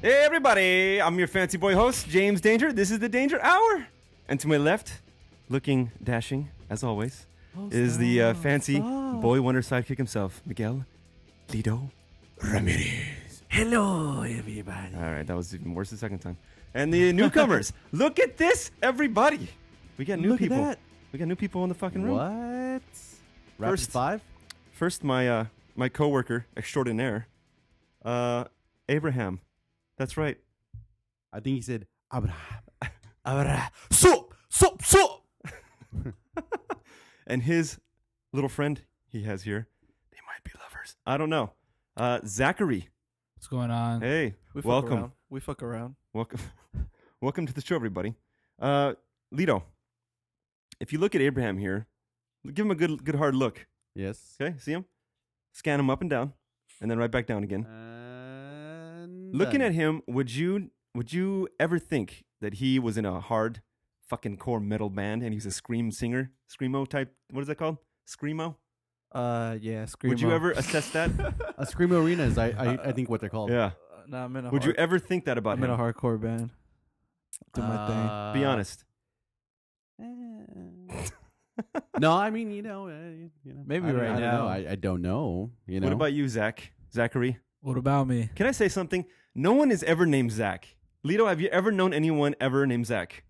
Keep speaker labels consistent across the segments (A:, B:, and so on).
A: Hey, everybody! I'm your fancy boy host, James Danger. This is the Danger Hour. And to my left, looking dashing as always, is the uh, fancy boy wonder sidekick himself, Miguel Lido Ramirez.
B: Hello, everybody.
A: All right, that was even worse the second time. And the newcomers, look at this, everybody! We got new
B: Look at
A: people.
B: that.
A: We got new people in the fucking room.
B: What? Rapid
A: First-
B: five?
A: First, my uh, my coworker extraordinaire, uh, Abraham. That's right.
B: I think he said, Abra. Abra. Sup, sup, sup.
A: and his little friend he has here. They might be lovers. I don't know. Uh, Zachary,
C: What's going on?
A: hey,
D: We fuck
A: welcome,
D: Around. We fuck around.
A: welcome, welcome to the show, everybody. Uh, Lito, if you look at Abraham here, give him a good, good hard look.
B: Yes.
A: Okay, see him, scan him up and down, and then right back down again.
B: And
A: Looking at him, would you, would you ever think that he was in a hard, fucking core metal band and he's a scream singer, screamo type? What is that called? Screamo.
D: Uh, yeah. Screamo.
A: Would you ever assess that?
B: a scream arena is, I, I, I think, what they're called.
A: yeah.
D: Uh, nah, I'm in a.
A: Would you
D: hard-
A: ever think that about
D: I'm
A: him?
D: in a hardcore band. Do my thing.
B: Uh,
A: Be honest.
B: eh. Uh, no, I mean, you know, uh, you you know
D: Maybe
B: I don't-
D: right
B: I don't
D: now.
B: know. I, I don't know. You know,
A: What about you, Zach? Zachary?
C: What about me?
A: Can I say something? No one is ever named Zach. Lito, have you ever known anyone ever named Zach?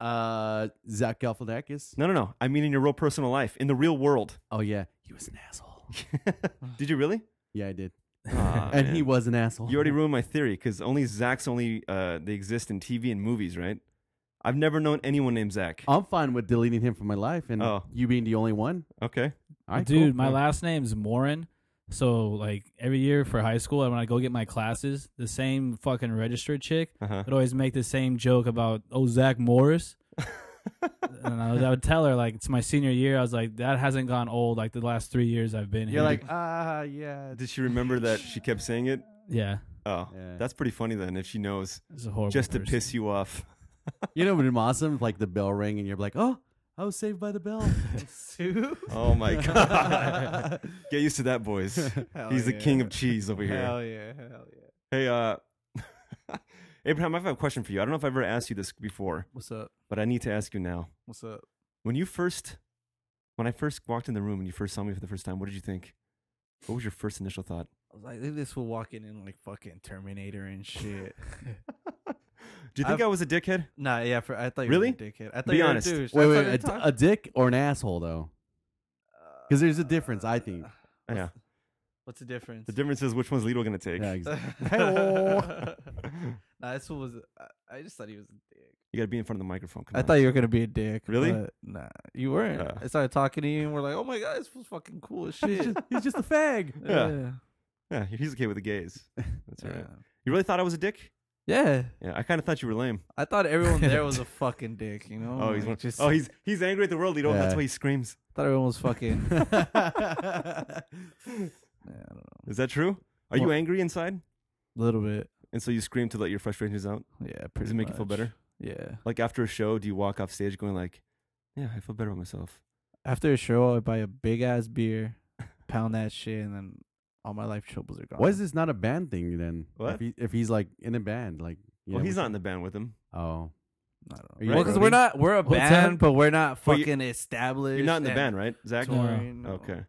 B: uh, Zach Galifianakis?
A: No, no, no. I mean in your real personal life, in the real world.
B: Oh yeah, he was an asshole.
A: Did you really?
B: yeah, I did,
A: Aw,
B: and he
A: man.
B: was an asshole.
A: You already ruined my theory because only Zach's only uh, they exist in TV and movies, right? I've never known anyone named Zach.
B: I'm fine with deleting him from my life, and
A: Oh.
B: you being the only one.
A: Okay.
B: All right,
C: Dude,
B: cool.
C: my last name's Morin. So like every year for high school, when I go get my classes, the same fucking registered chick
A: Uh huh.
C: would always make the same joke about oh Zach Morris. and I, was, I would tell her like it's my senior year. I was like that hasn't gone old. Like the last three years I've been
B: You're
C: here.
B: like, ah, yeah.
A: Did she remember that she kept saying it?
C: yeah,
A: Oh,
B: Yeah.
A: that's pretty funny then if she knows.
C: it's a horrible.
A: Just to
C: person.
A: piss you off.
B: You know, when awesome, like the bell rang, and you're like, oh, I was saved by the bell.
D: Sue?
A: Oh my god. Get used to that, boys.
D: Hell
A: He's the
D: yeah.
A: king of cheese over here.
D: Hell yeah. Hell yeah.
A: Hey, uh, Abraham, I have a question for you. I don't know if I've ever asked you this before,
D: What's up?
A: but I need to ask you now.
D: What's up?
A: When you first, when I first walked in the room and you first saw me for the first time, what did you think? What was your first initial thought?
D: I was like, look at this fool walking in like fucking Terminator and shit.
A: Do you think
D: I've-
A: i was a dickhead?
D: nah, yeah, for, I thought you
A: Really?
D: were a dickhead. I thought
A: Be
D: you were Uh,
A: honest.
D: a douche.
B: wait,
D: I
B: wait,
D: thought you
B: a, d-
D: talked-
B: a dick or an asshole though? Because there's a difference, I think.
A: Yeah.
D: What's the difference?
A: The difference is which one's Lito gonna take.
B: Yeah, exactly.
D: nah, this fool was. uh, I, I just thought he was a dick.
A: You gotta be in front of the microphone. Come
D: I
A: on.
D: thought you were gonna be a dick.
A: Really?
D: but Nah, you weren't.
A: Yeah.
D: I started talking to you, and we're like, "Oh my god, this was fucking cool as shit."
B: He's just a fag.
A: Yeah. Yeah, he's okay with the gays. That's all right. You really thought I was a dick?
D: Yeah.
A: Yeah, I kind of thought you were lame.
D: I thought everyone there was a fucking dick. You know?
A: Oh, he's
D: Like,
A: one,
D: just.
A: oh, he's he's angry at the world, Lito. and That's
B: Yeah.
A: why he screams.
D: thought everyone was fucking. yeah, I don't know.
A: Is that true? Are you
D: Well-
A: angry inside?
D: A little bit.
A: And so you scream to let your frustrations out.
D: Yeah. Pretty
A: Does it make you feel
D: much.
A: better?
D: Yeah.
A: Like after a show, do you walk off stage going like, "Yeah, I feel better about myself."
D: After a show, I buy a big ass beer, pound that shit, and then all my life troubles are gone.
B: Why is this not a band thing then?
A: What?
B: If, he, if he's like in a band, like you
A: well,
B: know,
A: he's
B: we
A: not in the band with him.
B: should- Oh,
D: I don't
B: Are
D: know.
B: you
D: Well,
B: a
D: because
B: roadie?
D: we're not we're a
C: What's
D: band,
C: that?
D: but we're not
A: Well, you-
D: fucking established.
A: You're not in the
D: and
A: band, right, Zach?
C: No.
D: touring, no.
A: Okay,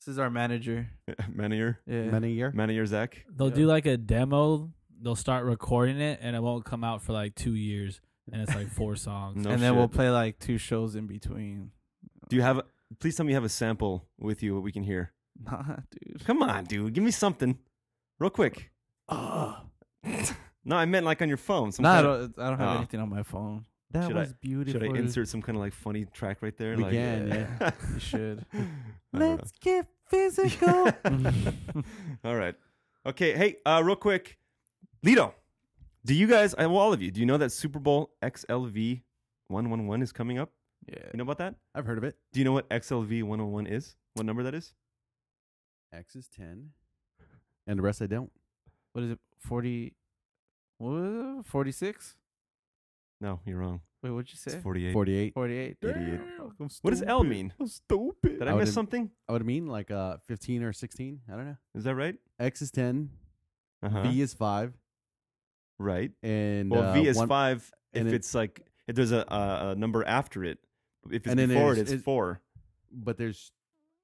D: This is our manager.
A: manager,
D: Yeah.
B: many year.
A: manager Zach.
C: They'll
D: Yeah.
C: do like a demo. They'll start recording it, and it won't come out for like two years, and it's like four songs.
A: No
D: and then we'll
A: shit.
D: play like two shows in between.
A: Do you have? a- Please tell me you have a sample with you what we can hear.
D: Nah, dude.
A: Come on, dude, give me something, real quick.
D: Oh,
A: No, I meant like on your phone. Ah, Some
D: nah, I
A: kind of-
D: don't, I don't have
A: Oh.
D: anything on my phone. That
A: Should I-
D: was beautiful.
A: should I insert some kind of like funny track right there?
B: We
A: like,
B: can,
D: yeah. You should.
A: I don't know.
B: Let's get physical.
A: all right. Okay. Hey, uh, real quick, Lito, do you guys, I- well, all of you, do you know that Super Bowl XLV 111 is coming up?
D: Yeah.
A: You know about that?
B: I've heard of it.
A: Do you know what XLV 101 is? What number that is?
B: X is ten, and the rest I don't.
D: What is it? 40. What? 46?
A: No, you're wrong.
D: Wait, what'd you
A: It's
D: say?
A: 48.
B: Forty-eight.
D: 48.
B: Idiot.
D: Damn.
A: What does L mean?
D: I'm stupid.
A: Did I miss
B: I would've-
A: something?
B: I would mean like uh fifteen or sixteen. I don't know.
A: Is that right?
B: X is ten.
A: Uh-huh.
B: B is five.
A: right?
B: and
A: Well,
B: uh,
A: V is
B: one-
A: five if
B: and it-
A: it's like if there's a, a, a number after it. If it's
B: And then
A: before it,
B: there's-
A: it's
B: it-
A: four.
B: But there's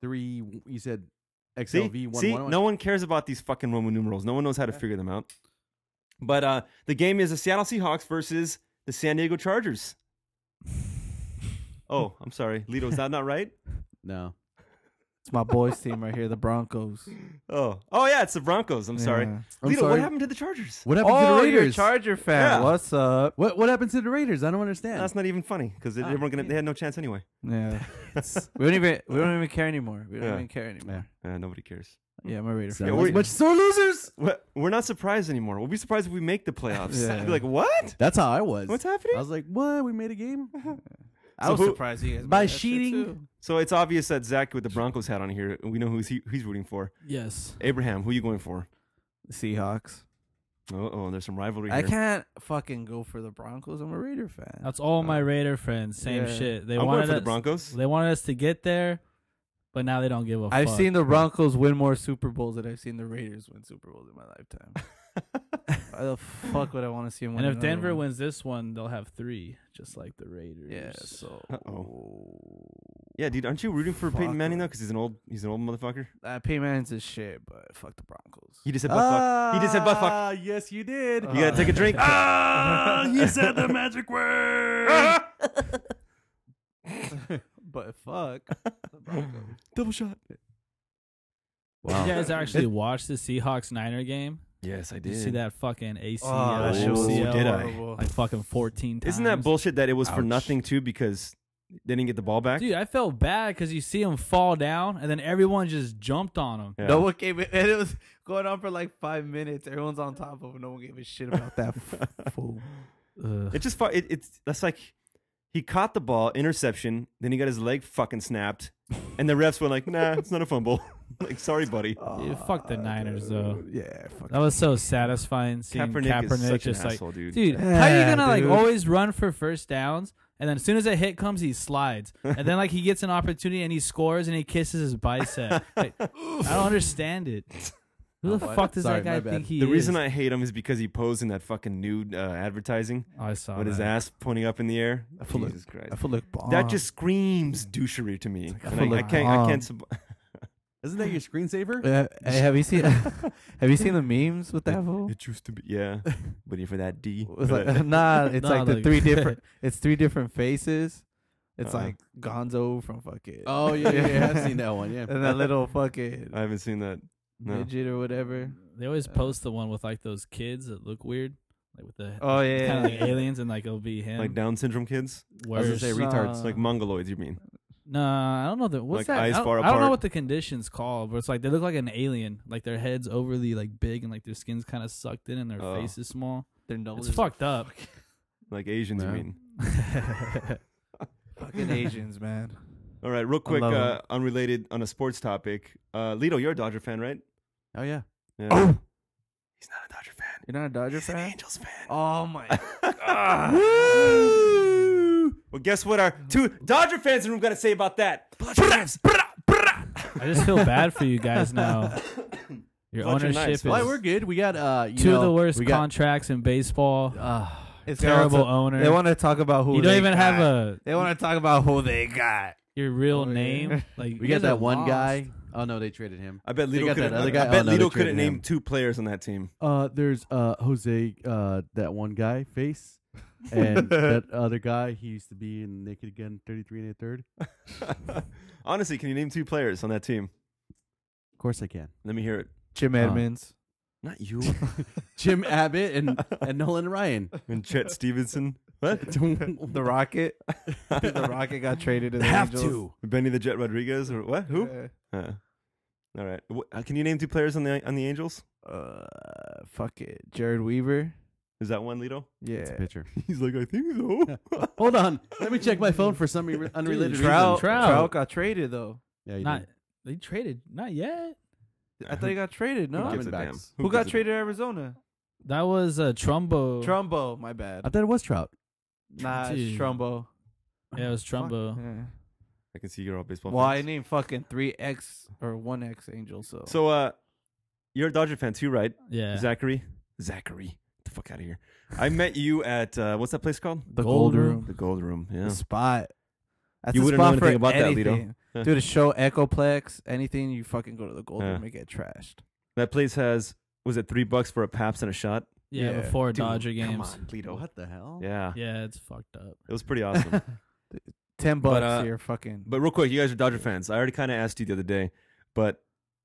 B: three. You said
A: See,
B: XLV one
A: see,
B: one one.
A: no one cares about these fucking Roman numerals. No one knows how to figure them out. But uh, the game is the Seattle Seahawks versus the San Diego Chargers. Oh, I'm sorry, Lito. Is that not right?
B: No.
D: It's my boys' team right here, the Broncos.
A: Oh, oh yeah, it's the Broncos. I'm sorry,
D: Yeah.
B: I'm
A: Lito. What
B: sorry.
A: happened to the Chargers?
B: What happened
D: Oh,
B: to the
D: you're a
B: Raiders?
D: Charger fan.
A: Yeah.
D: What's up?
B: what what happened to the Raiders? I don't understand.
A: That's not even funny because
B: Ah,
A: everyone gonna,
B: yeah.
A: they had no chance anyway.
D: Yeah, we don't even we don't even care anymore. We don't
A: Yeah.
D: even care anymore.
A: Uh, nobody cares.
D: Yeah, I'm a Raider
B: So-
D: fan.
A: Yeah, we-
B: but so losers.
A: We're we're not surprised anymore. We'll be surprised if we make the playoffs.
D: Yeah.
A: Be like, what?
B: That's how I was.
A: What's happening?
B: I was like, what? We made a game.
D: I
A: So
D: was
A: who-
D: surprised you guys
B: By
D: made that shit
B: cheating?
D: too.
A: So it's obvious that Zach with the Broncos hat on here, we know who he, he's rooting for.
C: Yes.
A: Abraham, who you going for?
D: Seahawks.
A: Oh, oh, there's some rivalry
D: I
A: here.
D: can't fucking go for the Broncos. I'm a Raider fan.
C: That's all my Raider friends. Same
D: Yeah.
C: shit. They
A: Uh, I'm going
C: wanted
A: for the
C: us-
A: Broncos.
C: They wanted us to get there, but now they don't give a
D: I've
C: fuck.
D: seen the Broncos win more Super Bowls than I've seen the Raiders win Super Bowls in my lifetime. Why the fuck would I want to see them win?
C: And if
D: another
C: Denver
D: one?
C: wins this one, they'll have three, just like the Raiders.
D: yeah, so
A: Yeah, dude, aren't you rooting for
D: Fuck.
A: Peyton Manning though? Because he's an old, he's an old motherfucker.
D: uh, Pay Man's is shit, but fuck the Broncos.
A: He just said butt fuck. He just said butt fuck.
B: Ah, Yes, you did.
A: You gotta take a drink.
B: Ah, you said the magic word.
D: But fuck the Broncos.
A: Double shot.
B: wow.
C: You guys actually watched the Seahawks Niner game?
A: Yes, I
C: Did
A: did.
C: you see that fucking ACL?
D: Oh, that shit was
A: Oh,
C: UCL,
A: did I?
D: horrible.
C: Like fucking 14 times.
A: Isn't that bullshit that it was for
D: Ouch.
A: nothing too because they didn't get the ball back?
C: Dude, I felt bad because you see him fall down and then everyone just jumped on him.
A: Yeah.
D: No one gave it, and it was going on for like five minutes. Everyone's on top of him. No one gave a shit about that f- fool.
C: Ugh.
A: It just fu- it, it's that's like he caught the ball, interception, then he got his leg fucking snapped, and the refs were like, "Nah, it's not a fumble." like, sorry, buddy.
C: Dude, fuck the Niners, though.
D: Yeah, fuck.
C: That was so satisfying seeing
A: Kaepernick,
C: Kaepernick,
A: is such
C: just
A: an
C: like,
A: asshole, dude.
C: dude, how are you
D: Yeah,
C: gonna like
D: dude.
C: always run for first downs and then as soon as a hit comes, he slides and then like he gets an opportunity and he scores and he kisses his bicep. Like, I don't understand it. Who the
B: What?
C: fuck does
B: Sorry,
C: that guy
B: my bad.
C: think he
A: the
C: is?
A: reason I hate him is because he posed in that fucking nude uh, advertising
C: oh, I saw
A: with his
C: that.
A: ass pointing up in the air.
D: I feel like-
A: Jesus Christ,
D: That fool looked bomb.
A: that just screams douchery to me.
D: like um, a
A: And I, I
D: fucking
A: can't, I
D: bomb.
A: can't. Sub-
B: Isn't that your screensaver?
D: Yeah, Uh, hey, have you seen? have you seen the memes with that fool?
A: it used to be, yeah. Waiting for that D.
D: It's like, nah, it's
C: Nah,
D: like the
C: like-
D: three different. It's three different faces. It's
A: Uh-uh.
D: like Gonzo from fucking.
B: Oh yeah, yeah, yeah. I've seen that one. Yeah.
D: and that little fucking
A: I haven't seen that. Uh, No.
D: midget or whatever.
C: They always post the one with like those kids that look weird, like with the
D: Oh yeah,
C: kind of like aliens, and like it'll be him.
A: Like Down syndrome kids,
B: I was gonna
C: Worse.
B: say retards.
D: Uh,
A: like mongoloids. You mean?
C: Nah, I don't know the
A: Like
C: what's that.
A: eyes
C: I, don't,
A: far
C: I don't know
A: apart.
C: what the condition's called, but it's like they look like an alien. Like their heads overly like big and like their skin's kind of sucked in and their
A: Oh.
C: face is small.
D: Their
C: It's
D: nose is
C: fucked up.
A: Like Asians? You
B: No.
A: mean?
D: fucking Asians, man.
A: All right, real
D: I
A: quick,
D: love
A: uh, unrelated on a sports topic. Uh, Lito, you're a Dodger fan, right?
B: oh yeah.
A: Yeah.
D: Oh.
A: He's not a Dodger fan.
D: You're not a Dodger
A: He's an
D: fan.
A: Angels fan.
D: Oh my!
A: Ah. Well, guess what? Our two Dodger fans in the room got to say about that.
C: I just feel bad for you guys now. Your
A: Thought you're
C: ownership
A: nice,
C: is
A: man.
B: Well, we're good. We got uh, you
C: two of
B: know,
C: the worst
B: we got-
C: contracts in baseball.
B: Ah,
D: It's
C: terrible
D: also-
C: owner.
D: They want to talk about who
C: you don't
D: they
C: even
D: got.
C: have a
D: They want to talk about who they got.
C: your real
D: Oh, yeah.
C: name. Like you
B: we got
C: guys
B: that
C: are
B: one
C: lost.
B: guy. Oh no, they traded him.
A: I bet
B: They
A: Lito
B: got
A: couldn't.
B: that other
A: I
B: guy.
A: bet
B: Oh, no, they
A: Lito
B: traded
A: couldn't name
B: him.
A: two players on that team.
B: Uh, there's uh Jose, uh, that one guy face, and that other guy. He used to be in Naked Gun 33 and a third.
A: Honestly, can you name two players on that team?
B: Of course I can.
A: Let me hear it.
D: Jim
B: Uh,
D: Edmonds.
A: Not you.
B: Jim Abbott and and Nolan Ryan.
A: and Chet Stevenson. What?
D: the Rocket. the Rocket got traded to the
B: Have
D: Angels.
B: to.
A: Benny the Jet Rodriguez or what? Who?
D: Yeah.
A: Uh, all right. Wh- uh, can you name two players on the on the Angels?
D: Uh, fuck it. Jared Weaver.
A: Is that one, Lito?
B: It's a
D: Yeah.
B: pitcher.
A: He's like, I think so.
B: Hold on. Let me check my phone for some re- unrelated reason.
D: Trout,
C: reason. Trout.
D: Trout got traded though.
B: Yeah, you
C: Not they traded. Not yet.
D: I thought he got traded.
A: Who
D: No.
A: gives a
B: Diamondbacks.
A: damn?
D: Who, got
A: gives a-
D: traded to Arizona?
C: That was uh, Trumbo.
D: Trumbo. My
B: I
D: bad.
B: thought it was Trout.
D: Nah, it's
C: Dude.
D: Trumbo.
C: Yeah, it was
D: Fuck,
C: Trumbo.
D: yeah.
A: I can see you're all baseball.
D: Well, I
A: fans.
D: named fucking three X or one X Angels. So.
A: So, uh, you're a Dodger fan too, right?
C: Yeah.
A: Zachary. Zachary. The fuck out of here. I met you at uh, what's that place called?
D: The
C: Gold
D: Gold,
C: Room.
D: Room.
A: The Gold Room. Yeah.
D: The spot. That's
A: You
D: the
A: wouldn't know
D: spot for
A: anything about that, Lito.
D: anything.
A: Yeah.
D: Dude, a show, Echoplex, anything, you fucking go to the Gold
A: Yeah.
D: Room and get trashed.
A: That place has was it three bucks for a Paps and a shot?
C: Yeah,
D: Yeah.
C: before
A: Dude,
C: Dodger games.
A: Come on, Lito.
B: What the hell?
A: Yeah.
C: Yeah, it's fucked up.
A: It was pretty awesome.
D: Ten
A: But,
D: bucks
A: uh,
D: here, fucking.
A: but real quick, you guys are Dodger fans. I already kind of asked you the other day, but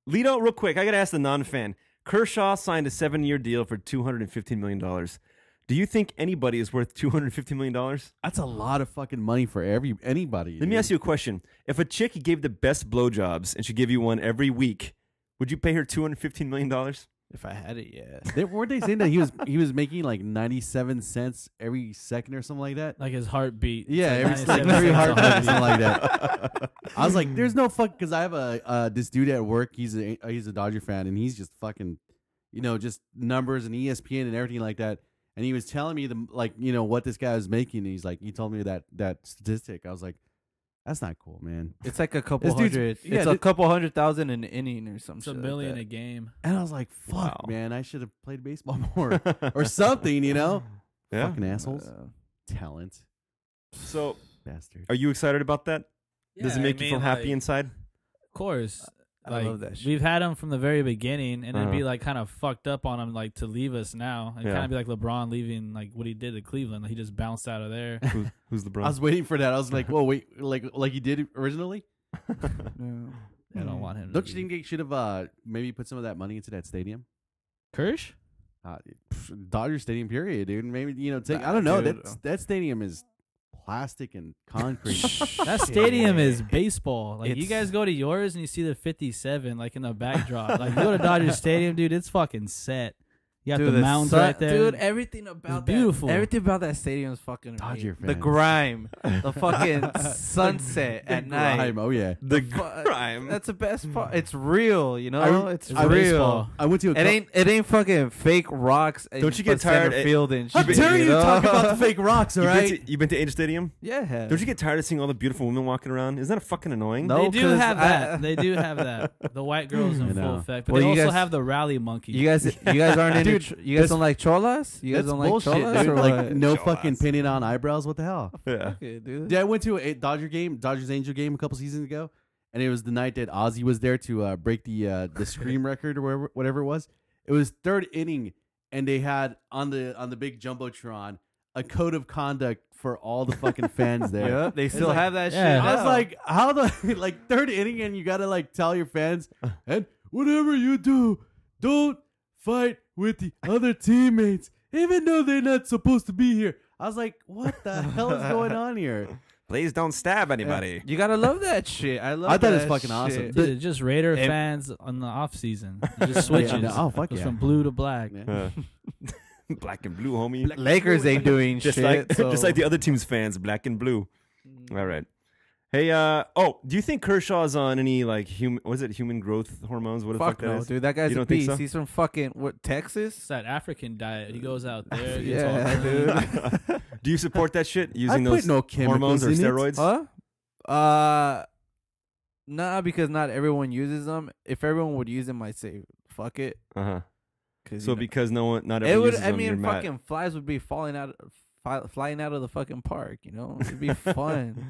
A: Lito, real quick, I gotta ask the non-fan. Kershaw signed a seven-year deal for two hundred and fifteen million dollars. Do you think anybody is worth two hundred fifteen million dollars?
B: That's a lot of fucking money for every anybody.
A: Let me ask you a question: If a chick gave the best blowjobs and she gave you one every week, would you pay her two hundred fifteen million dollars?
D: if I had it, yeah.
B: They, weren't they saying that he was he was making like ninety seven cents every second or something like that?
C: Like his heartbeat. It's
B: Yeah, every,
C: like
B: like
C: 97
B: every
C: cents
B: heart
C: a
B: rate or
C: heartbeat.
B: something like that. I was like, "There's no fuck," because I have a uh, this dude at work. He's a he's a Dodger fan, and he's just fucking, you know, just numbers and E ESPN and everything like that. And he was telling me the like, you know, what this guy was making. And he's like, he told me that that statistic. I was like, "That's not cool, man."
D: It's like a couple
B: This dude's-
D: hundred.
B: yeah,
D: it's a
B: thi-
D: couple hundred thousand an inning or some
C: It's a
D: shit like
C: million
D: that.
C: a game.
B: And I was like, "Fuck,
A: Wow.
B: man, I should have played baseball more or something," you know?
A: Yeah.
B: Fucking assholes,
D: Uh,
B: talent
A: So,
B: bastard.
A: are you excited about that? Does it make you feel happy inside?
C: Of course.
D: I
C: Like,
D: love that shit.
C: We've had him from the very beginning, and it'd be
A: Uh-huh.
C: like kind of fucked up on him, like to leave us now. It'd
A: Yeah.
C: kind of be like LeBron leaving, like what he did to Cleveland. Like, he just bounced out of there.
A: Who's, who's LeBron?
B: I was waiting for that. I was like, "Whoa, wait, like like you did originally."
D: no.
C: I
D: Hmm.
C: don't want him.
B: Don't
C: to
B: you
C: leave.
B: think they should have uh, maybe put some of that money into that stadium?
C: Kirsch?
B: Uh, pff, Dodger Stadium, period, dude. Maybe you know, take I don't know.
D: Dude.
B: That that stadium is plastic and concrete.
C: That stadium is baseball. Like you
D: It's-
C: guys go to yours and you see the 57 like in the backdrop. like you go to Dodger Stadium, dude, it's fucking set. You got
D: Dude,
C: the mounds
D: sun-
C: right there.
D: Dude, everything about
C: beautiful.
D: That, everything about that stadium is fucking amazing.
B: Dodger
D: The
B: fans.
D: grime, the fucking sunset
B: The
D: at night.
B: grime, Oh yeah,
A: the
D: fu-
A: crime.
D: That's the best part. It's real, you know.
B: I rem-
D: it's
C: I
D: real.
C: rem- baseball.
B: I went to a.
D: It ain't. It ain't fucking fake rocks. in
A: Don't you get
D: the center
A: tired at-
D: Field and
B: How
D: shit,
B: dare you
D: know?
B: talk about the fake rocks? All
A: You've been
B: right.
A: to- You've been to Angel Stadium?
D: yeah.
A: Don't you get tired of seeing all the beautiful women walking around? Isn't that fucking annoying?
D: No.
C: they do
D: 'cause
C: have
D: I-
C: that. They do have that. The white girls in
B: I
C: full
B: know.
C: effect, but
D: Well,
C: they
D: you
C: also
D: guys-
C: have the rally monkey.
D: You guys, you guys aren't into.
B: Dude,
D: Dude, you guys
B: that's-
D: don't like cholas. You guys
B: That's
D: don't like
B: bullshit,
D: cholas.
B: dude.
D: Or
B: Like
D: what?
B: no
A: Show
B: fucking
A: us.
B: painting on eyebrows. What the hell?
A: Yeah.
D: Okay, dude.
B: Yeah, I went to a Dodger game, Dodgers Angel game a couple seasons ago, and it was the night that Ozzy was there to uh, break the uh, the scream record or whatever, whatever it was. It was third inning, and they had on the on the big jumbotron a code of conduct for all the fucking fans there.
D: Yeah, they still
B: like-
D: have that shit.
C: Yeah.
B: I was
D: now.
B: like, how the like third inning, and you gotta like tell your fans, and whatever you do, don't fight with the other teammates, even though they're not supposed to be here. I was like, what the hell is going on here?
A: Please don't stab anybody.
D: you gotta love that shit. I love.
B: I thought it was
D: that
B: fucking awesome.
D: shit.
C: Dude, it's just Raider
D: Em-
C: fans on the off season. It just switches.
B: Yeah, no, oh fuck
C: Goes
B: yeah.
C: from blue to black.
B: Yeah.
A: Uh, black and blue, homie.
D: Lakers ain't doing
A: just
D: shit.
A: like
D: so. Mm.
A: just like the other team's fans, black and blue. All right. Hey, uh, oh, do you think Kershaw's on any like human? Was it human growth hormones? What the fuck,
D: Fuck
A: that
D: no,
A: is?
D: dude. That guy's
A: You
D: a
A: don't think
D: beast.
A: so?
D: He's from fucking what Texas?
C: It's that African diet. He goes out there. he gets all
D: Uh, Yeah,
C: clean.
D: dude.
A: Do you support that shit
B: I
A: using
B: put
A: those
B: no
A: hormones
B: chemicals
A: or
B: in it.
A: steroids?
D: huh? Uh, nah, because not everyone uses them. If everyone would use them, I'd say fuck it.
A: Uh-huh.
D: 'cause,
A: So
D: you know,
A: because no one, not
D: it
A: everyone
D: would.
A: uses
D: I
A: them, you're
D: mean,
A: mad.
D: fucking flies would be falling out, fi- flying out of the fucking park. You know, it'd be fun.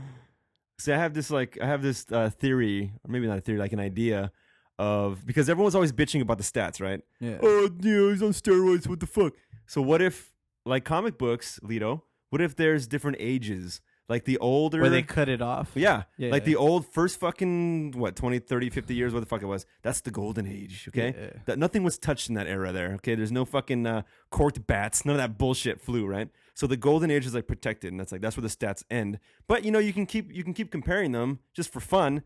A: See, I have this like I have this uh, theory, or maybe not a theory, like an idea of because everyone's always bitching about the stats, right?
D: yeah.
A: Oh, you know, he's on steroids. What the fuck? So what if, like comic books, Lito? What if there's different ages? Like the older,
D: Where they cut it off.
A: yeah,
D: Yeah.
A: like the old first fucking what 20, 30, 50 years, what the fuck it was. That's the golden age. Okay,
D: Yeah.
A: that nothing was touched in that era. There. Okay, there's no fucking uh, corked bats. None of that bullshit flew. Right. So the golden age is like protected, and that's like that's where the stats end. But you know you can keep you can keep comparing them just for fun.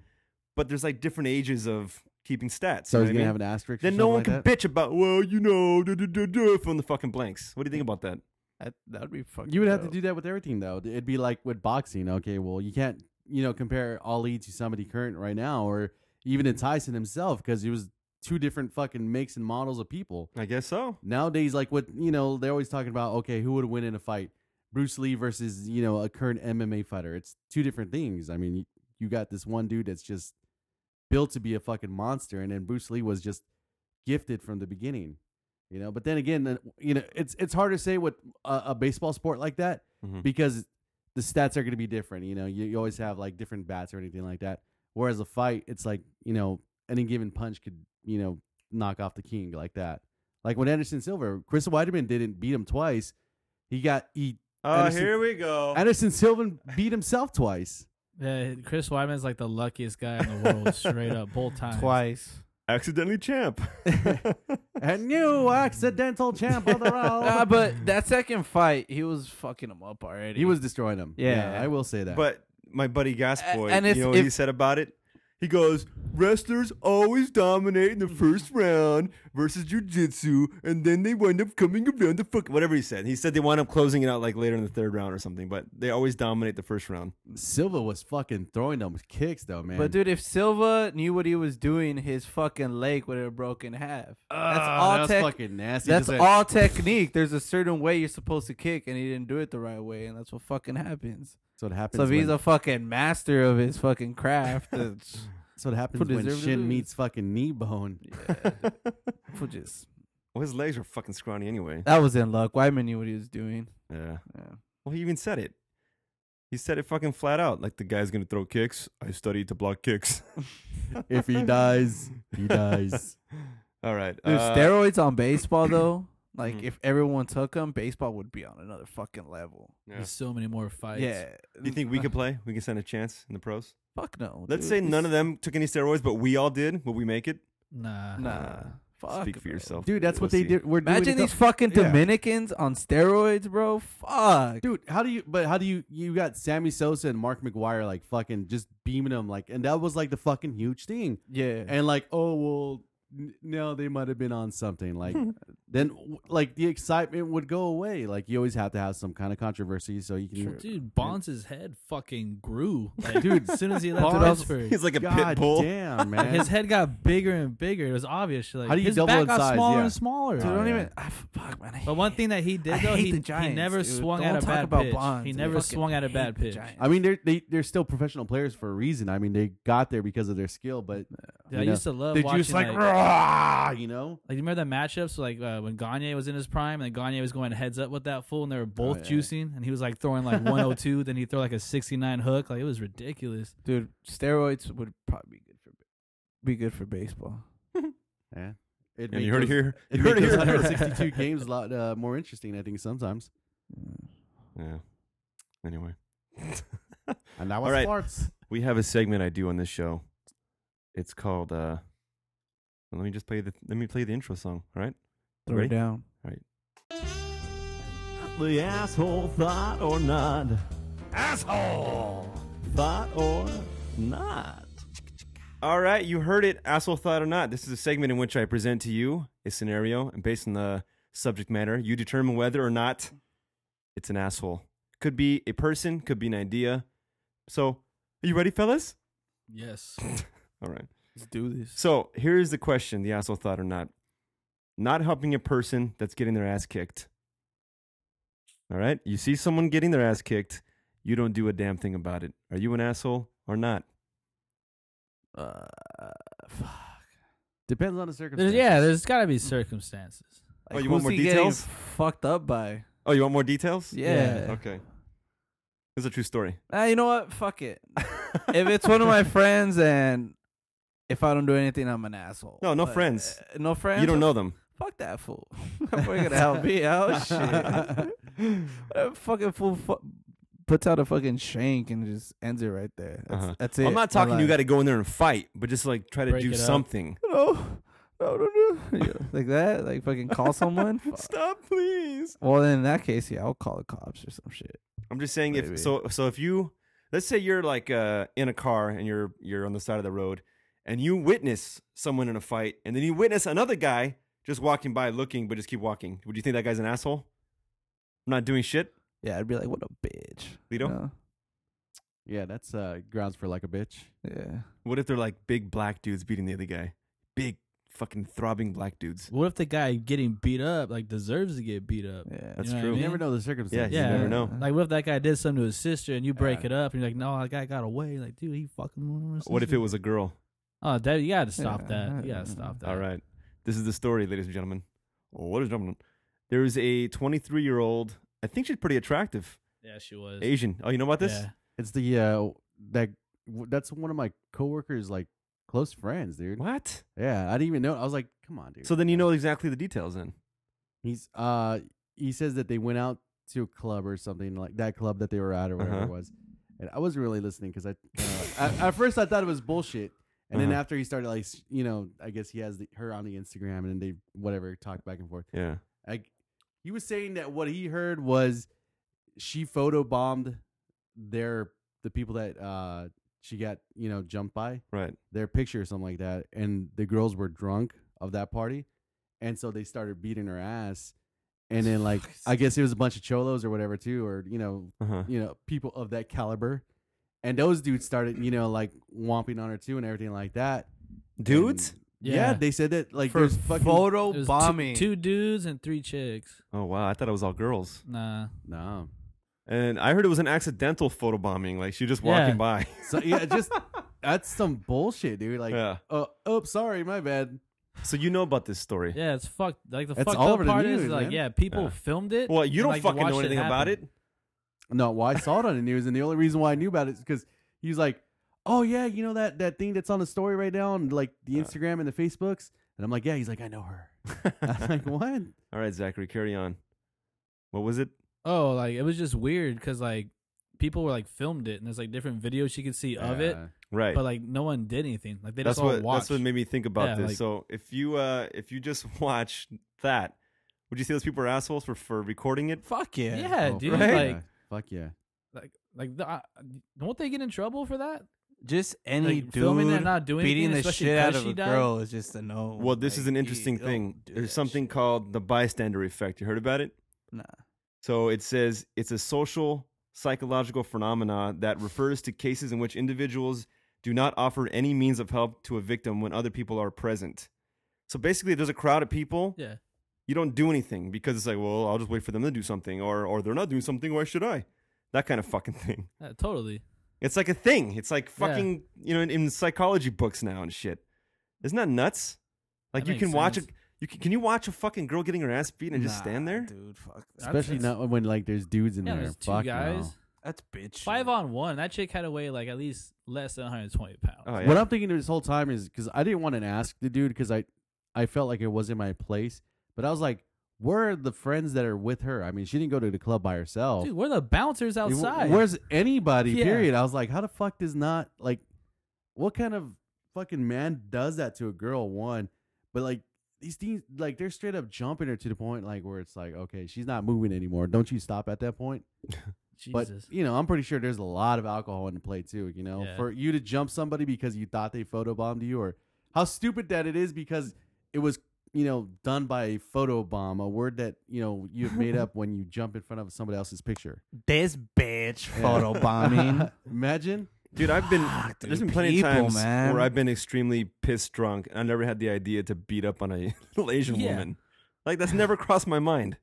A: But there's like different ages of keeping stats.
B: So
A: you know what
B: he's
A: I
B: gonna
A: mean?
B: have an asterisk. or
A: Then no
B: something
A: one
B: like
A: can
B: that?
A: bitch about, well, you know, duh, duh, duh, duh, from the fucking blanks. What do you think about that?
D: That would be fucking.
B: You would have to
D: dope.
B: do that with everything, though. It'd be like with boxing. Okay, well, you can't, you know, compare Ali to somebody current right now, or even to Tyson himself, because he was two different fucking makes and models of people.
A: I guess so.
B: Nowadays, like what you know, they're always talking about. Okay, who would win in a fight? Bruce Lee versus you know a current MMA fighter. It's two different things. I mean, you, you got this one dude that's just built to be a fucking monster, and then Bruce Lee was just gifted from the beginning. You know, but then again, uh, you know, it's it's hard to say with a, a baseball sport like that
A: Mhm.
B: because the stats are going to be different. You know, you, you always have like different bats or anything like that. Whereas a fight, it's like you know, any given punch could you know knock off the king like that. Like when Anderson Silva, Chris Weidman didn't beat him twice. He got he
A: Oh,
B: Anderson-
A: here we go.
B: Anderson Silva beat himself twice.
C: Yeah, Chris Wyman's like the luckiest guy in the world, straight up, both times.
D: Twice.
A: Accidentally champ.
B: And new accidental champ of the round.
D: Nah, but that second fight, he was fucking him up already.
B: Oh. he was destroying him.
D: Yeah.
B: I will say that.
A: But my buddy Gasboy,
D: A- and if-
A: you know what he
D: if-
A: said about it? He goes, wrestlers always dominate in the first round versus jujitsu, and then they wind up coming around the fuck. Whatever he said. He said they wind up closing it out like later in the third round or something, but they always dominate the first round.
B: Silva was fucking throwing them kicks though, man.
D: But dude, if Silva knew what he was doing, his fucking leg would have broken in half. uh, that's
B: Ah,
D: all
B: that was
D: tech.
B: fucking nasty.
D: that's
B: Just like-
D: all technique. There's a certain way you're supposed to kick, and he didn't do it the right way, and that's what fucking happens.
B: That's what happens.
D: So if he's
B: when,
D: a fucking master of his fucking craft, that's-
B: that's what happens
D: who
B: when
D: deserves to
B: shin
D: lose.
B: meets fucking knee bone.
D: who just
A: Well, his legs were fucking scrawny anyway.
D: that was in luck. Wyman knew what he was doing.
A: Yeah.
D: Yeah.
A: Well, he even said it. He said it fucking flat out. Like the guy's gonna throw kicks. I studied to block kicks.
B: If he dies, he dies.
A: All right.
D: Dude,
A: uh,
D: steroids on baseball though. Like
A: Mhm.
D: if everyone took them, baseball would be on another fucking level.
A: yeah.
C: There's so many more fights.
D: Yeah.
A: Do you think we could play? We can send a chance in the pros.
D: Fuck no.
A: Let's
D: dude.
A: say none of them took any steroids, but we all did. Will we make it?
C: Nah.
D: Nah. Fuck.
A: Speak for
D: no.
A: yourself,
B: Dude, that's what
A: We'll
B: they
A: see.
B: did. We're doing
D: Imagine
B: it
D: these fucking
B: Yeah.
D: Dominicans on steroids, bro. Fuck.
B: Dude, how do you? But how do you? You got Sammy Sosa and Mark McGuire like fucking just beaming them like, and that was like the fucking huge thing.
D: Yeah.
B: And like, oh well, n- no, they might have been on something. Like then, w- like the excitement would go away. Like you always have to have some kind of controversy so you can.
C: Dude, Bonds' head fucking grew. Like,
B: Dude,
C: dude, as soon as he left
B: Bonds-
C: Pittsburgh,
A: He's like a
B: God
A: pit bull.
B: damn
C: like,
B: man,
C: his head got bigger and bigger. It was obvious. Like,
B: How do you
C: his
B: double
C: back
B: in
C: got
B: size?
C: smaller
B: Yeah.
C: and smaller.
D: Dude,
B: Oh,
D: don't
B: yeah.
D: even. I, fuck, man. I
C: But one thing that he did
D: I
C: though,
D: hate
C: he,
D: the
C: he
D: Giants,
C: never
D: dude.
C: swung
D: Don't
C: at a
D: talk
C: bad
D: about
C: pitch.
D: Bonds,
C: he
D: dude.
C: never
D: Fucking
C: swung at a
D: hate
C: bad
D: the
C: pitch.
D: Giants.
B: I mean, they're they, they're still professional players for a reason. I mean, they got there because of their skill, but
C: Dude, I
B: you know,
C: used to love
B: they're
C: watching
B: just like,
C: like,
B: "Rah," you know.
C: Like, you remember the matchups, like uh, when Gagne was in his prime, and Gagne was going heads up with that fool, and they were both
B: yeah.
C: juicing, and he was like throwing like 102, then he throw like a 69 hook, like it was ridiculous.
D: dude, steroids would probably be good for be good for baseball.
B: Yeah, it
A: And
B: make
A: you heard it
B: those-
A: here.
B: It
A: You heard
B: makes
A: it
B: those
A: here.
B: 162 games a lot uh, more interesting. I think sometimes.
A: Yeah. Anyway,
B: And that
A: was
B: was
A: right.
B: sports.
A: we have a segment I do on this show. It's called. uh Let me just play the. Let me play the intro song. All right.
D: Throw
A: Ready?
D: it down.
E: The asshole thought or not. Asshole! Thought or not.
A: All right, you heard it, asshole thought or not. This is a segment in which I present to you a scenario, and based on the subject matter, you determine whether or not it's an asshole. Could be a person, could be an idea. So, are you ready, fellas?
C: Yes.
A: All right.
D: Let's do this.
A: So here is the question: the asshole thought or not? Not helping a person that's getting their ass kicked. All right, you see someone getting their ass kicked, you don't do a damn thing about it. Are you an asshole or not?
D: Uh, fuck.
B: Depends on the circumstance.
C: There's, yeah, there's got to be circumstances.
A: Oh,
D: Like,
A: you want
D: who's
A: more
D: he getting
A: details?
D: Fucked up by.
A: Oh, you want more details?
D: Yeah.
A: Okay. This is a true story.
D: Ah, you know what? Fuck it. if it's one of my friends and if I don't do anything, I'm an asshole.
A: No, no friends.
D: uh, no friends.
A: you don't know them.
D: Fuck that fool. We're gonna help me out. Shit.
A: Oh,
D: That fucking fool fu- puts out a fucking shank and just ends it right there. That's,
A: Uh-huh.
D: that's it.
A: I'm not talking you got to
D: Like,
A: go in there and fight, but just like try to
C: Break
A: do
C: it up.
A: something.
D: No, no, no, no. Yeah, like that. Like fucking call someone. Fuck.
A: Stop, please.
D: Well, then in that case, yeah, I'll call the cops or some shit.
A: I'm just saying if
D: Maybe.
A: so so if you let's say you're like uh in a car and you're you're on the side of the road and you witness someone in a fight and then you witness another guy just walking by looking but just keep walking. Would you think that guy's an asshole? I'm not doing shit,
D: Yeah, I'd be like, what a bitch.
A: Lito.
D: No.
B: Yeah, that's uh, grounds for like a bitch.
D: Yeah.
A: What if they're like big black dudes beating the other guy? Big fucking throbbing black dudes.
C: What if the guy getting beat up like deserves to get beat up?
D: Yeah.
A: That's
C: know what I
A: true.
B: You
C: mean?
B: never know the
A: Mm-hmm. Yeah,
B: circumstance.
A: you
C: Yeah.
A: never know.
C: Like, what if that guy did something to his sister and you break
B: Yeah.
C: it up and you're like, no, that guy got away? Like, dude, he fucking.
A: What if it was a girl?
C: Oh, that, you got to stop
D: Yeah.
C: that. You got to stop that.
A: All right. This is the story, ladies and gentlemen. Oh, what is jumping? There was a 23 year old. I think she's pretty attractive.
C: Yeah, she was.
A: Asian. Oh, you know about this?
C: Yeah.
B: It's the uh that w- that's one of my coworkers like close friends, dude.
A: What?
B: Yeah, I didn't even know. I was like, come on, dude.
A: So then you know exactly the details then.
B: he's uh he says that they went out to a club or something like that club that they were at or whatever it
A: Uh-huh.
B: was. And I wasn't really listening because I uh, at, at first I thought it was bullshit. And then
A: Uh-huh.
B: after he started like s- you know, I guess he has the, her on the Instagram and then they whatever talk back and forth.
A: Yeah.
B: Like he was saying that what he heard was she photobombed their the people that uh she got, you know, jumped by
A: Right.
B: their picture or something like that, and the girls were drunk of that party, and so they started beating her ass, and then like I guess it was a bunch of cholos or whatever too, or you know,
A: Uh huh.
B: you know, people of that caliber, and those dudes started you know like whomping on her too and everything like that.
A: Dudes?
B: And, yeah.
C: Yeah.
B: they said that like
D: for
B: there's fucking
D: photo
C: It was two-
D: bombing.
C: Two, dudes and three chicks.
A: Oh wow, I thought it was all girls.
C: Nah.
B: no,
A: And I heard it was an accidental photobombing. Like she was just walking
C: Yeah.
A: by.
B: so yeah, just that's some bullshit, dude. Like,
A: yeah.
B: oh, oops, sorry, my bad.
A: So you know about this story.
C: Yeah, it's fucked. Like the
B: It's
C: fucked
B: all
C: up
B: over the
C: part
B: news,
C: is like,
B: man.
C: yeah, people
A: Yeah.
C: filmed it.
A: Well, you
C: and,
A: don't
C: like,
A: fucking know
C: watched
A: anything about
C: happen.
A: it.
B: No, well, I saw it on the news, and the only reason why I knew about it is because he was like, "Oh yeah, you know that that thing that's on the story right now, and like the
A: Yeah.
B: Instagram and the Facebooks." And I'm like, "Yeah." He's like, "I know her." I'm like, "What?"
A: All right, Zachary, carry on. What was it?
C: Oh, like it was just weird because like people were like filmed it and there's like different videos you could see of it,
A: Right.
C: but like no one did anything. Like they
A: that's
C: just all
A: what
C: watched.
A: that's what made me think about
C: Yeah,
A: this.
C: like-
A: so if you uh if you just watch that, would you say those people are assholes for for recording it?
D: Fuck yeah.
C: yeah,
B: Oh,
C: Eh, dude.
B: fuck yeah.
C: Like,
B: fuck yeah.
C: like, like, the, uh, won't they get in trouble for that?
D: Just any
C: Like,
D: dude
C: filming and not doing
D: beating
C: anything,
D: the
C: especially
D: shit out
C: 'cause
D: of a
C: she died?
D: girl is just a
C: Oh
D: no.
A: Well, this
D: Like,
A: is an
D: you
A: interesting
D: don't
A: thing.
D: do
A: There's
D: that
A: something
D: shit.
A: called the bystander effect. You heard about it?
D: Nah.
A: So it says it's a social psychological phenomena that refers to cases in which individuals do not offer any means of help to a victim when other people are present. So basically, if there's a crowd of people,
C: Yeah.
A: you don't do anything because it's like, well, I'll just wait for them to do something, or or they're not doing something. Why should I? That kind of fucking thing.
C: Yeah, totally.
A: It's like a thing. It's like
C: Yeah.
A: fucking you know in, in psychology books now and shit. Isn't that nuts? Like
C: That
A: you can
C: makes
A: watch a
C: sense.
A: you can, can you watch a fucking girl getting her ass beat and just
D: Nah,
A: stand there?
D: dude. Fuck. that.
B: Especially
C: that's-
B: not when like there's dudes in
C: Yeah,
B: there.
C: there's two
B: fuck
C: guys.
B: no.
D: That's bitch.
C: Five
D: shit.
C: on one. That chick had to weigh like at least less than 120 pounds.
A: Oh yeah.
B: What I'm thinking this whole time is because I didn't want to ask the dude because I, I felt like it wasn't my place. But I was like, where are the friends that are with her? I mean, she didn't go to the club by herself.
C: Dude, we're the bouncers
B: Like, wh-
C: outside.
B: Where's anybody?
C: Yeah.
B: Period. I was like, how the fuck does not like, what kind of fucking man does that to a girl? One, but like these things, like they're straight up jumping her to the point like where it's like, okay, she's not moving anymore. Don't you stop at that point?
C: Jesus.
B: But you know, I'm pretty sure there's a lot of alcohol in the play too. You know,
C: Yeah.
B: for you to jump somebody because you thought they photobombed you, or how stupid that it is because it was you know done by a photobomb, a word that you know you've made up when you jump in front of somebody else's picture.
D: This bitch
B: Yeah.
D: photo bombing.
B: Imagine.
A: Dude, I've been
D: Fuck,
A: there's
D: dude,
A: been plenty
D: people,
A: of times
D: man.
A: where I've been extremely pissed drunk and I never had the idea to beat up on a little Asian
C: Yeah.
A: woman. Like that's never crossed my mind.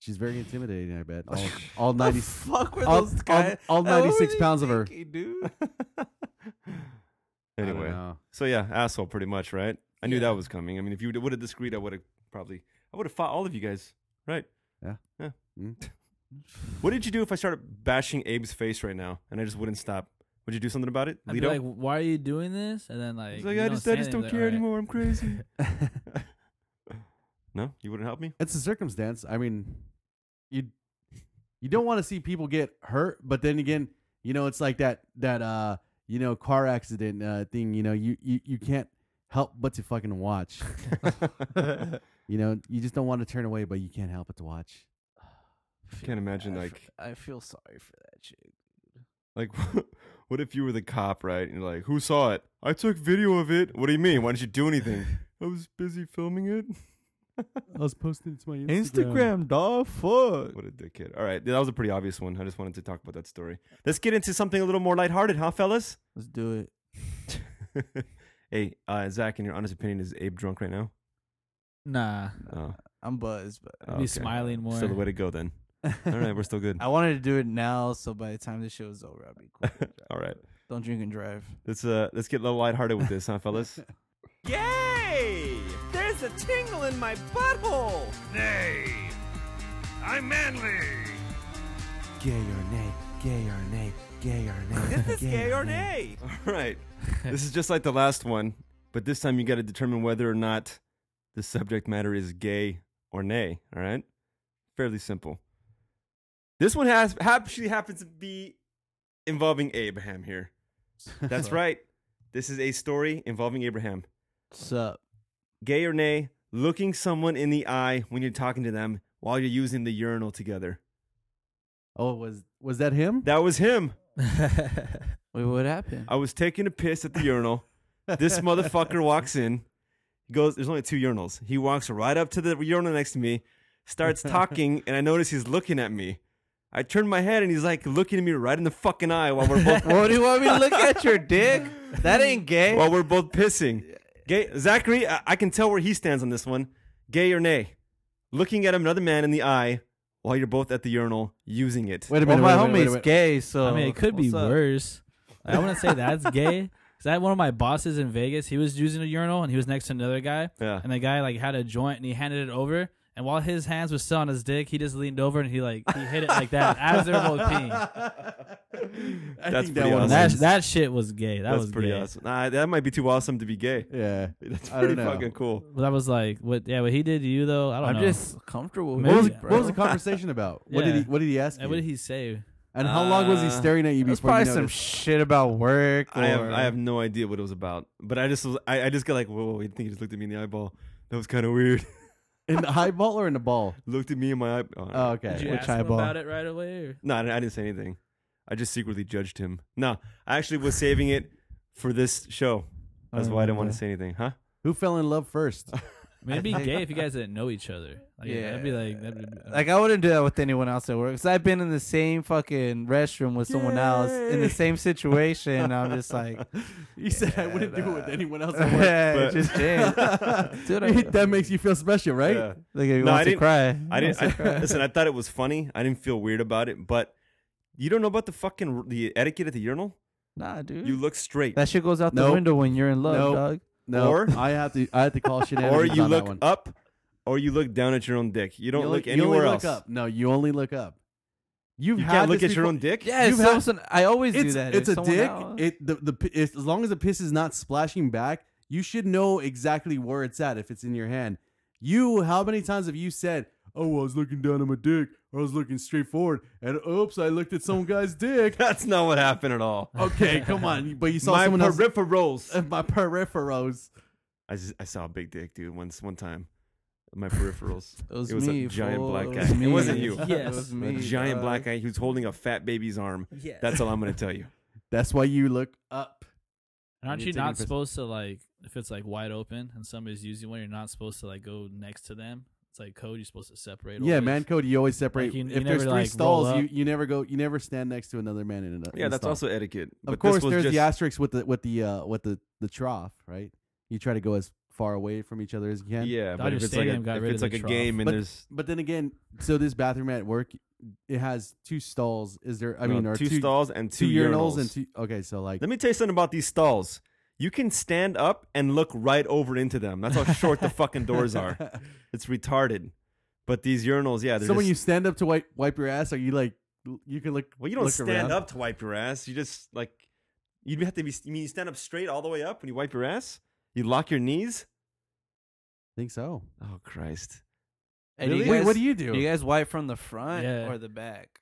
B: She's very intimidating, I bet. All, all 90,
D: fuck with
B: all,
D: those
B: all,
D: guys.
B: all
D: Like, what
B: 96
D: were you
B: pounds of her.
D: thinking, dude.
B: I don't
A: Anyway,
B: know.
A: so yeah, asshole, pretty much, right? I knew
C: Yeah.
A: that was coming. I mean, if you would have disagreed, I would have probably I would have fought all of you guys, right?
B: Yeah.
A: Yeah.
B: Mm.
A: What did you do if I started bashing Abe's face right now and I just wouldn't stop? Would you do something about it,
C: I'd be
A: Lito?
C: like, why are you doing this? And then like,
A: He's like,
C: you
A: I
C: don't
A: just,
C: say
A: I just
C: anything,
A: don't
C: like,
A: care
C: all right.
A: anymore. I'm crazy. no, you wouldn't help me.
B: It's a circumstance. I mean, you you don't want to see people get hurt, but then again, you know, it's like that that uh you know car accident uh, thing. You know, you, you you can't help but to fucking watch. you know, you just don't want to turn away, but you can't help but to watch.
A: Can't imagine,
D: bad
A: like-
D: for- I feel sorry for that chick.
A: Like, what if you were the cop, right? And you're like, who saw it? I took video of it. What do you mean? Why didn't you do anything? I was busy filming it.
B: I was posting to my
D: Instagram, dog. Fuck.
A: What a dickhead. All right, that was a pretty obvious one. I just wanted to talk about that story. Let's get into something a little more lighthearted, huh, fellas?
D: Let's do it.
A: hey, uh, Zach, in your honest opinion, is Abe drunk right now?
C: Nah,
A: Oh,
D: I'm buzzed, but
C: I'd be smiling more.
A: Still the way to go then. All right, we're still good.
D: I wanted to do it now, so by the time the show is over, I'll be cool.
A: All right,
D: Don't drink and drive.
A: let's uh, let's get a little lighthearted with this, huh, fellas?
E: Yay! There's
F: There's a tingle in my butthole.
G: Nay, I'm manly.
E: Gay or nay, gay or nay, gay or nay.
F: Is this gay or nay?
A: All right. this is just like the last one, but this time you got to determine whether or not the subject matter is gay or nay. All right. Fairly simple. This one has actually happens to be involving Abraham here. That's right. This is a story involving Abraham.
D: Sup?
A: Gay or nay, looking someone in the eye when you're talking to them while you're using the urinal together.
B: Oh, was was that him?
A: That was him.
D: Wait, what happened?
A: I was taking a piss at the urinal. This motherfucker walks in. He goes, there's only two urinals. He walks right up to the urinal next to me, starts talking, and I notice he's looking at me. I turn my head and he's like looking at me right in the fucking eye while we're both
D: what do you want me to look at your dick? That ain't gay.
A: while we're both pissing. Gay Zachary, I, I can tell where he stands on this one. Gay or nay? Looking at another man in the eye while you're both at the urinal using it.
B: Wait a
D: well,
B: minute.
D: my
B: wait a minute,
D: homie's
B: wait a minute.
D: gay, so
C: I mean, it could be
D: Oh, what's up?
C: worse. I wouldn't say that's gay. Cause I had one of my bosses in Vegas. He was using a urinal and he was next to another guy,
A: Yeah.
C: and the guy like had a joint and he handed it over. And while his hands was still on his dick, he just leaned over and he like he hit it like that as they were both peeing.
A: That's
B: think that
A: pretty
B: one
A: awesome.
B: was-
C: That that shit was gay. That
A: That's
C: was
A: pretty
C: gay.
A: awesome. Nah, that might be too awesome to be gay.
B: Yeah.
A: That's
B: I don't
A: pretty
B: know.
A: fucking cool.
C: But that was like what? Yeah, what he did to you though. I don't
D: I'm
C: know.
D: just comfortable.
C: What
D: with
B: What was,
D: it,
B: what
D: bro.
B: was the conversation about? What did he
C: Yeah.
B: What did he ask?
C: and what
B: you?
C: did he say?
B: and how long was he
A: Uh,
B: staring at you
D: It was
B: before?
D: probably
B: you
D: some
B: noticed?
D: shit about work. Or
A: I have, I have no idea what it was about, but I just was, I, I just got like whoa, whoa, I think he just looked at me in the eyeball. That was kind of weird.
B: in the high ball or in the ball?
A: looked at me in my eye. Oh,
B: Oh,
C: Did
B: okay.
C: you
D: Which
C: ask him
D: eyeball?
C: about it right away? Or?
A: No, I didn't, I didn't say anything. I just secretly judged him. No, I actually was saving it for this show. That's why I didn't want
B: Oh.
A: to say anything, huh?
B: Who fell in love first?
C: I mean, it'd be gay if you guys didn't know each other. Like, yeah, that'd be
D: Yeah.
C: like that'd be,
D: Like I wouldn't do that with anyone else at work. Cause I've been in the same fucking restroom with someone else in the same situation. and I'm just like,
B: You said I wouldn't do it with
D: nah.
B: anyone else. at work.
D: yeah,
A: But-
D: just jam. Dude, I-
B: that makes you feel special, right?
A: Yeah.
D: Look at me
A: No, I
D: wants to
A: didn't-
D: cry.
A: I didn't. I, listen, I thought it was funny. I didn't feel weird about it, but you don't know about the fucking r- the etiquette at the urinal.
D: Nah, dude.
B: Hmm?
A: You look straight,
D: that shit goes out the
B: Nope.
D: window when you're in love,
B: Nope.
D: dog.
B: No,
A: Or-
B: I have to. I have to call shenanigans
A: or you
B: on that
A: look
B: one.
A: up, or you look down at your own dick. You don't
B: You only-
A: look
B: you
A: anywhere
B: only
A: else.
B: Look up. No, you only look up. You've
A: You
B: had
A: can't look
B: this
A: at your
B: before.
A: own dick.
D: Yeah, it's
B: You've had-
D: something- I always do
B: It's,
D: that.
B: it's
D: If
B: a
D: someone
B: dick.
D: else-
B: It the the pi- it's, as long as the piss is not splashing back, you should know exactly where it's at if it's in your hand. You, how many times have you said, "Oh, I was looking down at my dick," or "I was looking straight forward," and oops, I looked at some guy's dick.
A: That's not what happened at all.
B: Okay, come on, but you saw
A: My
B: someone else.
A: peripherals.
B: my peripherals.
A: I, s- I saw a big dick, dude. Once one time, my peripherals.
D: It was,
A: it was a
D: me,
A: giant
D: fool.
A: black
D: It
A: guy.
D: was
A: It
D: me.
A: wasn't you.
D: It
C: Yes.
D: was
A: A
D: me,
A: giant
B: uh,
D: dog.
A: black guy who's holding a fat baby's arm.
C: yeah.
A: That's all I'm gonna tell you.
B: That's why you look up.
C: And aren't
B: you're
C: you
B: taking
C: not
B: pers-
C: supposed to like if it's like wide open and somebody's using one, you're not supposed to like go next to them. It's like code. You're supposed to separate.
B: Yeah,
C: always.
B: man code. You always separate.
C: you- you
B: if
C: never,
B: there's three
C: like, roll
B: stalls, you,
C: up.
B: you never go. You never stand next to another man in another.
A: Yeah, that's also etiquette.
B: Of course, there's the asterisk with the with the uh, with the the trough, right? You try to go as far away from each other as you can.
A: Yeah, but
C: Dodger
A: if it's like a,
C: Stadium got
A: if
C: rid
A: it's
C: of
A: like
C: the
A: a
C: trough.
A: game and there's
B: But then again, so this bathroom at work, it has two stalls. Is there? I
A: no,
B: mean, or
A: two, stalls and
B: two
A: two,
B: urinals, and two. Okay, so like
A: Let me tell you something about these stalls. You can stand up and look right over into them. That's how short the fucking doors are. It's retarded. But these urinals, yeah, they're
B: so when
A: just-
B: you stand up to wipe wipe your ass, are you like you can look?
A: Well, you don't
B: look
A: stand
B: around.
A: up to wipe your ass. You just like you have to be. You mean you stand up straight all the way up when you wipe your ass? You lock your knees.
B: think so.
A: Oh Christ!
D: And
B: really?
D: you
B: Wait,
D: guys-
B: what do you do?
D: You guys wipe from the front
C: Yeah.
D: or the back?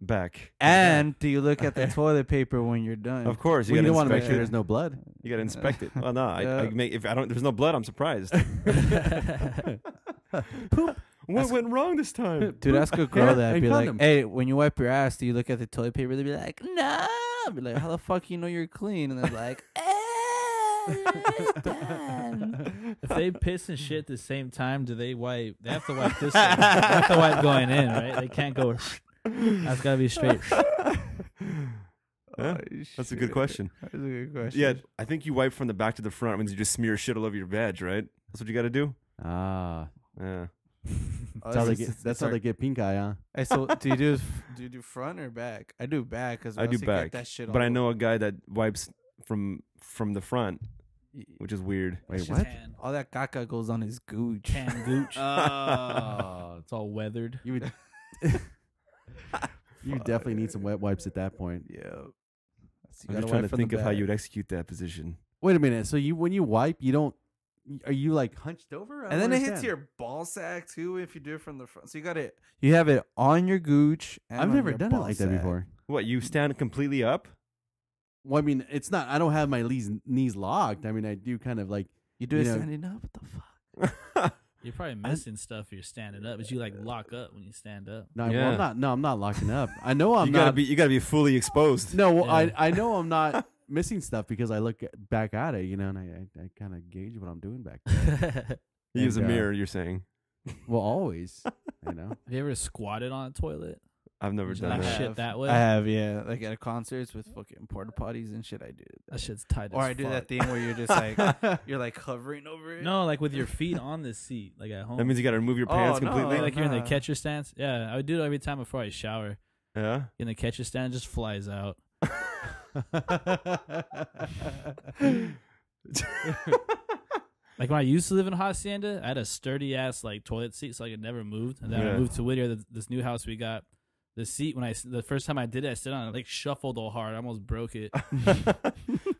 A: Back.
D: And do you look at the toilet paper when you're done?
A: Of course, you
B: Well, you
A: gotta
B: don't want to make
A: inspect
B: sure
A: it.
B: there's no blood.
A: You gotta inspect it. Well, no, I, I
D: Yeah.
A: make if I don't. There's no blood. I'm surprised. What went wrong this time?
D: Dude, ask a
B: Yeah,
D: girl that.
B: and
D: Be
B: condom.
D: like, hey, when you wipe your ass, do you look at the toilet paper? They'd be like, no. I'd be like, how the fuck you know you're clean? And they're like, "Eh,
C: if they piss and shit at the same time, do they wipe? They have to wipe this. way. They have to wipe going in, right? They can't go. That's gotta be straight.
A: Yeah, that's a good question.
D: That's a good question.
A: Yeah, I think you wipe from the back to the front means you just smear shit all over your veg, right? That's what you gotta do.
B: Ah,
A: Yeah.
D: Oh,
B: that's how they
D: it's-
B: get.
D: it's-
B: That's how
D: it's
B: they get pink eye, huh?
D: Hey, so do you do do you do front or back? I do back because
A: I do back,
D: That shit
A: but
D: all
A: I
D: over.
A: know a guy that wipes from from the front. which is weird.
B: Wait,
C: It's
B: what?
C: just tan.
D: All that caca goes on his gooch.
C: Tan gooch.
B: Oh,
C: it's all weathered.
B: you would. you definitely need some wet wipes at that point.
D: Yeah. So
A: I'm
D: gotta
A: just trying
D: wipe
A: to
D: from the
A: think of how
D: back.
A: you would execute that position.
B: Wait a minute. So you when you wipe, you don't. Are you like hunched over? I
D: And
B: don't
D: then it hits
B: understand.
D: your ball sack too if you do it from the front. So you got it. You have it on your gooch. And
B: I've
D: on
B: never
D: your
B: done it
D: ball
B: like
D: sack.
B: that before.
A: What you stand completely up?
B: Well, I mean, it's not. I don't have my knees knees locked. I mean, I do kind of like.
D: You do
B: You
D: it
B: know-
D: standing up. What the fuck?
C: You're probably missing stuff if you're standing up, but you like lock up when you stand up.
B: No, well,
A: Yeah.
B: I'm not. No, I'm not locking up. I know I'm
A: you gotta
B: not.
A: be you gotta be fully exposed.
B: no, well,
C: Yeah.
B: I I know I'm not missing stuff because I look at- back at it, you know, and I I, I kind of gauge what I'm doing back. There.
C: Have
A: You Use a
B: And, uh,
A: mirror. You're saying
B: Well, always, you know.
C: you ever squatted on a toilet?
A: I've never
C: Did you
A: done
C: not
A: that.
C: shit that way?
D: I have, yeah. Like at concerts with fucking porta potties and shit, I do.
C: That shit's tight.
D: Or
C: as
D: I do
C: fuck.
D: that thing where you're just like you're like hovering over it.
C: No, like with your feet on the seat, like at home.
A: That means you gotta remove your
D: Oh,
A: pants
D: no.
A: completely.
C: like you're in the
D: nah.
C: catcher stance. Yeah, I would do it every time before I shower.
A: yeah.
C: In the catcher stance, just flies out. Like when I used to live in Hacienda, I had a sturdy ass like toilet seat, so like it never moved. And then
A: Yeah.
C: I moved to Whittier, th this new house we got. The seat when I s- the first time I did it, I stood on it, like shuffled all hard, I almost broke it.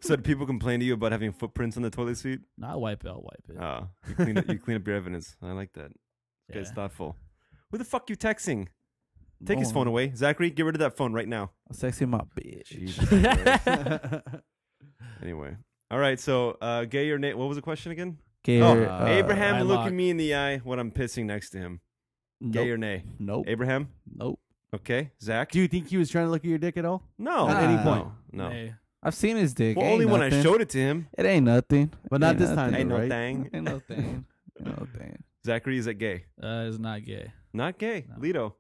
A: so do people complain to you about having footprints on the toilet seat?
C: Not wipe it, I'll wipe it.
A: Oh, you clean up, you clean up your evidence. I like that.
C: Yeah.
A: It's thoughtful. Who the fuck you texting? Take his
D: No.
A: phone away, Zachary. Get rid of that phone right now.
D: I'm sexy my bitch.
B: Jesus.
A: Anyway, all right. So, uh, gay or Nate? What was the question again?
D: Gay
A: oh,
D: or, uh,
A: Abraham
C: my
A: looking
C: lock.
A: me in the eye when I'm pissing next to him. Gay
D: Nope.
A: or nay?
D: Nope.
A: Abraham.
D: Nope.
A: Okay, Zach.
B: Do you think he was trying to look at your dick at all?
A: no,
D: At any
A: No.
B: point.
A: No.
C: Hey,
D: I've seen his dick.
A: Well,
D: It ain't
A: only when I
D: nothing.
A: showed it to him.
D: It ain't nothing.
B: But not
D: Ain't
B: this
D: nothing.
B: time,
A: Ain't no
B: right?
A: thing.
D: Ain't no thing. Ain't no thing.
A: Zachary is it gay?
C: uh, it's not gay.
A: Not gay.
C: No.
A: Lito.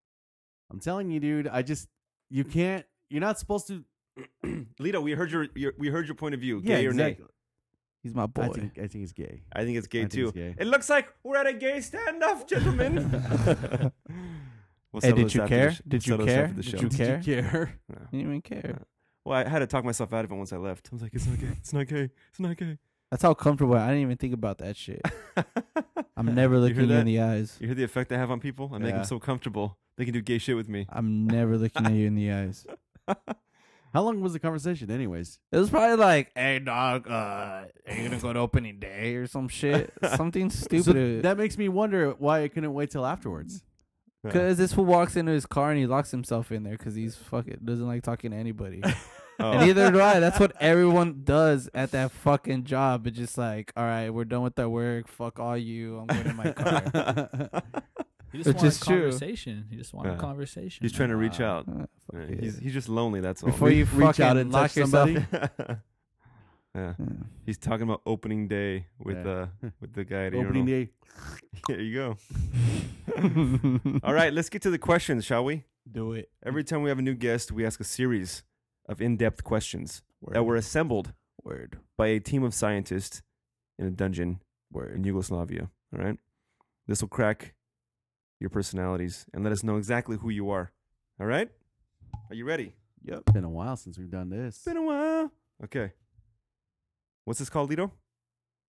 B: I'm telling you, dude. I just you can't. You're not supposed to.
A: Lito, we heard your, your we heard your point of view. gay or nay?
D: He's my
B: I
D: boy.
B: think I think it's gay.
A: I think it's gay
B: I think
A: too.
B: it's gay.
A: It looks like we're at a gay standoff, gentlemen. We'll
D: Hey,
A: settle
D: did
A: this
D: you
A: after
D: care?
A: the sh- we'll
D: Did you
A: settle this
D: care?
A: after the
D: Did
A: show.
D: you care?
B: Did you care?
A: No.
D: You didn't even care.
A: Well, I had to talk myself out of it once I left. I was like, it's not gay. It's not gay. It's not gay.
D: That's how comfortable. I I didn't even think about that shit. I'm never
A: You hear
D: looking you
A: that?
D: in the eyes.
A: You hear the effect I have on people? I make
B: Yeah.
A: them so comfortable. They can do gay shit with me.
D: I'm never looking at you in the eyes.
B: How long was the conversation, anyways?
D: It was probably like, "Hey dog, uh, are you gonna go to opening day or some shit? Something
B: So
D: stupid."
B: that makes me wonder why I couldn't wait till afterwards.
D: Because this fool walks into his car and he locks himself in there because he's fucking doesn't like talking to anybody.
A: Oh.
D: And neither do I. That's what everyone does at that fucking job. It's just like, all right, we're done with our work. Fuck all you. I'm going to my car.
C: You
D: Which
C: just want
D: is
C: a
D: true.
C: conversation. You just want
A: Yeah.
C: a conversation.
A: He's trying to reach out.
D: Uh, fuck
A: Yeah,
D: it.
A: He's, he's just lonely. That's all.
D: Before you
B: Reach out
D: fucking
B: and
D: lock
B: touch
D: yourself
B: somebody.
D: in-
A: yeah,
D: Yeah.
A: he's talking about opening day with
B: Yeah.
A: uh with the guy. At
B: Opening day.
A: There you go. All right, let's get to the questions, shall we?
D: Do it.
A: Every time we have a new guest, we ask a series of in-depth questions
D: Word.
A: that were assembled
D: word.
A: by a team of scientists in a dungeon in
D: Word.
A: Yugoslavia. All right, this will crack your personalities and let us know exactly who you are. All right, are you ready?
D: Yep.
B: Been a while since we've done this.
A: Been a while. Okay. What's this called, Lito?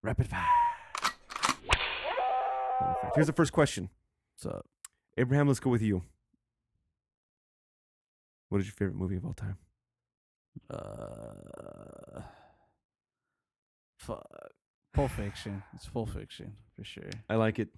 B: Rapid fire.
A: Here's the first question.
D: What's up?
A: Abraham, let's go with you. What is your favorite movie of all time?
D: Uh, fuck. Pulp Fiction. It's Pulp Fiction for sure.
A: I like it.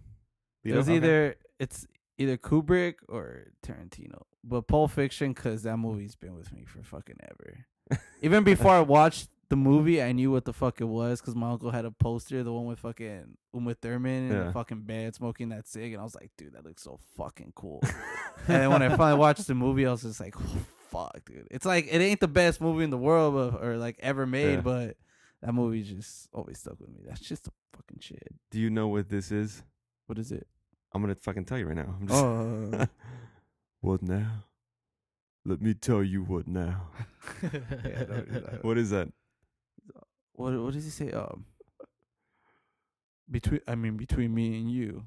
D: It was either it's either Kubrick or Tarantino, but Pulp Fiction because that movie's been with me for fucking ever. Even before I watched the movie, I knew what the fuck it was because my uncle had a poster, the one with fucking Uma Thurman in
A: Yeah.
D: the fucking bed smoking that cig, and I was like, dude, that looks so fucking cool. and then when I finally watched the movie, I was just like, oh, fuck, dude. It's like it ain't the best movie in the world but, or like ever made,
A: Yeah.
D: but that movie just always stuck with me. That's just the fucking shit.
A: Do you know what this is?
D: What is it?
A: I'm gonna fucking tell you right now. I'm just
D: Oh.
A: what now? Let me tell you what now. What is that?
D: what what does he say? Um, between I mean between me and you.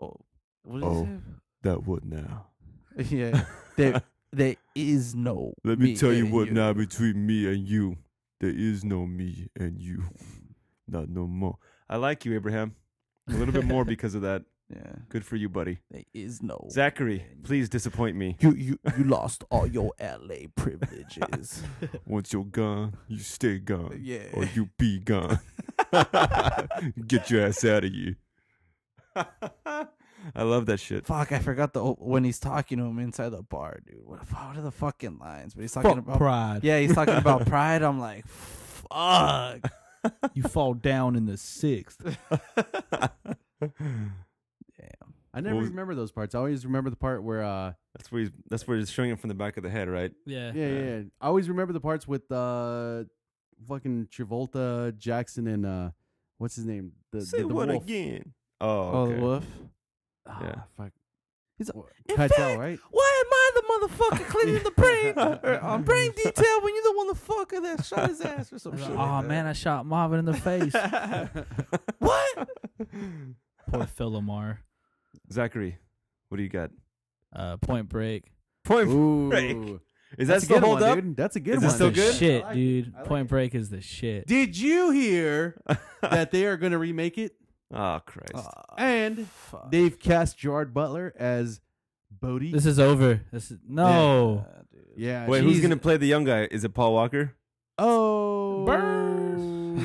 D: Oh, what does
A: Oh.
D: he
A: That what now?
D: say? Yeah, there there is no.
A: Let me, tell you
D: and
A: what now between me and you. There is no me and you. Not no more. I like you, Abraham. A little bit more because of that.
D: Yeah,
A: Good for you, buddy.
D: there is
A: Oh,
D: no.
A: Zachary, please disappoint me.
D: You you you lost all your LA privileges.
A: Once you're gone, you stay gone.
D: yeah.
A: Or you be gone. Oh, Get your ass out of here. I love that shit.
D: Fuck, I forgot the when he's talking to him inside the bar, dude. What, what are the fucking lines? But he's talking about
C: pride.
D: Yeah, he's talking about pride. I'm like, fuck.
C: You fall down in the sixth.
B: I never
A: was-
B: remember those parts. I always remember the part where, uh,
A: That's where he's, that's where he's showing him from the back of the head, right?
C: Yeah.
B: yeah, yeah, yeah. I always remember the parts with uh, fucking Travolta, Jackson, and uh, what's his name? The, the, the wolf.
A: again? Oh,
D: Oh,
A: okay.
D: the wolf.
B: Ah,
A: Yeah.
B: fuck.
D: He's a-
B: What-
D: In
B: Keitel,
D: fact,
B: right?
D: Why am I the motherfucker cleaning the brain or on brain detail when you're the one the fucker that shot his ass or some shit?
C: Oh man, I shot Marvin in the face.
D: what?
C: Poor Phil Lamar.
A: Zachary, what do you got?
C: Uh, Point Break.
A: Point
B: Ooh.
A: Break. Is that
B: That's a
A: still
B: good
A: hold
B: one,
A: up?
B: dude. That's a good
A: Is it
B: one.
A: still
C: the
A: good?
C: Shit,
B: I like it.
C: dude.
B: I like
C: Point
B: it.
C: Break is the shit.
B: Did you hear that they are going to remake it?
A: Oh Christ!
B: and
D: fuck.
B: they've cast Gerard Butler as Bodie.
C: This is over. This is no.
D: Uh, dude.
B: yeah.
A: Wait, who's
B: she's-
A: gonna play the young guy? Is it Paul Walker?
B: Oh.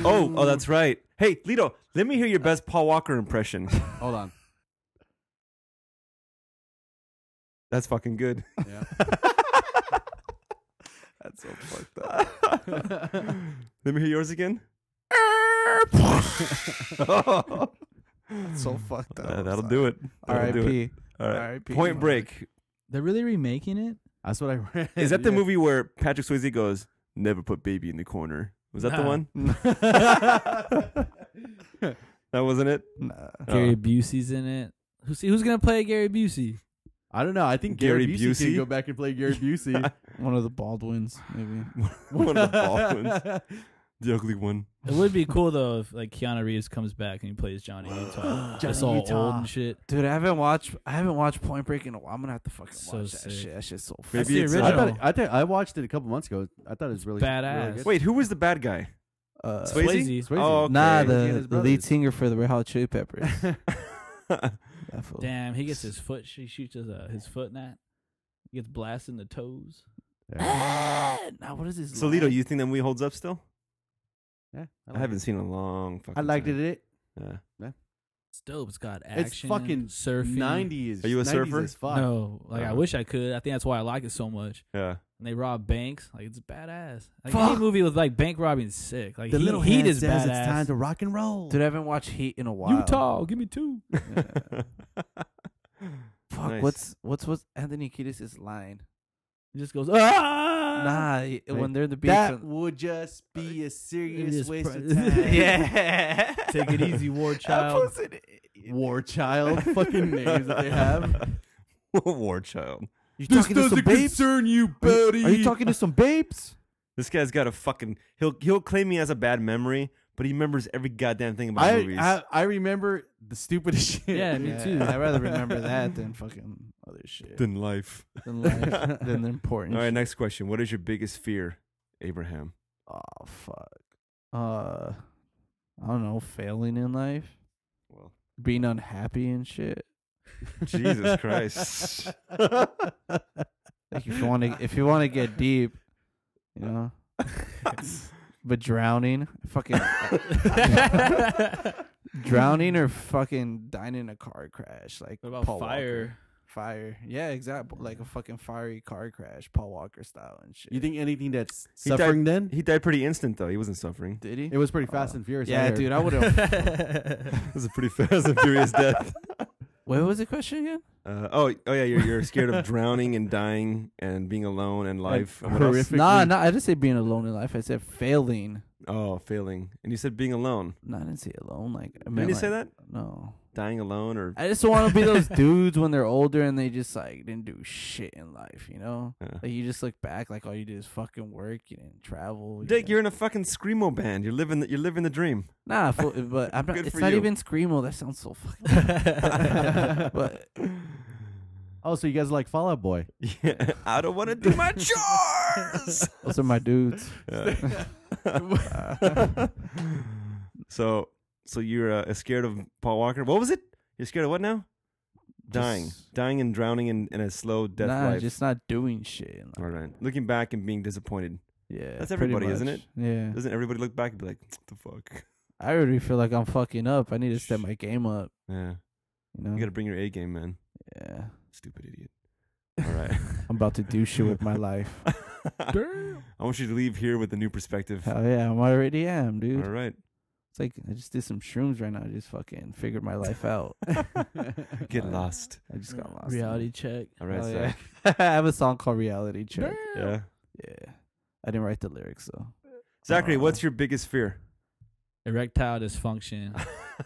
A: Oh, oh, that's right. Hey, Lito, let me hear your best Paul Walker impression.
B: Hold on.
A: That's fucking good.
B: Yeah.
D: That's so fucked up.
A: let me hear yours again.
D: That's so fucked up.
A: Uh, that'll do it. That'll do it.
D: R.I.P.
A: All right.
D: R.I.P.
A: Point Break.
C: They're really remaking it.
B: That's what I read.
A: Is that the
B: Yeah.
A: movie where Patrick Swayze goes, "Never put baby in the corner"? Was that the
C: Nah.
A: one? that wasn't it.
D: Nah.
C: Gary Busey's in it. Who's who's gonna play Gary Busey?
B: I don't know. I think Gary,
A: Gary
B: Busey,
A: Busey?
B: can go back and play Gary Busey.
D: One of the Baldwins, maybe.
A: one of the bald ones, the ugly one.
C: It would be cool though if like Keanu Reeves comes back and he plays Johnny Utah. Just all old and shit.
D: Dude, I haven't watched I haven't watched Point Break in a while. I'm gonna have to fucking
C: So
D: watch that
C: sick.
D: shit. That shit's so fucking
A: Maybe
C: the
A: it's
B: I
A: uh,
C: original.
B: thought I think I watched it a couple months ago. I thought it was really
C: Badass.
B: Really good.
A: Wait, who was the bad guy?
D: uh,
A: Swayze?
C: Swayze.
B: Swayze.
A: Oh, okay.
D: Nah,
B: He and
D: the,
B: his
D: the lead
B: brothers.
D: singer for the Red Hot Chili Peppers. That fool.
C: Damn, he gets his foot. She shoots his uh, his foot in that. He gets blasted in the toes.
B: Yeah.
D: Ah, now what is this?
A: so Lito, you think that movie holds up still?
B: Yeah,
A: I,
B: like
A: haven't
B: it.
A: seen it in a long fucking.
B: I liked
A: time.
B: it. It
A: Yeah.
C: It's dope. It's got action.
B: It's fucking
C: surfing.
B: nineties.
A: Are you a surfer?
B: As fuck.
C: No, like I
A: Uh-huh.
C: wish I could. I think that's why I like it so much.
A: Yeah.
C: And they rob banks. Like it's badass. Like
D: Fuck.
C: any movie with like bank robbing is sick. Like
B: The
C: Heat,
B: little
C: Heat
B: hand
C: is
B: says
C: badass.
B: it's time to rock and roll.
D: Dude, I haven't watched Heat in a while.
C: Utah, give me two.
D: Fuck,
A: Nice.
D: what's what's what's Anthony Kiedis is lying.
C: He just goes ah.
D: Nah, he- when they're in the beach.
B: that
D: on-
B: would just be a
C: It
B: serious
C: is
B: waste
C: pr-
B: of time.
D: yeah.
C: Take it easy, war child.
B: War child fucking names that they have.
A: War child.
D: You talking to some babes? Are
B: you,
D: you, are you talking to some babes?
A: This guy's got a fucking. He'll he'll claim he has a bad memory, but he remembers every goddamn thing about
B: I,
A: movies.
B: I I remember the stupidest shit.
C: Yeah, me
D: Yeah,
C: too.
D: I'd rather remember that than fucking other shit.
A: Than life.
D: Than, life, than the important.
A: All right.
D: shit.
A: Next question. What is your biggest fear, Abraham?
D: Oh fuck. Uh, I don't know. Failing in life,
A: Well.
D: being unhappy and shit.
A: Jesus Christ.
D: Like if you want to, if you want to get deep, you know. but drowning, fucking drowning or fucking dying in a car crash, like
C: What about
D: Paul
C: fire?
D: Walker. Fire, yeah, exactly. Like a fucking fiery car crash, Paul Walker style and shit.
B: You think anything that's
A: He died-
B: suffering then?
A: He died pretty instant though. He wasn't suffering.
D: Did he?
B: It was pretty Fast and Furious.
D: yeah,
B: heard.
D: dude, I would have.
A: It was a pretty fast and furious death.
D: What was the question again?
A: Uh, oh, oh yeah, you're, you're scared of drowning and dying and being alone and life. And what else?
B: horrific.
D: Nah, nah. I didn't say being alone in life. I said failing.
A: Oh, failing. And you said being alone,
D: No, I didn't say alone. Like, I
A: Didn't
D: meant
A: you say
D: like-
A: that?
D: No.
A: dying alone, or
D: I just want to be those dudes when they're older and they just like didn't do shit in life, you know?
A: Yeah.
D: Like you just look back, like all you did is fucking work. You didn't travel. you
A: Dick,
D: didn't-
A: you're in a fucking screamo band. You're living. The, you're living the dream.
D: nah, fu- but I'm not.
A: Good
D: It's
A: for
D: not
A: you.
D: even screamo. That sounds so fucking. but
B: Oh, so you guys like Fallout Boy?
A: Yeah, I don't want to do my chores.
D: Those are my dudes.
A: so, so you're uh, scared of Paul Walker? What was it? You're scared of what now? Dying,
D: Just-
A: dying and drowning in, in a slow death
D: nah,
A: life.
D: just not doing shit. Like,
A: All right. Looking back and being disappointed.
D: yeah,
A: That's
D: pretty
A: everybody, isn't
D: much.
A: it?
D: Yeah,
A: Doesn't everybody look back and be like, "What the fuck?"
D: I already feel like I'm fucking up. I need to step my game up.
A: Yeah,
D: You know,
A: you got to bring your A game, man.
D: yeah,
A: Stupid idiot. All right.
D: I'm about to do shit with my life.
A: I want you to leave here with a new perspective.
D: Hell yeah, I'm already am, dude.
A: All right.
D: It's like I just did some shrooms right now. I just fucking figured my life out.
A: Get lost.
D: I just got lost. in
C: Reality
D: it.
C: check.
A: All right,
D: Hell
A: so
D: yeah. I have a song called Reality Check.
A: yeah.
D: Yeah, I didn't write the lyrics though.
A: Zachary,
D: Uh,
A: what's your biggest fear?
C: Erectile dysfunction,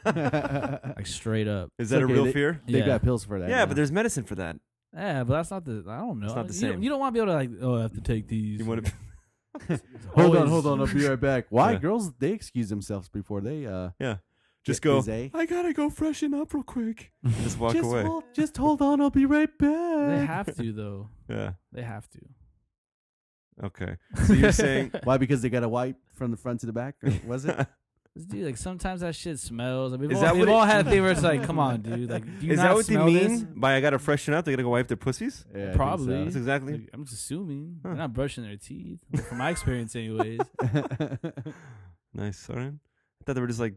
C: like straight up.
A: Is that a
B: okay,
A: real
B: they-
A: fear?
B: They
C: yeah.
B: got pills for that.
A: Yeah, but
B: now.
A: there's medicine for that.
C: yeah, but that's not the. I don't know.
A: It's not the
C: You don't-
A: same.
C: You don't, want to be able to like. Oh, I have to take these.
A: You want to?
B: hold on,
C: Always-
B: hold on. I'll be right back. Why
A: Yeah.
B: girls? They excuse themselves before they uh
A: Just
B: get
A: go.
B: busy.
A: I gotta go freshen up real quick. And just walk
B: just
A: away.
B: Hold, just hold on. I'll be right
C: They
B: back.
C: have to though.
A: Yeah.
C: They have to.
A: Okay. So you're saying?
B: Why? Because they got a wipe from the front to the back. or Was it?
C: Dude, like sometimes that shit smells. I mean,
A: Is
C: we've all,
A: that
C: we've
A: what it-
C: all had a thing where it's like, come on, dude. Like, do you
A: Is
C: not
A: that what they
C: smell
A: mean
C: this?
A: by I gotta freshen up? They gotta go wipe their pussies?
B: Yeah, I think
C: Probably.
A: That's exactly.
C: Like, I'm just assuming
A: Huh.
C: they're not brushing their teeth, Well, from my experience, anyways.
B: so.
A: Nice. All right. I thought they were just like.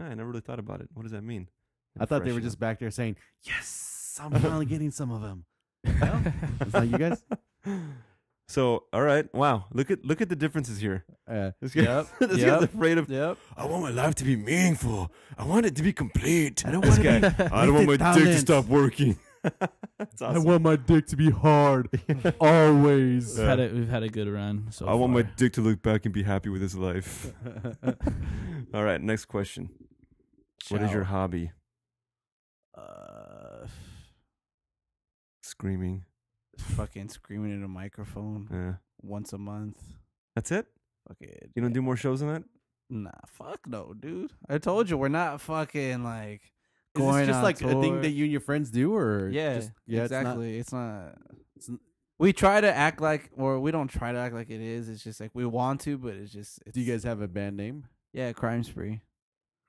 A: "Ah, I never really thought about it. What does that mean?
B: I thought they were
A: Freshen
B: just
A: up.
B: back there saying, "Yes, I'm finally getting some of them." No? It's not you guys.
A: So all right. Wow. Look at look at the differences here.
B: Uh,
A: This guy,
B: Yep,
A: this
B: yep.
A: guy's afraid of.
B: yep.
A: I want my life to be meaningful. I want it to be complete. I don't
B: This
A: want
B: wanna
A: guy. I don't want my dick to
B: talent.
A: stop working. That's awesome.
B: want my dick to be hard always.
C: We've had a, we've had a good run. So
A: I want my
C: far.
A: dick to look back and be happy with his life. All right, next question. What is your hobby?
D: Uh,
A: Screaming.
D: fucking screaming in a microphone
A: Yeah.
D: once a month.
A: That's it?
D: Fuck it.
A: You don't do more shows than that?
D: Nah, fuck no, dude. I told you we're not fucking like
B: Is
D: going
B: this just
D: on
B: like a
D: tour.
B: thing that you and your friends do, or
D: yeah,
B: just, yeah, it's not-
D: exactly. It's not, it's n- We try to act like, or we don't try to act like it is. It's just like we want to, but it's just. It's,
B: do you guys have a band name?
D: Yeah, crime spree.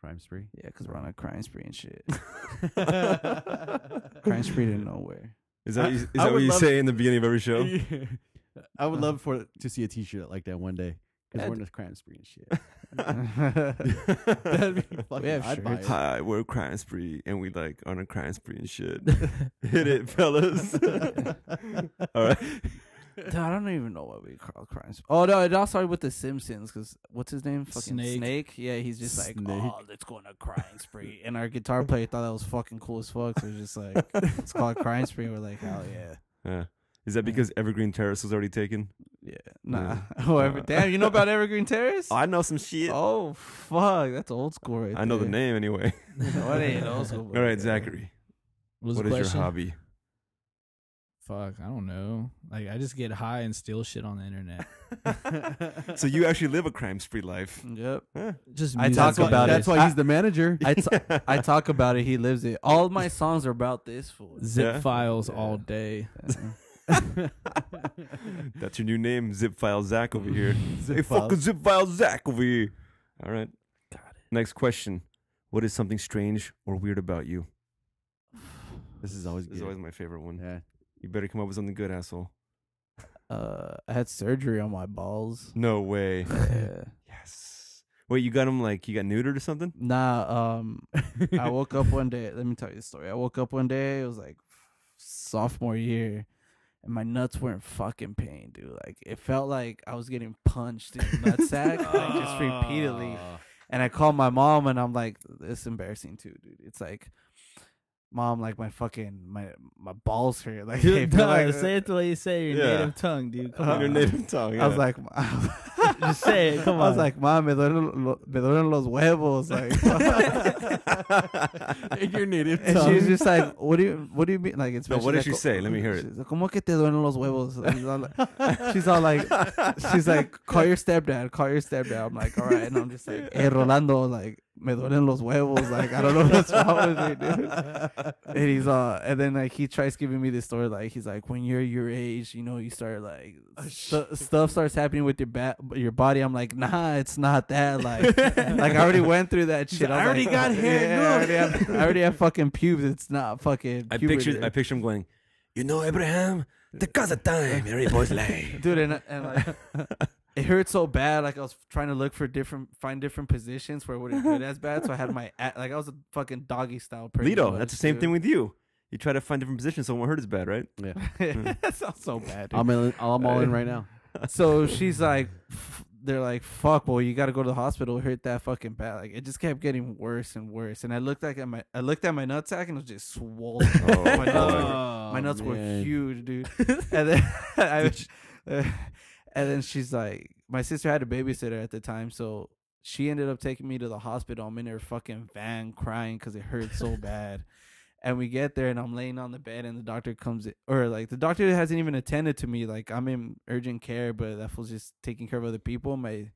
B: Crime Spree.
D: Yeah, because we're on a crime spree and shit. crime spree to nowhere.
A: Is that,
B: I-
A: is
B: I
A: that what
B: would
A: you
B: love-
A: say in the beginning of every show?
B: I would love for to see a T-shirt like that one day because
D: Yeah,
B: we're
D: d-
B: in a crime spree and shit. That'd be
A: Hi,
B: fucking.
D: have
B: I'd buy
D: shirts.
B: it.
A: we're crime spree and we like on a crime spree and shit. Hit it, fellas. All right.
D: Dude, I don't even know what we call crime. Spree. Oh no, it all started with the Simpsons because what's his name? Fucking
C: Snake.
D: Snake. Yeah, he's just like,
B: Snake.
D: oh, let's go on a crime spree. and our guitar player thought that was fucking cool as fuck. So we're just like, it's called crime spree. We're like, hell yeah.
A: Yeah. Is that because Evergreen Terrace was already taken?
D: Yeah. Nah.
A: Yeah.
D: However,
A: Uh,
D: damn, you know about Evergreen Terrace?
A: I know some shit.
D: oh fuck, that's old school right
A: I know the
D: there.
A: name anyway.
D: No, it ain't old school, but uh,
A: All right,
D: yeah.
A: Zachary.
C: What was
A: what
C: the
A: is your
C: question?
A: hobby?
C: Fuck, I don't know. Like, I just get high and steal shit on the internet.
A: so you actually live a crime spree life.
D: Yep.
C: Just
D: I
C: music
D: talk
C: videos.
D: about it.
B: That's why he's the manager.
D: I, t- I talk about it. He lives it. All my songs are about this fool.
C: zip
A: Yeah.
C: files all
D: Yeah.
C: day.
A: That's your new name, Zip File Zach over here.
B: Zip
A: hey,
B: files.
A: fucking Zip File Zach over here. All right. Next question. What is something strange or weird about you?
B: This is always
A: This is
B: good.
A: always my favorite one.
B: yeah.
A: You better come up with something good, asshole.
D: Uh, I had surgery on my balls.
A: No way.
D: Yeah.
A: yes. Wait, you got him like you got neutered or something?
D: Nah, um, I woke up one day. Let me tell you the story. I woke up one day. It was like sophomore year, and my nuts were in fucking pain, dude. Like it felt like I was getting punched in the nutsack, like just repeatedly. And I called my mom, and I'm like, "It's embarrassing too, dude. It's like, mom, like my fucking my my balls hurt. Like, they
C: Dude,
D: feel
C: no,
D: like-
C: say it the way you say it, your
A: Yeah.
C: native tongue, dude. Come
A: In
C: on.
A: your native tongue.
D: I was
A: yeah.
D: like,
C: Just say it. Come
D: I was
C: on.
D: like, mom, me duelen, lo- me duelen los huevos. Like,
B: in your native
D: And she was
B: tongue.
D: just like, "What do you, what do you mean?" Like, it's
A: No, what did she say? Let me hear it.
D: She's like, "Cómo que te duelen los huevos?" Like, She's all like, she's all like, she's like, "Call your stepdad, call your stepdad." I'm like, "All right," and I'm just like, "Hey, Rolando, like, me duelen los huevos. Like, I don't know what's wrong with me, dude. And he's uh, and then like he tries giving me this story. Like, he's like, when you're your age, you know, you start like
B: Ah,
D: stu- stuff starts happening with your back, your body. I'm like, nah, it's not that. Like, like I already went through that shit.
B: like,
D: I'm
B: "I already
D: like,
B: got hair,
D: Yeah, I, already have, I already have fucking pubes. It's not fucking.
A: I
D: puberty."
A: picture I picture him going, you know, Abraham, the cause of time, every boy's life.
D: dude and, and like it hurt so bad like i was trying to look for different find different positions where it wouldn't hurt as bad so i had my a- like i was a fucking doggy style person
A: Lito, that's the same thing with you. You try to find different positions, so it won't hurt as bad, right? Hmm.
D: that sounds so bad dude.
A: Um,
B: I'm in, I'm all in right now.
D: so she's like f- they're like fuck well you gotta go to the hospital it hurt that fucking bad like it just kept getting worse and worse and i looked like at my i looked at my nutsack and it was just swollen
A: Oh,
D: my nuts, were, my nuts were
B: Oh, man.
D: huge dude and then I, was- uh, and then she's like my sister had a babysitter at the time so she ended up taking me to the hospital i'm in her fucking van crying because it hurt so bad and we get there and i'm laying on the bed and the doctor comes in, or like the doctor hasn't even attended to me like i'm in urgent care but that was just taking care of other people my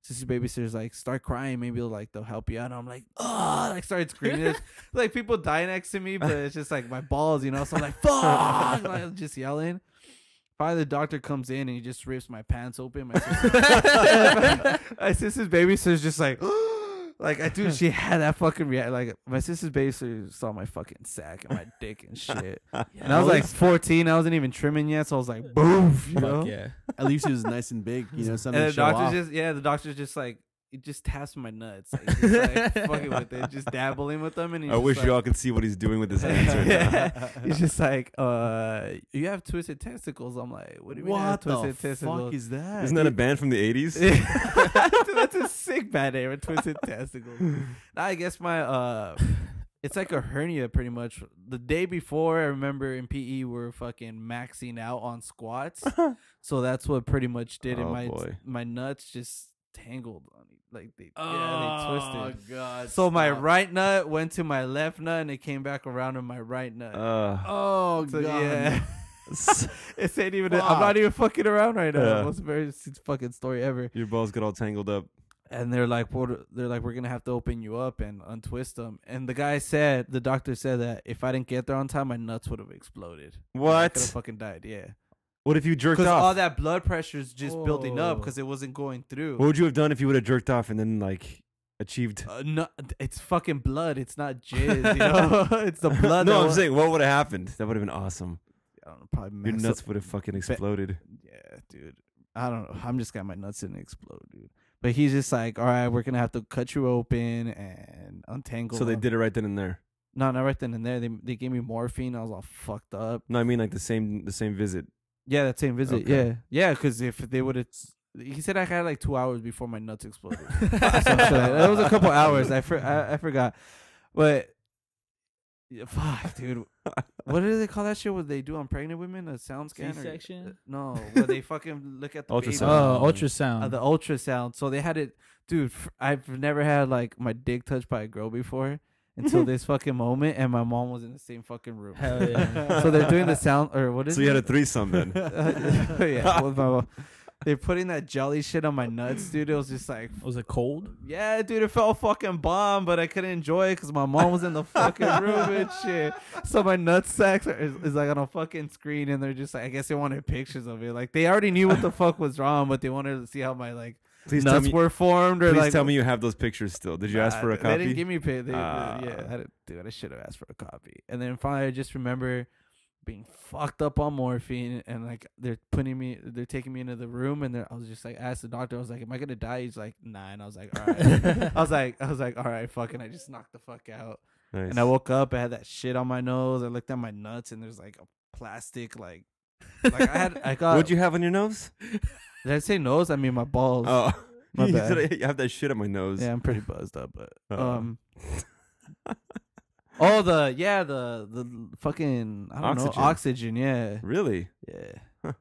D: sister babysitter's like start crying maybe they'll like they'll help you out and i'm like oh like started screaming There's, like people die next to me but it's just like my balls you know so i'm like fuck like, I'm just yelling Finally, the doctor comes in and he just rips my pants open. My sister, my sister's babysitter's just like, like I dude, she had that fucking react. Like my sister's babysitter saw my fucking sack and my dick and shit. And I was like 14. I wasn't even trimming yet, so I was like, boof, you know.
C: Fuck yeah.
B: At least it was nice and big. You know, something
D: And the
B: to show
D: doctor's
B: off.
D: just yeah, the doctor's just like. It just taps my nuts, like, just like fucking with it, just dabbling with them, and he's
A: I
D: just
A: wish
D: like,
A: y'all could see what he's doing with his hands right now.
D: He's just like, uh, you have twisted testicles. I'm like, what do you mean? I have
B: what the
D: twisted testicles?
B: fuck is that?
A: Isn't that a band from the 80s?
D: Dude, that's a sick bad name. a Twisted testicles. Now, I guess my uh, it's like a hernia pretty much. The day before, I remember in PE we are fucking maxing out on squats, so that's what pretty much did.
A: Oh,
D: and my
A: boy.
D: my nuts just tangled on it. like they yeah they
B: Oh
D: twisted.
B: god!
D: So my
B: stop.
D: right nut went to my left nut, and it came back around to my right nut.
A: Uh,
B: Oh
D: so
B: god!
D: yeah. it's ain't even.
B: Fuck.
D: I'm not even fucking around right now.
A: Yeah.
D: Most embarrassing fucking story ever
A: your balls got all tangled up.
D: and they're like, what? are- They're like, we're gonna have to open you up and untwist them. And the guy said, the doctor said that if I didn't get there on time, my nuts would have exploded. I
A: What?
D: could have fucking died. Yeah,
A: What if you jerked
D: because all
A: off?
D: that blood pressure is just building up
C: Oh.
D: because it wasn't going through.
A: What would you have done if you would have jerked off and then like achieved?
D: Uh, no, it's fucking blood. It's not jizz. You know, it's the blood.
A: no,
D: that
A: I'm
D: wa-
A: saying what would have happened? That would have been awesome.
D: I don't know, probably
A: Your
D: messed
A: nuts
D: up-
A: would have fucking exploded.
D: Yeah, dude. I don't know. I'm just got my nuts didn't explode, dude. But he's just like, all right, we're gonna have to cut you open and untangle.
A: So they
D: them."
A: did it right then and there.
D: No, not right then and there. They they gave me morphine. I was all fucked up.
A: No, I mean like the same the same visit.
D: Yeah, that same visit.
A: Okay.
D: Yeah, yeah. Because if they would have, he said I had like two hours before my nuts exploded. so, so that was a couple hours. I, for, I I forgot, but yeah, fuck, dude. What do they call that shit? What they do on pregnant women? A sound scan? or-
C: C-section?
D: No, where they fucking look at the baby.
A: Ultrasound.
C: Oh,
D: Uh,
C: ultrasound.
D: the ultrasound. So they had it, dude. f- I've never had like my dick touched by a girl before until this fucking moment, and my mom was in the same fucking room.
C: Hell yeah.
D: so they're doing the sound or what is
A: So you had a
D: it?
A: threesome then.
D: Uh, yeah, with my mom. They're putting that jelly shit on my nuts, dude. It was just like,
C: was it cold?
D: yeah, dude, it felt fucking bomb, but I couldn't enjoy it because my mom was in the fucking room and shit. So my nut sacks are, is, is like on a fucking screen, and they're just like, I guess they wanted pictures of it. Like they already knew what the fuck was wrong, but they wanted to see how my like
A: Please tell
D: nuts
A: me.
D: were formed or
A: Please
D: like.
A: tell me you have those pictures still. Did you ask
D: Nah,
A: for a
D: They didn't
A: copy?
D: give me pay. They, they-
A: Ah.
D: yeah, I didn't, dude, I should have asked for a copy. And then finally, I just remember being fucked up on morphine, and like they're putting me, they're taking me into the room, and they're, I was just like, I asked the doctor, I was like, "Am I gonna die?" He's like, "Nah," and I was like, "All right." I was like, I was like, "All right, fucking," I just knocked the fuck out,
A: Nice.
D: and I woke up, I had that shit on my nose, I looked at my nuts, and there's like a plastic like. like I had, I got.
A: What'd you have on your nose?
D: did I say nose? I mean my balls.
A: Oh,
D: My
A: You
D: bad.
A: said, "I have that shit on my nose.
D: Yeah, I'm pretty buzzed up, but
A: Uh-oh.
D: um. oh, the yeah, the the fucking I don't know
A: Oxygen.
D: oxygen, yeah,
A: Really?
D: yeah.
A: Huh.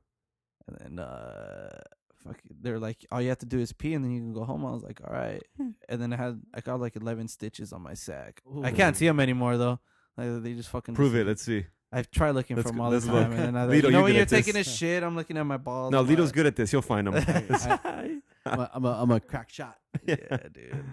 D: And then uh, fuck, they're like, all you have to do is pee, and then you can go home. I was like, all right.
A: Hmm.
D: And then I had I got like eleven stitches on my sack. I can't see them anymore though. Like, they just fucking
A: Prove
D: dis-
A: it. Let's see.
D: I've tried looking for
A: Let's
D: 'em
A: go-
D: all the
A: let's look.
D: time, and then I
A: Lito,
D: like, you
A: you're
D: know when
A: good
D: you're
A: at this.
D: taking a shit, I'm looking at my balls.
A: No,
D: I'm
A: Lito's
D: like,
A: good at this. He'll find them.
B: I'm a, I'm a crack shot.
D: Yeah, dude.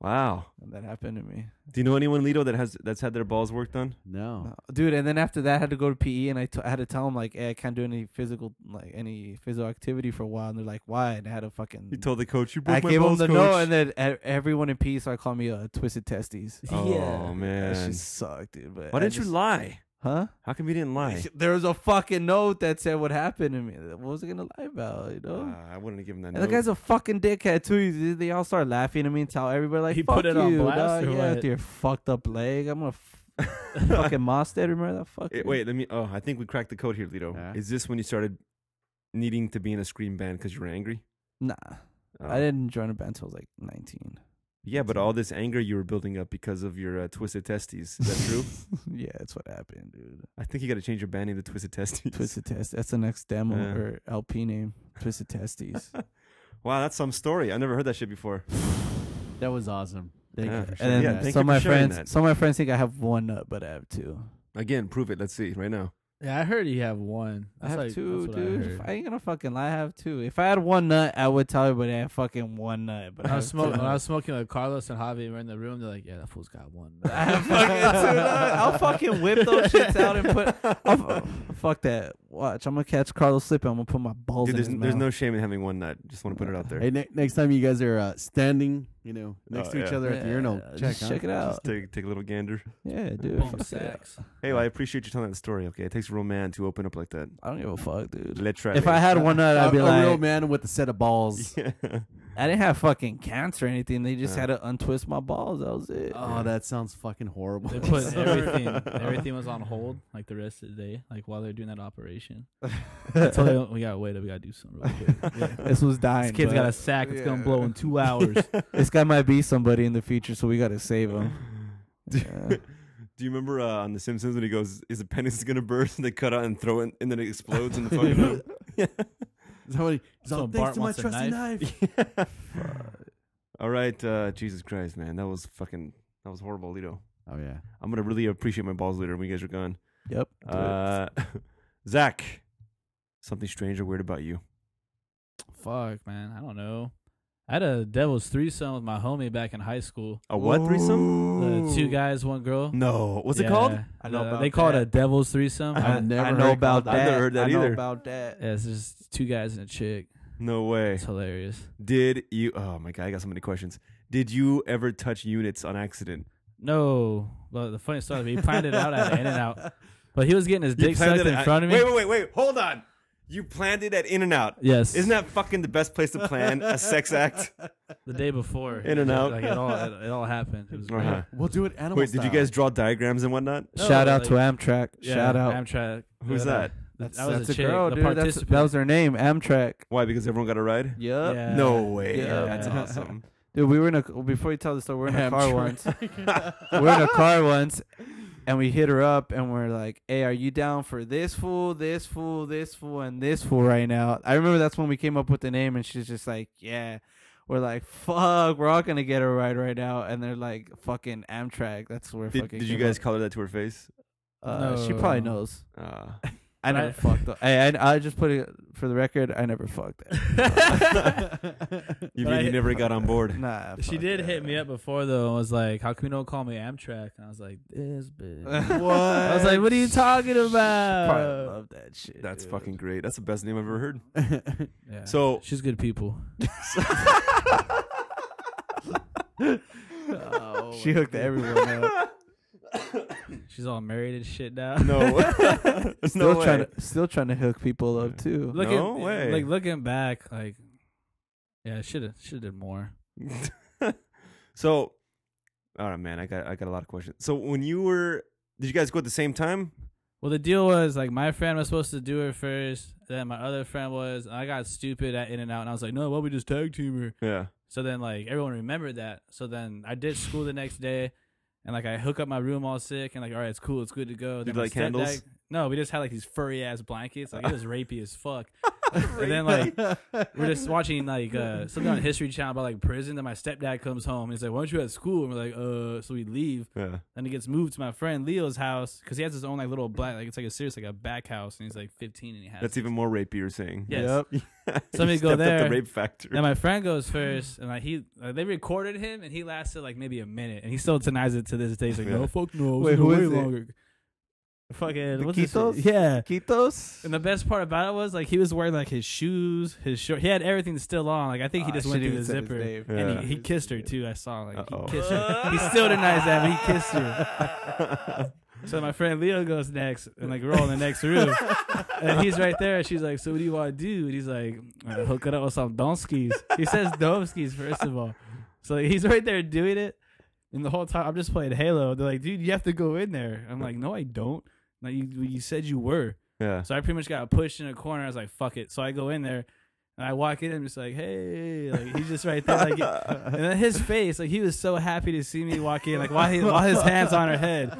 A: wow.
D: And That happened to me,
A: Do you know anyone, Lito, that has that's had their balls worked on?
B: No.
D: No. dude. And then after that, I had to go to PE, and I t- I had to tell them like, hey, I can't do any physical like any physical activity for a while, and they're like, why? And I had to fucking.
A: You told the coach you broke
D: I
A: my
D: gave them
A: balls,
D: the
A: coach.
D: no, and then e- everyone in PE started calling me uh, twisted testes.
A: oh
D: That
A: man,
D: shit sucked, dude. But
A: why
D: I
A: didn't
D: just-
A: you lie?
D: Huh?
A: How come you didn't lie?
D: There was a fucking note that said what happened to me. What was I gonna lie about? You know.
A: Ah, I wouldn't have given that.
D: And the
A: note.
D: guy's a fucking dickhead too. They- They all start laughing at me and tell everybody like,
C: He
D: "Fuck
C: put it
D: you,
C: on blast
D: dog.
C: or
D: yeah,
C: what?
D: with your fucked up leg. I'm gonna f- fucking monster. Remember that fucking
A: Eh, wait, let me. Oh, I think we cracked the code here, Lito.
B: Yeah.
A: Is this when you started needing to be in a scream band because you were angry?
D: Nah,
A: Oh.
D: I didn't join a band until I was like 19.
A: Yeah, but all this anger you were building up because of your uh, twisted testes. Is that true?
D: yeah, that's what happened, dude.
A: I think you got to change your band name to Twisted Testes.
D: Twisted test. That's the next demo
A: Yeah.
D: or LP name. Twisted testes.
A: Wow, that's some story. I never heard that shit before.
B: That was awesome. Thank
A: Yeah.
B: you for
A: And
B: sharing
D: And
A: Yeah,
D: then
B: that.
A: thank you
D: some
A: for
D: of my
A: sharing
D: friends,
A: that.
D: some of my friends think I have one nut, but I have two.
A: Again, prove it. Let's see right now.
C: Yeah, I heard you have one.
D: I
C: That's
D: have
C: like-
D: two,
C: that's what I
D: dude.
C: heard.
D: I, ain't gonna fucking lie. I have two. If I had one nut, I would tell everybody I have fucking one nut. But
C: When
D: I
C: I,
D: have
C: was smoking,
D: two.
C: when I was smoking with Carlos and Javi, we're in the room. They're like, "Yeah, that fool's got one."
D: I have fucking two nuts. I'll fucking whip those shits out and put. I'll, fuck that. Watch. I'm gonna catch Carlos slipping. I'm gonna put my balls
A: Dude,
D: in
A: there's,
D: his
A: there's
D: mouth.
A: no shame in having one nut. Just want to put it out there.
B: Hey, ne- next time you guys are uh, standing, you know, next
A: Oh,
B: to each
A: yeah.
B: other at the urinal,
D: Yeah,
B: check,
D: just
B: huh?
D: check it out.
A: Just take, take a little gander.
D: Yeah, dude.
C: Boom,
D: fuck that.
C: sex.
A: Hey, well, I appreciate you telling that story. Okay, it takes a real man to open up like that.
D: I don't give a fuck, dude.
A: Let's try.
D: If I had one nut,
B: A-
D: I'd be
B: a
D: like,
B: real man with a set of balls.
D: I didn't have fucking cancer or anything. They just
A: Yeah.
D: had to untwist my balls. That was it.
B: Oh, that sounds fucking horrible.
C: They put everything. Everything was on hold, like the rest of the day, like while they're doing that operation. I told them, we gotta wait. up, We gotta do something real quick. Yeah.
D: This was dying.
C: This kid's
D: but
C: got a sack. It's gonna blow in two hours.
D: This guy might be somebody in the future, so we gotta save him. Yeah.
A: Do you remember uh, on The Simpsons when he goes, "Is the penis gonna burst?" And they cut out and throw it, and then it explodes in the fucking room.
B: Somebody,
C: So
B: so thanks
C: Bart
B: to my
C: wants a
B: trusty knife.
A: All right, uh, Jesus Christ, man, that was fucking, that was horrible, Lito.
B: Oh yeah.
A: I'm gonna really appreciate my balls later when you guys are gone.
D: Yep.
A: Uh, Zach, something strange or weird about you?
C: Fuck, man. I don't know. I had a devil's threesome with my homie back in high school.
A: A what threesome?
C: The two guys, one girl.
A: No, what's it called?
C: Yeah.
D: I know
C: The-
D: about
C: they call it
D: that.
C: a devil's threesome.
B: I've
C: I-
B: never
D: I
B: heard
D: know
B: it
D: about
A: called-
D: that.
A: I've never heard that
D: I know
A: either.
D: about that.
C: yeah, it's just two guys and a chick.
A: No way.
C: It's hilarious.
A: Did you? Oh my god, I got so many questions. Did you ever touch units on accident?
C: No, but the funny story, he planned it out at In and Out, but he was getting his dick sucked in front of me.
A: Wait, wait, wait, wait. Hold on. You planned it at In and Out.
C: Yes,
A: Isn't that fucking the best place to plan a sex act?
C: the day before?
A: In-N-Out.
C: Like it all, it, it all happened. It was great.
A: Uh-huh.
B: We'll do it animal
A: Wait, did you
B: style.
A: guys draw diagrams and whatnot?
C: No,
D: Shout out
C: like-
D: to Amtrak.
C: Yeah,
D: Shout out.
C: Amtrak.
A: Who's
C: Uh,
A: that?
D: That's,
C: that was
D: that's
C: a
D: a,
C: chick,
D: girl,
C: the
D: dude. That's, that
C: participant.
D: was her name, Amtrak.
A: Why? Because everyone got a ride?
D: Yep.
C: yeah.
A: No way.
D: Yeah.
A: That's awesome.
D: Dude, we were in a before you tell the story, we we're in a car once. we we're in a car once and we hit her up and we're like, Hey, are you down for this fool, this fool, this fool, and this fool right now? I remember that's when we came up with the name and she's just like, Yeah. We're like, fuck, we're all gonna get a ride right now and they're like fucking Amtrak. That's where
A: Did,
D: fucking
A: did you
D: came
A: guys
D: up.
A: call her that to her face?
D: uh, she probably
C: No.
D: knows.
A: Uh,
D: I
C: But
D: never
C: I-
D: fucked up. I, I I just put it for the record. I never fucked it.
A: you
C: But
A: mean
C: I-
A: you never got on board?
D: Nah.
C: She
D: fuck
C: did
D: that.
C: hit me up before though. and was like, "How come you don't call me Amtrak?" And I was like, "This bitch."
D: What?
C: I was like, "What are you talking about?"
D: Probably love that shit.
A: That's
D: dude.
A: fucking great. That's the best name I've ever heard.
C: Yeah.
A: So-
C: she's good people. Oh
D: she hooked everyone up.
C: She's all married and shit now.
A: No, There's
D: Still
A: no way.
D: trying to still trying to hook people up too.
C: looking,
A: No way.
C: Like looking back, like yeah, should have should have did more.
A: so, all right, man. I got I got a lot of questions. So when you were, did you guys go at the same time?
C: Well, the deal was like my friend was supposed to do it first. Then my other friend was. I got stupid at In and Out, and I was like, no, why don't we just tag team her?
A: Yeah.
C: So then like everyone remembered that. So then I did school the next day, and like I hook up my room all sick, and like all right, it's cool, it's good to go.
A: Did
C: my
A: you light candles?
C: stepdad- No, we just had like these furry ass blankets. Like it was rapey as fuck. and then like we're just watching like uh, something on History Channel about like prison. Then my stepdad comes home. He's like, "Why don't you at school?" And we're like, "Uh," so we leave.
A: Yeah.
C: Then he gets moved to my friend Leo's house because he has his own like little black like it's like a serious like a back house, and he's like 15 and he has
A: That's even more rapey. You're saying.
C: yes.
A: You
C: So let me go
A: stepped up
C: there.
A: the rape factor.
C: And my friend goes first, and like he, like, they recorded him, and he lasted like maybe a minute, and he still denies it to this day. He's like, "No, fuck no, I was
D: Wait,
C: in
D: who
C: way
D: is it?
C: longer." Fucking
D: The
C: what's his
D: Quitos?
C: face? Yeah,
D: Quitos?
C: and the best part about it was like he was wearing like his shoes, his shirt. He had everything still on. Like I think he
D: Oh, I
C: just went
D: should've
C: through the
D: even said his
C: zipper,
D: name.
A: Yeah.
C: and he, he kissed her too. I saw like
A: Uh-oh.
C: he kissed her. he still denies that, but he kissed her. so my friend Leo goes next, and like we're all in the next room, and he's right there. And she's like, "So what do you want to do?" And he's like, "Uh, "Hook it up with some donskis." He says donskis first of all, so he's right there doing it. And the whole time I'm just playing Halo. They're like, "Dude, you have to go in there." I'm like, "No, I don't." Like you, you said you were.
A: yeah.
C: So I pretty much got pushed in a corner. I was like, fuck it. So I go in there and I walk in and I'm just like, hey, like he's just right there. Like, and then his face, like he was so happy to see me walk in, like while, he, while his hands on her head.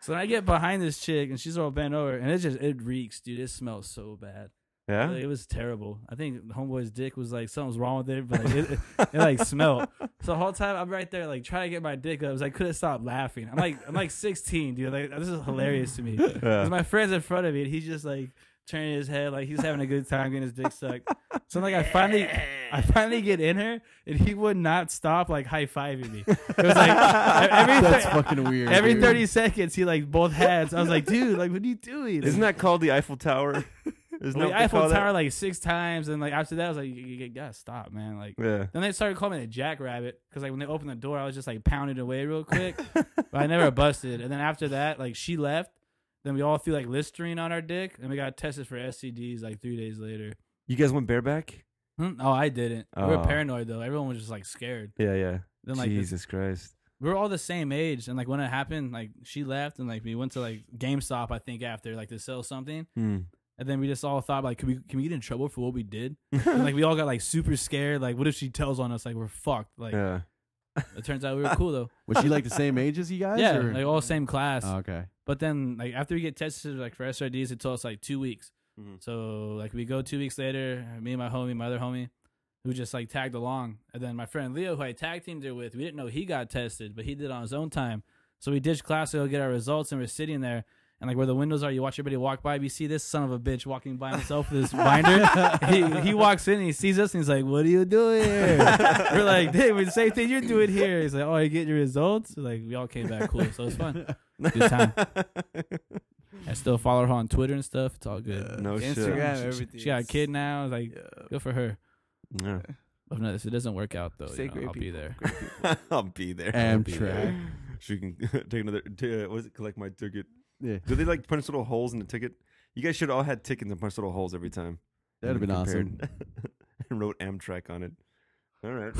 C: So then I get behind this chick and she's all bent over and it just, it reeks, dude. It smells so bad.
A: Yeah.
C: Like, it was terrible. I think homeboy's dick was like, something's wrong with it, but like, it, it, it, like smelled. So the whole time I'm right there, like trying to get my dick up. so I couldn't stop laughing. I'm like, I'm like 16, dude. Like, this is hilarious to me.
A: Yeah.
C: 'Cause my friend's in front of me, and he's just like turning his head, like he's having a good time getting his dick sucked. So like, I finally, I finally get in her, and he would not stop like high fiving me. It was like every
B: That's
C: thir-
B: fucking weird.
C: every
B: dude.
C: 30 seconds, he like both hands. I was like, dude, like what are you doing?
A: Isn't that called the Eiffel Tower? Isn't that
C: We
A: what they
C: Eiffel
A: call that?
C: Tower like six times, and like after that, I was like, you, you gotta stop, man. Like.
A: Yeah.
C: Then they started calling me the Jackrabbit because like when they opened the door, I was just like pounded away real quick, but I never busted. And then after that, like she left. Then we all threw like Listerine on our dick, and we got tested for STDs like three days later.
A: You guys went bareback?
C: Hmm? Oh, I didn't. We
A: Oh.
C: were paranoid though. Everyone was just like scared.
A: Yeah, yeah.
C: Then like this-
A: Jesus Christ.
C: we were all the same age, and like when it happened, like she left, and like we went to like GameStop, I think, after like to sell something.
A: Hmm.
C: And then we just all thought like, can we can we get in trouble for what we did? and, like we all got like super scared. Like, what if she tells on us? Like we're fucked. Like
A: Yeah.
C: it turns out we were cool though.
B: Was she like the same age as you guys?
C: Yeah,
B: or-
C: like all same class.
B: Oh, okay.
C: but then like after we get tested like for SRDs, they told us like two weeks.
A: Mhm.
C: So like we go two weeks later, me and my homie, my other homie, who just like tagged along, and then my friend Leo, who I tag teamed it with, we didn't know he got tested, but he did it on his own time. So we ditched class to go get our results, and we're sitting there. And like where the windows are, you watch everybody walk by. But you see this son of a bitch walking by himself with his binder. he, he walks in and he sees us and he's like, "What are you doing?" here?" we're like, "Dude, we're the same thing you're doing here." He's like, "Oh, you getting your results?" Like we all came back cool, so it's fun. Good time. I still follow her on Twitter and stuff. It's all good.
A: No shit.
D: Instagram, everything.
C: She got a kid now. Like,
D: Yeah.
C: good for her.
A: Yeah.
C: If not, if it doesn't work out though,
D: Stay
C: you know,
D: great
C: I'll be there.
A: I'll be there.
B: Amtrak.
A: She can take another. T- uh, what is it? Collect my ticket.
B: Yeah.
A: Do they like punch little holes in the ticket? You guys should all had tickets and punch little holes every time.
B: That'd have been awesome.
A: Compared. and wrote Amtrak on it. All right.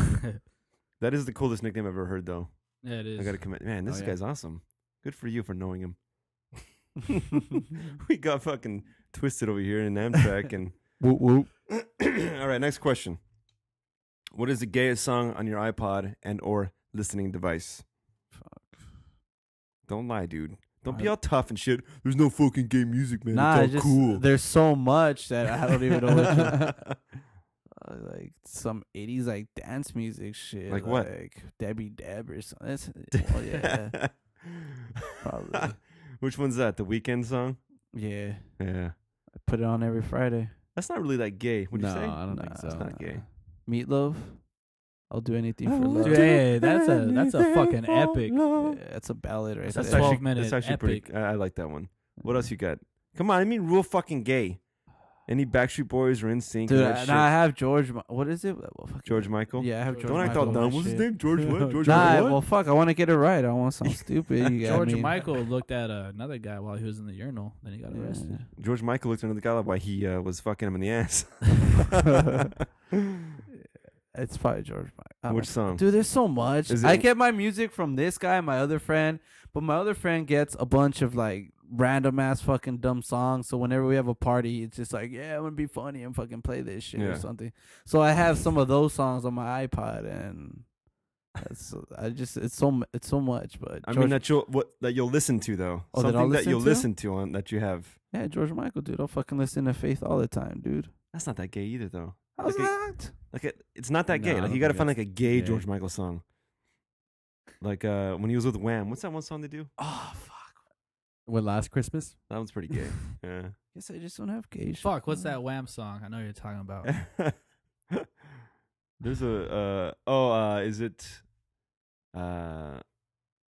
A: that is the coolest nickname I've ever heard, though.
C: Yeah, it is.
A: I gotta commend. Man, this
B: Oh, yeah.
A: guy's awesome. Good for you for knowing him. we got fucking twisted over here in Amtrak, and
B: Whoop whoop.
A: all right, next question. What is the gayest song on your iPod and or listening device? Don't lie, dude. Don't be all tough and shit. There's no fucking gay music, man.
D: Nah,
A: it's all
D: just
A: cool.
D: there's so much that I don't even know. What to- uh, like some '80s like dance music shit,
A: Like what?
D: Like Debbie Deb or something. That's, well, yeah, probably.
A: Which one's that? The weekend song?
D: yeah.
A: Yeah.
D: I put it on every Friday.
A: That's not really that gay. Would
B: no,
A: you say?
B: I don't think
D: Nah,
B: so.
A: It's not gay. Oh,
D: Meatloaf. I'll do anything
B: I
D: for
B: will
D: love.
B: do
C: Hey, that's a that's a fucking epic.
D: Yeah, that's a ballad right
C: That's
D: there.
C: actually-
A: minutes.
C: 12 minute
A: That's actually pretty.
C: epic.
A: I, I like that one. What else you got? Come on, I mean, real fucking gay. Any Backstreet Boys or NSYNC?
D: Dude,
A: that
D: I,
A: shit.
D: nah, I have George. Mi- What is it? Well, fuck,
A: George Michael.
D: Yeah, I have George.
A: Don't act
D: Michael
A: all
D: and
A: dumb. What's his
D: shit.
A: name? George what? George
D: Nah,
A: what?
D: well, fuck. I want to get it right. I don't want something stupid. You got
C: George
D: me.
C: Michael looked at uh, another guy while he was in the urinal. Then he got
D: Yeah.
C: arrested.
A: George Michael looked into the guy like why he uh, was fucking him in the ass.
D: It's probably George Michael. I don't
A: Which song?
D: Uh, Dude, there's so much.
A: Is
D: I
A: it-
D: get my music from this guy, my other friend, but my other friend gets a bunch of like random ass fucking dumb songs. So whenever we have a party, it's just like, yeah, I'm gonna be funny and fucking play this shit
A: Yeah.
D: or something. So I have some of those songs on my iPod, and that's I just it's so mu- it's so much. But
A: I
D: George-
A: mean that you'll what that you'll listen to though.
D: Oh, that I'll
A: Something that
D: listen
A: you'll
D: to?
A: listen to on that you have.
D: yeah, George Michael, dude, I'll fucking listen to Faith all the time, dude.
A: That's not that gay either, though.
D: How's
A: Like,
D: that?
A: Like it, it's not that
B: No,
A: gay.
B: I
A: Like
B: don't
A: you got to
B: think
A: find like a gay
B: gay.
A: George Michael song. Like uh when he was with Wham. What's that one song they do?
D: Oh fuck.
B: What last Christmas?
A: That one's pretty gay. yeah.
D: Guess I just don't have gay. shit
C: Fuck, what's
D: going
C: that Wham song? I know you're talking about.
A: There's a uh oh uh is it uh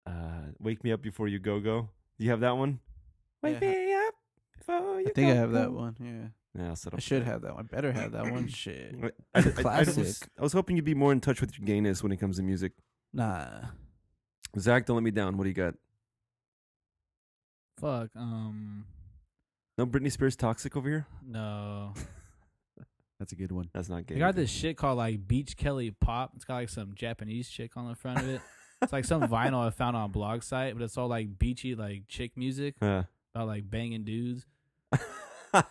A: uh Wake Me Up Before You Go Go? Do you have that one? Wake
D: Yeah.
A: me up before
D: on.
A: you
D: I think I
A: go
D: have that
A: go.
D: one. Yeah.
A: Yeah, I'll settle.
D: I should have that one. I better have that one. Shit.
A: I, I, I, I, just was,
D: Classic.
A: I was hoping you'd be more in touch with your gayness when it comes to music.
D: Nah.
A: Zach, don't let me down. What do you got?
C: Fuck. Um.
A: No Britney Spears toxic over here?
C: No.
B: That's a good one.
A: That's not gay.
C: They got
A: either.
C: this shit called like Beach Kelly Pop. It's got like some Japanese chick on the front of it. It's like some vinyl I found on a blog site, but it's all like beachy like chick music
A: Uh.
C: about like banging dudes.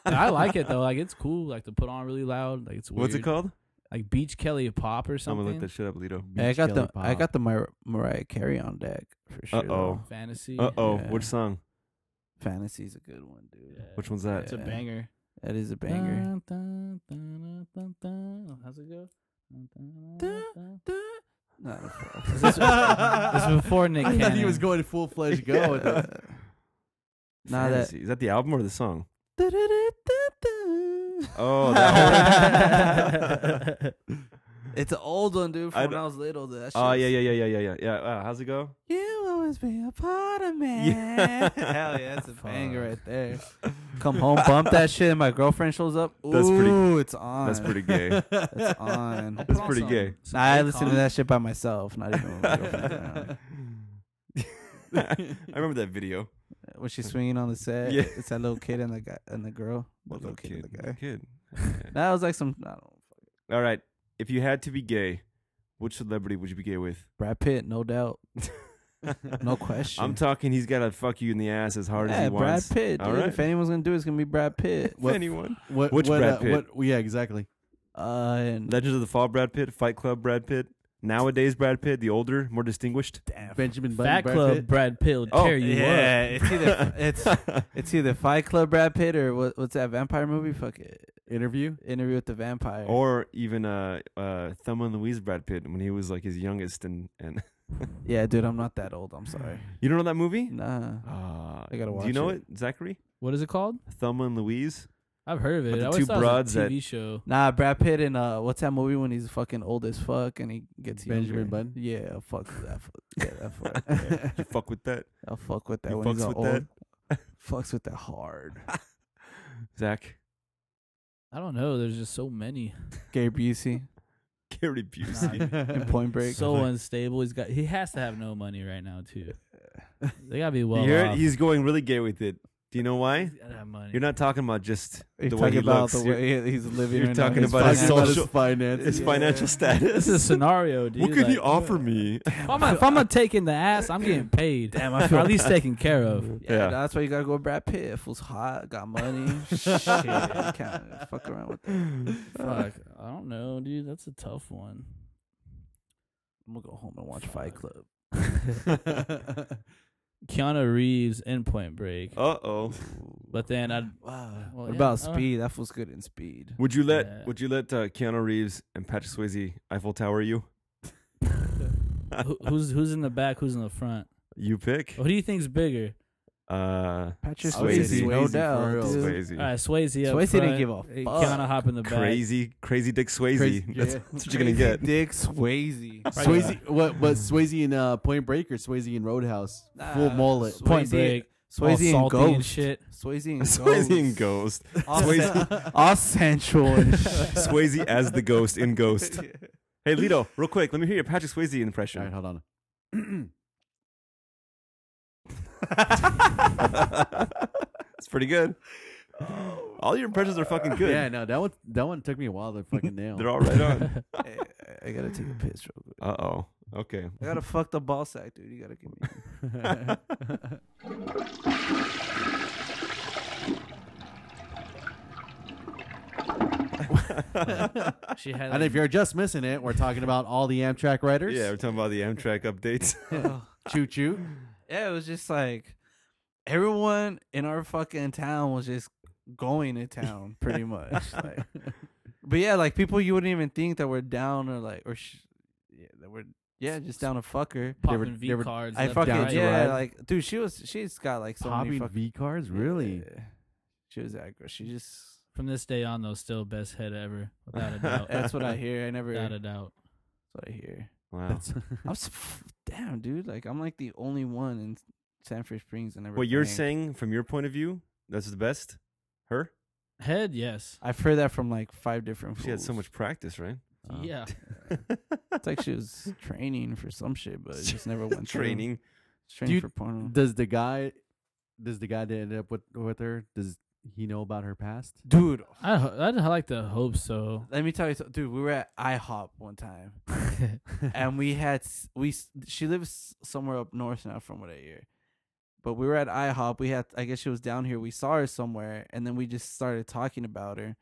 C: And I like it though. Like it's cool. Like to put on really loud. Like it's weird.
A: What's it called?
C: Like Beach Kelly Pop or
A: I'm
C: something.
A: gonna look that shit up, Lito.
D: Hey, I
B: Beach
D: got the
B: Jelly
D: I
B: Pop.
D: got the Mar- Mariah Carey on deck for sure.
A: Uh-oh.
D: though.
C: Fantasy.
A: Uh oh,
D: Yeah.
A: which song?
D: Fantasy's a good one, dude.
C: Yeah.
A: Which one's that?
C: It's a
D: Yeah.
C: banger.
D: That is a banger.
C: Dun, dun, dun, dun, dun, dun. How's it go? Dun, dun, dun, dun.
D: Nah, fuck. Uh, This is- this is before Nick
B: I
D: Cannon.
B: thought he was going full fledged go. with it.
D: Nah, that-
A: Fantasy. Is that the album or the song?
D: Da-da-da-da-da.
A: Oh, that one.
D: It's an old one, dude. From
A: I
D: when
A: d-
D: I was little, that shit.
A: Oh yeah,
D: was-
A: yeah, yeah, yeah, yeah, yeah. Yeah. Uh, how's it go?
D: You always be a part of me.
A: Yeah.
D: Hell yeah, that's a banger
C: Fuck.
D: right there. Come home, bump that shit, and my girlfriend shows up. Ooh,
A: That's pretty-
D: it's
C: Oh,
D: on.
A: That's pretty gay.
D: It's on.
C: I'll
D: nah,
C: put
A: That's
C: on
A: pretty
C: some-
A: gay.
C: some
D: I
C: Akon.
D: listen to that shit by myself. Not even with my girlfriend around.
A: I remember that video.
D: When she's swinging on the set,
A: Yeah.
D: it's that little kid and the guy and the girl. The little, kid, and the guy.
A: Kid.
D: That was like some I don't know,
A: All right. If you had to be gay, which celebrity would you be gay with?
D: Brad Pitt, no doubt, no question.
A: I'm talking. He's gotta fuck you in the ass as hard as
D: yeah,
A: he
D: Brad
A: wants.
D: Pitt.
A: All
D: dude.
A: right.
D: If anyone's gonna do it, it's gonna be Brad Pitt.
B: What-
A: Anyone?
B: What,
A: Which
B: what,
A: Brad
B: uh,
A: Pitt?
B: what- yeah, exactly.
D: Uh, and
A: Legends of the Fall, Brad Pitt. Fight Club, Brad Pitt. Nowadays, Brad Pitt, the older, more distinguished.
B: Benjamin Button.
C: Fat
B: Brad
C: Club
B: Pitt.
C: Brad Pitt will
A: Oh,
C: tear you up.
D: yeah, it's either it's it's either Fight Club Brad Pitt or what, what's that vampire movie? Fuck it,
B: interview.
D: Interview with the Vampire.
A: or even uh, uh, Thelma and Louise Brad Pitt when he was like his youngest, and and
D: yeah, dude, I'm not that old. I'm sorry.
A: you don't know that movie?
D: Nah,
A: Uh,
D: I gotta
A: Do you
D: watch
A: know it,
D: it.
A: Zachary?
C: What is it called?
A: Thelma and Louise.
C: I've heard of it.
A: But the
C: I always
A: two
C: thought
A: broads
C: it was a
A: that-
C: TV show.
D: nah. Brad Pitt and uh, what's that movie when he's fucking old as fuck and he gets
B: Benjamin
D: younger?
B: Button?
D: Yeah, fuck that. Fuck, yeah, that fuck. yeah.
A: You fuck with that,
D: I'll fuck with that.
A: You
D: when he's
A: fucks
D: all
A: with
D: old.
A: that?
D: Fucks with that hard.
A: Zach.
C: I don't know. There's just so many.
D: Gary Busey
A: Gary Busey.
D: in Point Break.
C: so unstable. He's got. He has to have no money right now too. They gotta be well
A: you hear it?
C: off.
A: He's going really gay with it. Do you know why?
C: He's gotta have money.
A: You're not talking about just
D: You're
A: the way
D: talking
A: he
D: about
A: looks.
D: the
A: You're-
D: way he's living.
A: you're
D: right
A: talking
D: now.
A: about his
D: He's
A: social-
D: fucking-
B: About his finances.
A: his financial status.
C: This is a scenario, dude.
A: what could he
C: Like,
A: offer me?
C: If I'm, if I'm a taking the ass, I'm getting paid. Damn, I feel at least taken care of.
D: Yeah, that's why you gotta go with Brad Pitt. Fool's hot, got money. Shit, you can't fuck around with that.
C: Fuck. I don't know, dude. That's a tough one.
D: I'm gonna go home and watch Fight Club.
C: Keanu Reeves in Point Break.
A: Uh oh.
C: But then I'd.
D: Wow.
C: Well,
D: what
C: yeah,
D: about
C: I don't-
D: Speed? That fool's good in Speed.
A: Would you let
C: Yeah.
A: Would you let uh, Keanu Reeves and Patrick Swayze Eiffel Tower you?
C: Who, who's who's in the back? Who's in the front?
A: You pick.
C: Who do you think's bigger?
A: Uh,
D: Patrick
A: I would say
D: Swayze,
A: Swayze
D: no
B: for
D: doubt.
B: real.
D: dude.
A: Swayze.
C: All right, Swayze up
D: Swayze
C: front.
D: didn't give a
C: Hey,
D: fuck.
C: Keanu hop in the back.
A: crazy, crazy Dick Swayze.
B: Crazy-
A: that's,
B: yeah.
A: that's what you're gonna get.
D: Dick Swayze.
C: Probably
B: Swayze, what, what Swayze in uh, Point Break or Swayze in Roadhouse? Full
D: Nah,
B: mullet.
D: Swayze-
C: Point Break. all
D: Swayze and
C: salty
D: Ghost.
C: and shit.
D: Swayze and
A: Swayze in
D: Ghost.
A: Ghost.
D: All
A: Swayze-
D: cen- All sensual and shit.
A: Swayze as the ghost in Ghost. Hey, Lito, real quick, let me hear your Patrick Swayze impression.
B: All right, hold on.
A: It's pretty good. All your impressions are fucking good.
B: Yeah, no, that one that one took me a while to fucking nail.
A: They're all right on.
D: Hey, I gotta take a piss real quick.
A: Uh oh. Okay.
D: I gotta fuck the ball sack, dude. You gotta give me.
C: She had.
B: and
C: Like,
B: if you're just missing it, we're talking about all the Amtrak riders.
A: Yeah, we're talking about the Amtrak updates.
B: choo choo.
D: yeah, it was just like everyone in our fucking town was just going to town pretty much. like, but yeah, like people you wouldn't even think that were down or like or sh- yeah, that were yeah just down a fucker.
B: They were-
C: Popping
B: they
C: V
B: were-
C: cards.
D: I
C: left
D: fucking
C: and
B: down
C: right.
B: to
D: yeah,
B: ride.
D: like dude, she was she's got like so many
B: Popping
D: fucking
B: V cards, really?
D: Yeah. She was aggro. She just
C: From this day on, though, still best head ever, without a doubt.
D: that's what I hear. I never
C: Without a
D: that's
C: doubt.
D: what I hear.
A: Wow.
B: That's
D: I'm s- f- damn dude, like I'm like the only one in Sanford Springs and never.
A: what you're
D: banged.
A: saying from your point of view, that's the best. Her,
C: Head, yes.
D: I've heard that from like five different.
A: she had so
D: fools.
A: much practice, right?
B: Oh.
C: yeah.
D: It's like she was training for some shit, but it just never went through.
A: Training.
D: It's training
B: Dude,
D: for porno.
B: Does the guy, does the guy that ended up with with her, does he know about her past?
D: dude,
C: I ho- I'd like to hope so.
D: let me tell you, something. dude. We were at IHOP one time, and we had s- we s- she lives somewhere up north now from what I hear, but we were at IHOP. We had I guess she was down here. We saw her somewhere, and then we just started talking about her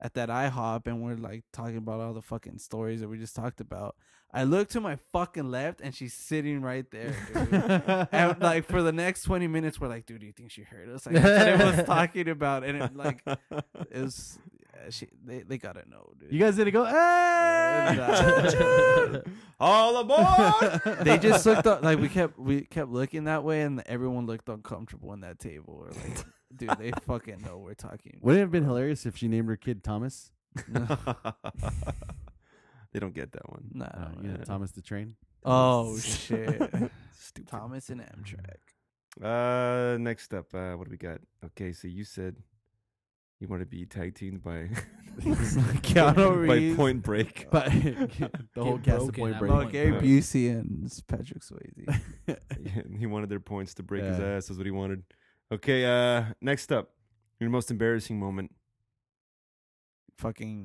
D: at that IHOP, and we're like talking about all the fucking stories that we just talked about. I look to my fucking left, and she's sitting right there. Dude. and like for the next 20 minutes we're like dude do you think she heard us like that's what it was talking about and it like it was yeah, she they, they gotta know dude
B: you guys didn't go.
D: And,
B: "Ah!"
D: uh,
A: All aboard!
D: they just looked up like we kept we kept looking that way and everyone looked uncomfortable in that table or like dude they fucking know we're talking
B: Would it have been hilarious if she named her kid Thomas?
A: they don't get that one.
D: nah,
B: Uh,
D: man.
B: yeah, Thomas the Train.
D: oh shit
A: Stupid.
D: thomas and amtrak
A: Uh, next up, uh, what do we got? Okay, so you said you want to be tag teamed by
D: Keanu
A: by
D: Reeves.
A: Point Break.
B: But the whole cast of
C: broken
B: Point
C: at
B: Break.
D: oh
C: Point
D: gary
A: Break.
D: busey and patrick swayze
A: he wanted their points to break his
B: Yeah.
A: ass. Is what he wanted. Okay. Uh, next up, your most embarrassing moment.
D: fucking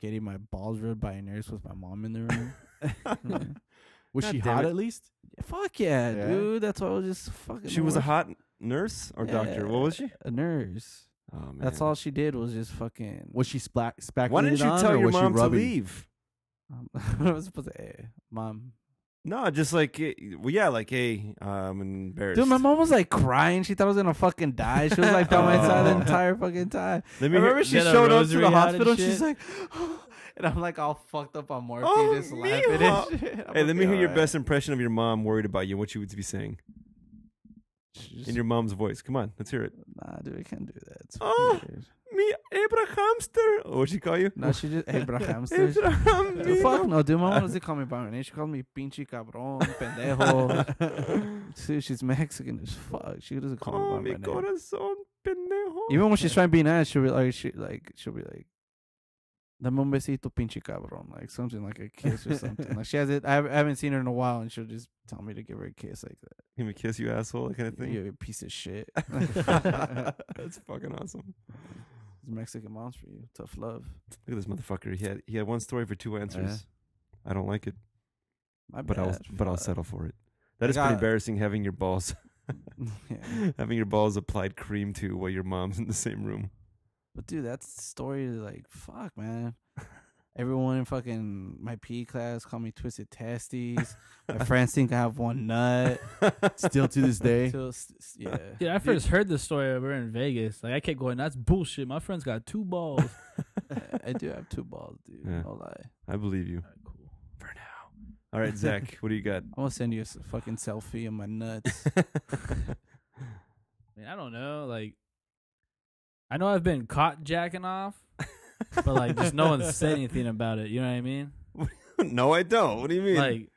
D: getting my balls rubbed by a nurse with my mom in the room Yeah.
B: Was
A: God
B: she
A: damn
B: hot
A: it.
B: at least?
D: Fuck yeah,
B: Yeah?
D: dude. That's why I was just fucking.
A: She was a
D: work-
A: hot nurse or doctor. What was she?
D: Yeah, A nurse.
A: Oh man,
D: That's all she did was just fucking.
B: Was she spla- speculated
A: Why didn't you
B: on,
A: tell
B: or
A: your
B: was she
A: mom to
B: rubbing?
A: leave?
D: Um, I was supposed to. Hey, mom.
A: No, just like eh, well, yeah, like hey, I'm embarrassed.
D: Dude, my mom was like crying. She thought I was gonna fucking die. She was like down my side the
A: Oh.
D: entire fucking time.
A: Let
D: I
A: me hear-
D: remember she
C: Did a
D: showed up to
C: rosary
D: the
C: out and
D: hospital. And she's
C: shit?
D: like, and I'm like all fucked up on morphine,
A: Oh,
D: just laughing
A: mijo.
D: and shit. I'm
A: Hey, let
D: like,
A: me hear
D: "All
A: your
D: right."
A: best impression of your mom worried about you and what you would be saying
D: She just-
A: in your mom's voice. Come on, let's hear it.
D: nah, dude, I can't do that. It's
A: Oh.
D: fucking weird.
A: Me Abrahamster. Or what'd she call you?
D: No, she just hey, but I'm still. Dude, fuck
A: Abraham.
D: no, dude. My mom doesn't call me by my name. She called me pinche cabrón, pendejo. Dude, she's Mexican as fuck. She doesn't call
A: Oh,
D: me
A: mi
D: by my name.
A: corazón, pendejo.
D: Even when she's trying to be nice, she'll be like, she like, she'll be like, "Dame un besito, pinche cabrón," like something like a kiss or something. like she has it. I hav- I haven't seen her in a while, and she'll just tell me to give her a kiss like that.
A: Give me a kiss, you asshole, that kind of thing.
D: You a piece of shit.
A: That's fucking awesome.
D: Mexican moms for you. Tough love.
A: Look at this motherfucker. He had he had one story for two answers. I don't like it,
D: My
A: but I'll
D: bad.
A: but I'll
D: Fuck.
A: settle for it. That
D: I
A: is pretty
D: got-
A: embarrassing having your balls
D: yeah.
A: having your balls applied cream to while your mom's in the same room.
D: But dude, that story is like fuck, man. Everyone in fucking my PE class call me twisted testes. my friends think I have one nut.
B: Still to this day.
D: Till s- s- yeah,
C: Dude, I first heard this story. We were in Vegas. Like I kept going. That's bullshit. My friend's got two balls.
D: I- I do have two balls, dude.
A: Yeah.
D: I'll lie.
A: I believe you.
C: cool.
A: For now. All right, Zach, what do you got?
D: I'm gonna send you a s- fucking selfie of my nuts.
C: I, mean, I don't know. Like I know I've been caught jacking off, but like just no one said anything about it. You know what I mean?
A: no, I don't. What do you mean? Like,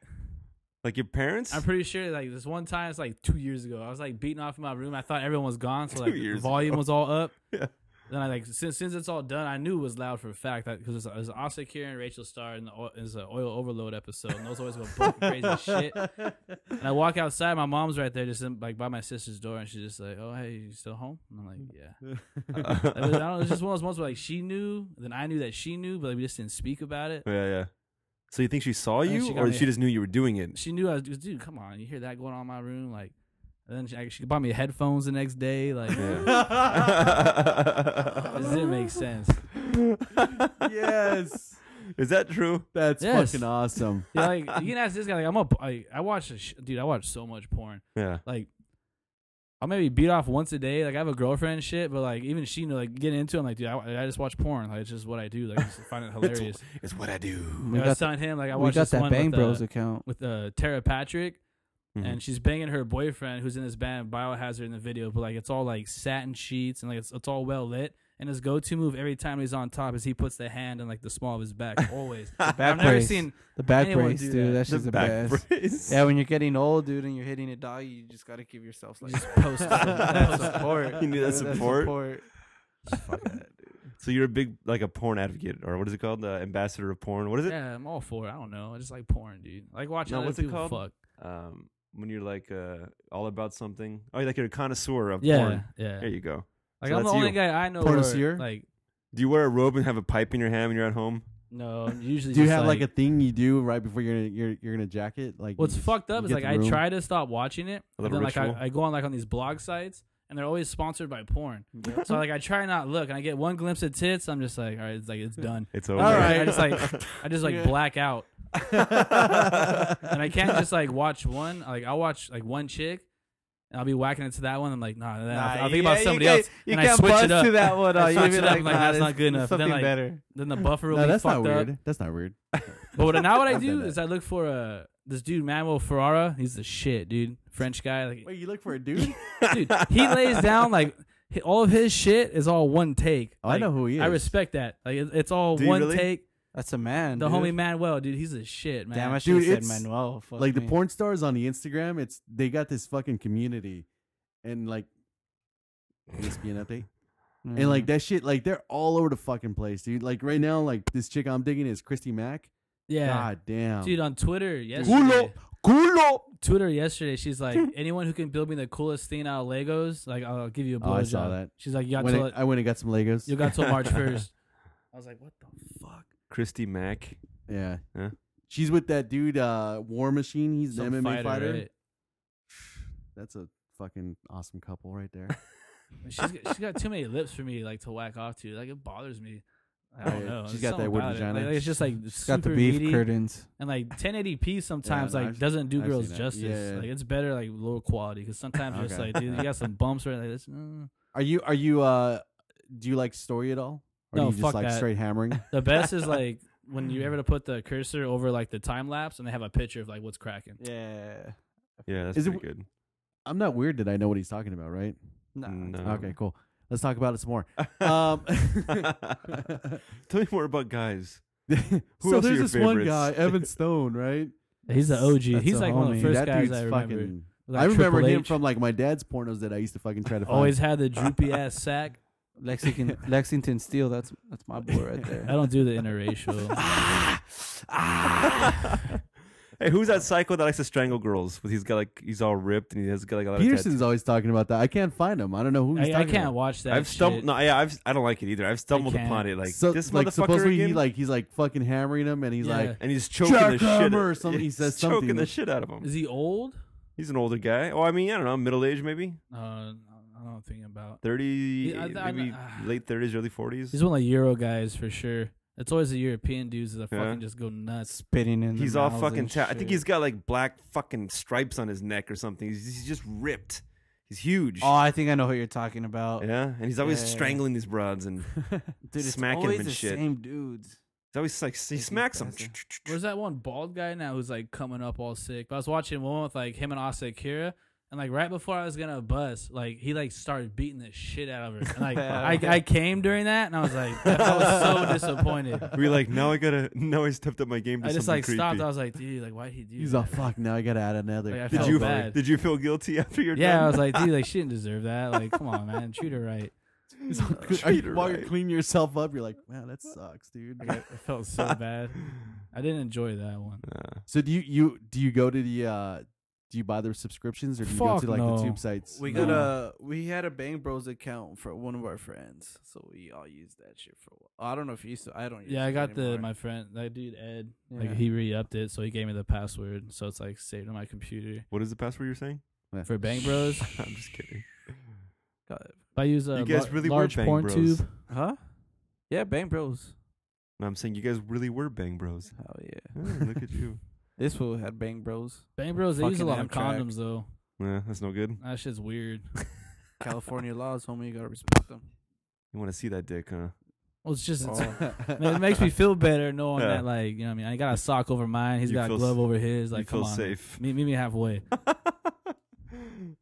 C: Like
A: your parents?
C: I'm pretty sure like this one time it's like two years ago. I was like beating off in my room. I thought everyone was gone, so
A: Two
C: like the
A: years
C: volume
A: ago.
C: was all up.
A: Yeah.
C: Then I like since since it's all done, I knew it was loud for a fact because it was Oscar here and Rachel Starr and the oil, it's an oil overload episode, and those always go fucking crazy shit. And I walk outside, my mom's right there, just in, like by my sister's door, and she's just like, "Oh hey, you still home?" And I'm like, "Yeah." Like, I don't know. It's just one of those moments where like she knew, then I knew that she knew, but like, we just didn't speak about it.
A: yeah, yeah. So you think she saw
C: think
A: you,
C: she got
A: or
C: me-
A: she just knew you were doing it?
C: she knew I was, dude, come on, you hear that going on in my room, like. And then she, I- she bought me headphones the next day. Like,
A: Yeah.
C: this didn't make sense.
B: yes,
A: Is that true?
B: that's
C: Yes.
B: fucking awesome.
C: Yeah, like, you can ask this guy. Like, I'm a, I, I watch, a sh- dude. I watch so much porn.
A: Yeah.
C: Like, I'll maybe beat off once a day. Like I have a girlfriend, and shit, but like even she, you know, like getting into, it, I'm like, dude, I, I just watch porn. Like it's just what I do. Like I just find it hilarious.
A: It's what I do.
C: You know, I was telling him like I
D: we
C: watched
D: got
C: this
D: that
C: one
D: Bang
C: with,
D: Bros
C: uh,
D: account.
C: with uh, Tara Patrick,
A: Mhm.
C: and she's banging her boyfriend who's in this band Biohazard in the video, but like it's all like satin sheets and like it's it's all well lit. And his go-to move every time he's on top is he puts the hand on like the small of his back always.
D: Back
C: I've never
D: brace.
C: seen
D: the back
C: anyone
D: brace,
C: do
D: dude.
C: that.
D: That's just the,
A: back
D: best.
A: brace.
D: Yeah, when you're getting old, dude, and you're hitting a dog, you just gotta give yourself like
C: Just post-
D: that
C: post-
D: support.
A: You need that support?
D: Fuck that, dude.
A: So you're a big like a porn advocate, or what is it called? The ambassador of porn. What is it?
C: yeah, I'm all for it. I don't know. I just like porn, dude. I like watching
A: No,
C: other
A: what's it
C: people
A: called?
C: fuck.
A: Um, when you're like uh, all about something. Oh, like you're a connoisseur of
C: Yeah,
A: porn.
C: yeah.
A: There you go.
C: Like
A: So
C: I'm the
A: that's
C: only
A: you.
C: guy I know.
B: Porn
C: Where,
B: is here?
C: like
A: Do you wear a robe and have a pipe in your hand when you're at home?
C: no, I'm usually
B: Do you
C: just,
B: have like, a thing you do right before you're gonna, you're you're gonna jacket? Like
C: What's
B: you just-
C: fucked up
B: you
C: is
B: get
C: like
B: the
C: I
B: room?
C: try to stop watching it,
A: A
C: but
A: little
C: then like I,
A: ritual?
C: I go on like on these blog sites and they're always sponsored by porn. so like I try not look and I get one glimpse of tits, I'm just like, all right, it's like it's done.
A: It's over.
C: All right, I just like I just like black out, and I can't just like watch one. Like I'll watch like one chick, and I'll be whacking it to that one. I'm like, nah, nah I'll, I'll think about
D: yeah, you
C: somebody
D: can't-
C: else,
D: You
C: and I
D: can't
C: switch
D: bust
C: it up.
D: to that one.
C: I
D: uh, You'll
C: switch
D: be
C: it up,
D: like,
C: like,
D: nah,
C: that's
D: this-
C: not good enough. Then,
D: Something
C: like,
D: better.
C: Then the buffer will
B: No,
C: be
B: that's
C: fucked
B: not
C: up.
B: weird. That's not weird.
C: But what now what I
B: I've done
C: do
B: that.
C: is I look for uh, this dude Manuel Ferrara. He's the shit, dude. French guy. Like
B: Wait, you look for a dude?
C: dude, he lays down like hi- all of his shit is all one take.
B: Oh, I
C: Like,
B: know who he
C: I
B: is.
C: respect that. Like it- it's all
A: Do you
C: one
A: really?
C: take.
D: That's a man.
C: The
D: dude.
C: homie Manuel, dude, he's a shit man.
D: Damn, I should have
B: it's-
D: said Manuel. Fuck
B: like the
D: me.
B: porn stars on the Instagram, it's they got this fucking community, and like, ESPN update,
D: Mm-hmm.
B: and like
C: Mm-hmm.
B: that shit, like they're all over the fucking place, dude. Like right now, like this chick I'm digging is Christy Mack.
C: yeah,
B: God damn.
C: dude, uh, on Twitter yesterday, Twitter yesterday, she's like, anyone who can build me the coolest thing out of Legos, like I'll give you a blowjob.
B: Oh, I saw that.
C: She's like, you got
B: When
C: till
B: I, I went and got some Legos.
C: you got till March first. I was like, what the fuck?
A: Christy Mack.
B: yeah.
A: Huh?
B: She's with that dude, uh, War Machine. He's
C: Some
B: the MMA fighter.
C: right?
B: That's a fucking awesome couple right there.
C: She's got- she's got too many lips for me like to whack off to. Like it bothers me. I
B: Oh,
C: don't
B: yeah.
C: know.
B: She's
C: There's
B: got
C: something
B: that wood
C: about it.
B: vagina.
C: Like, it's just like
D: It's
C: super
D: got the beef
C: meaty.
D: curtains.
C: and like 1080p sometimes
B: no,
C: like
B: I've-
C: doesn't do
B: I've
C: girls
B: seen that.
C: justice.
B: Yeah, yeah.
C: Like it's better like lower quality because sometimes it's
B: Okay.
C: like dude, you got some bumps right like this. mm.
B: Are you? Are you? Uh, do you like story at all? Or
C: No,
B: do you
C: fuck
B: just like
C: that.
B: straight hammering?
C: The best is like when you're able to put the cursor over like the time lapse and they have a picture of like what's cracking.
D: Yeah.
A: Yeah, that's
B: Is it
A: pretty good.
B: I'm not weird that I know what he's talking about, right?
A: No.
B: Okay, cool. Let's talk about it some more. Um,
A: Tell me more about guys. Who
B: so
A: else are
B: there's
A: your
B: this one
A: favorites?
B: guy, Evan Stone, right?
C: He's the OG.
D: That's
C: He's
D: a
C: like one of the
D: homie.
C: first
B: that
C: guys
B: dude's
C: I remember.
B: fucking.
C: Like,
B: I remember
C: Triple
B: him
C: H
B: from like my dad's pornos that I used to fucking try to find.
C: always had the droopy ass sack.
D: Lexington Lexington Steel. That's that's my boy right
C: I
D: there. Ah!
C: don't do the interracial.
A: Hey, who's that psycho that likes to strangle girls? With he's got like he's all ripped and he has got like a lot of
B: Peterson's always talking about that. I can't find him. I don't know who he's
C: I, I
B: talking
C: can't
B: about.
C: watch that.
A: tattoos. I've stumbled.
C: shit.
A: No, yeah, I've I don't like it either. I've stumbled
C: can't.
A: upon it. Like
B: so,
A: this
B: like
A: motherfucker
B: supposedly
A: again,
B: he like he's like fucking hammering him, and he's
C: Yeah.
B: like,
A: and he's choking the shit.
B: Jackhammer
A: out-
B: or something. He
A: he's
B: says
A: choking the
B: something.
A: shit out of him.
C: Is he old?
A: He's an older guy. Oh, I mean, I don't know, middle age maybe,
C: Uh, I don't think about.
A: thirty,
C: Yeah, I- I-
A: maybe
C: ah.
A: late thirties, early forties.
C: He's one of the Euro guys for sure. It's always the European dudes that
A: Yeah.
C: fucking just go nuts.
D: Spitting in.
A: He's
D: the
A: all
D: mouths
A: fucking.
D: and
A: Ta- I
D: shit.
A: think he's got like black fucking stripes on his neck or something. He's, he's just ripped. He's huge.
D: Oh, I think I know who you're talking about.
A: yeah, and he's always
D: Yeah.
A: strangling these broads, and he's
D: Dude, it's
A: Smacking him
D: always
A: and
D: the
A: shit.
D: same dudes.
A: always like he
D: He's
A: smacks them.
D: faster.
C: Where's that one bald guy now who's like coming up all sick? But I was watching one with like him and Asa Akira, and like right before I was gonna bust, like he like started beating the shit out of her. And like I, I came during that, and I was like, I was so disappointed.
A: We're like, now I gotta, now I stepped up my game to
C: I just
A: something
C: like
A: creepy.
C: stopped. I was like, dude, like why would he do?
B: he's
C: that?
B: all fuck. Now I gotta add another.
C: Like, I
A: Did
C: felt
A: you
C: bad.
A: did you feel guilty after your?
C: yeah, I
A: done?
C: was like, dude, like she didn't deserve that. Like, come on, man, treat her right.
B: Are you-
A: Peter,
B: while you're
A: right?
B: cleaning yourself up, you're like, wow, that sucks, dude.
C: Like, I, I felt so bad. I didn't enjoy that one.
A: Uh,
B: So do you you do you go to the uh do you buy their subscriptions or do you go
C: Fuck
B: to like
C: no.
B: the tube sites?
D: We
C: No.
D: got a we had a Bang Bros account for one of our friends, so we all used that shit for a while. I don't know if you used to. I don't. Use
C: Yeah, I
D: it
C: got the
D: anymore.
C: my friend that dude Ed. Like
D: Yeah.
C: he re-upped it, so he gave me the password. So it's like saved on my computer
A: what is the password you're saying?
C: for Bang Bros.
A: I'm just kidding.
D: Got it.
C: If I use a
A: You guys
C: lar-
A: really were
C: large
A: Bang
C: porn
A: Bros.
C: tube.
D: Huh? Yeah, Bang Bros.
A: No, I'm saying you guys really were bang bros.
D: Hell yeah.
A: Oh, look at you.
D: This fool had Bang Bros.
C: Bang Bros, they use a
D: Fucking
C: lot of
D: Amtrak.
C: condoms though.
A: Yeah, that's no good.
C: That shit's weird.
D: California laws, homie. You gotta respect them.
A: You want to see that dick, huh?
C: Well, it's just it's,
D: Oh.
C: man, it makes me feel better knowing
A: Yeah.
C: that like you know what I mean I got a sock over mine, he's
A: You
C: got a
A: feel
C: glove
A: s-
C: over his. Like
A: you
C: come
A: feel
C: on,
A: safe.
C: meet, meet me halfway.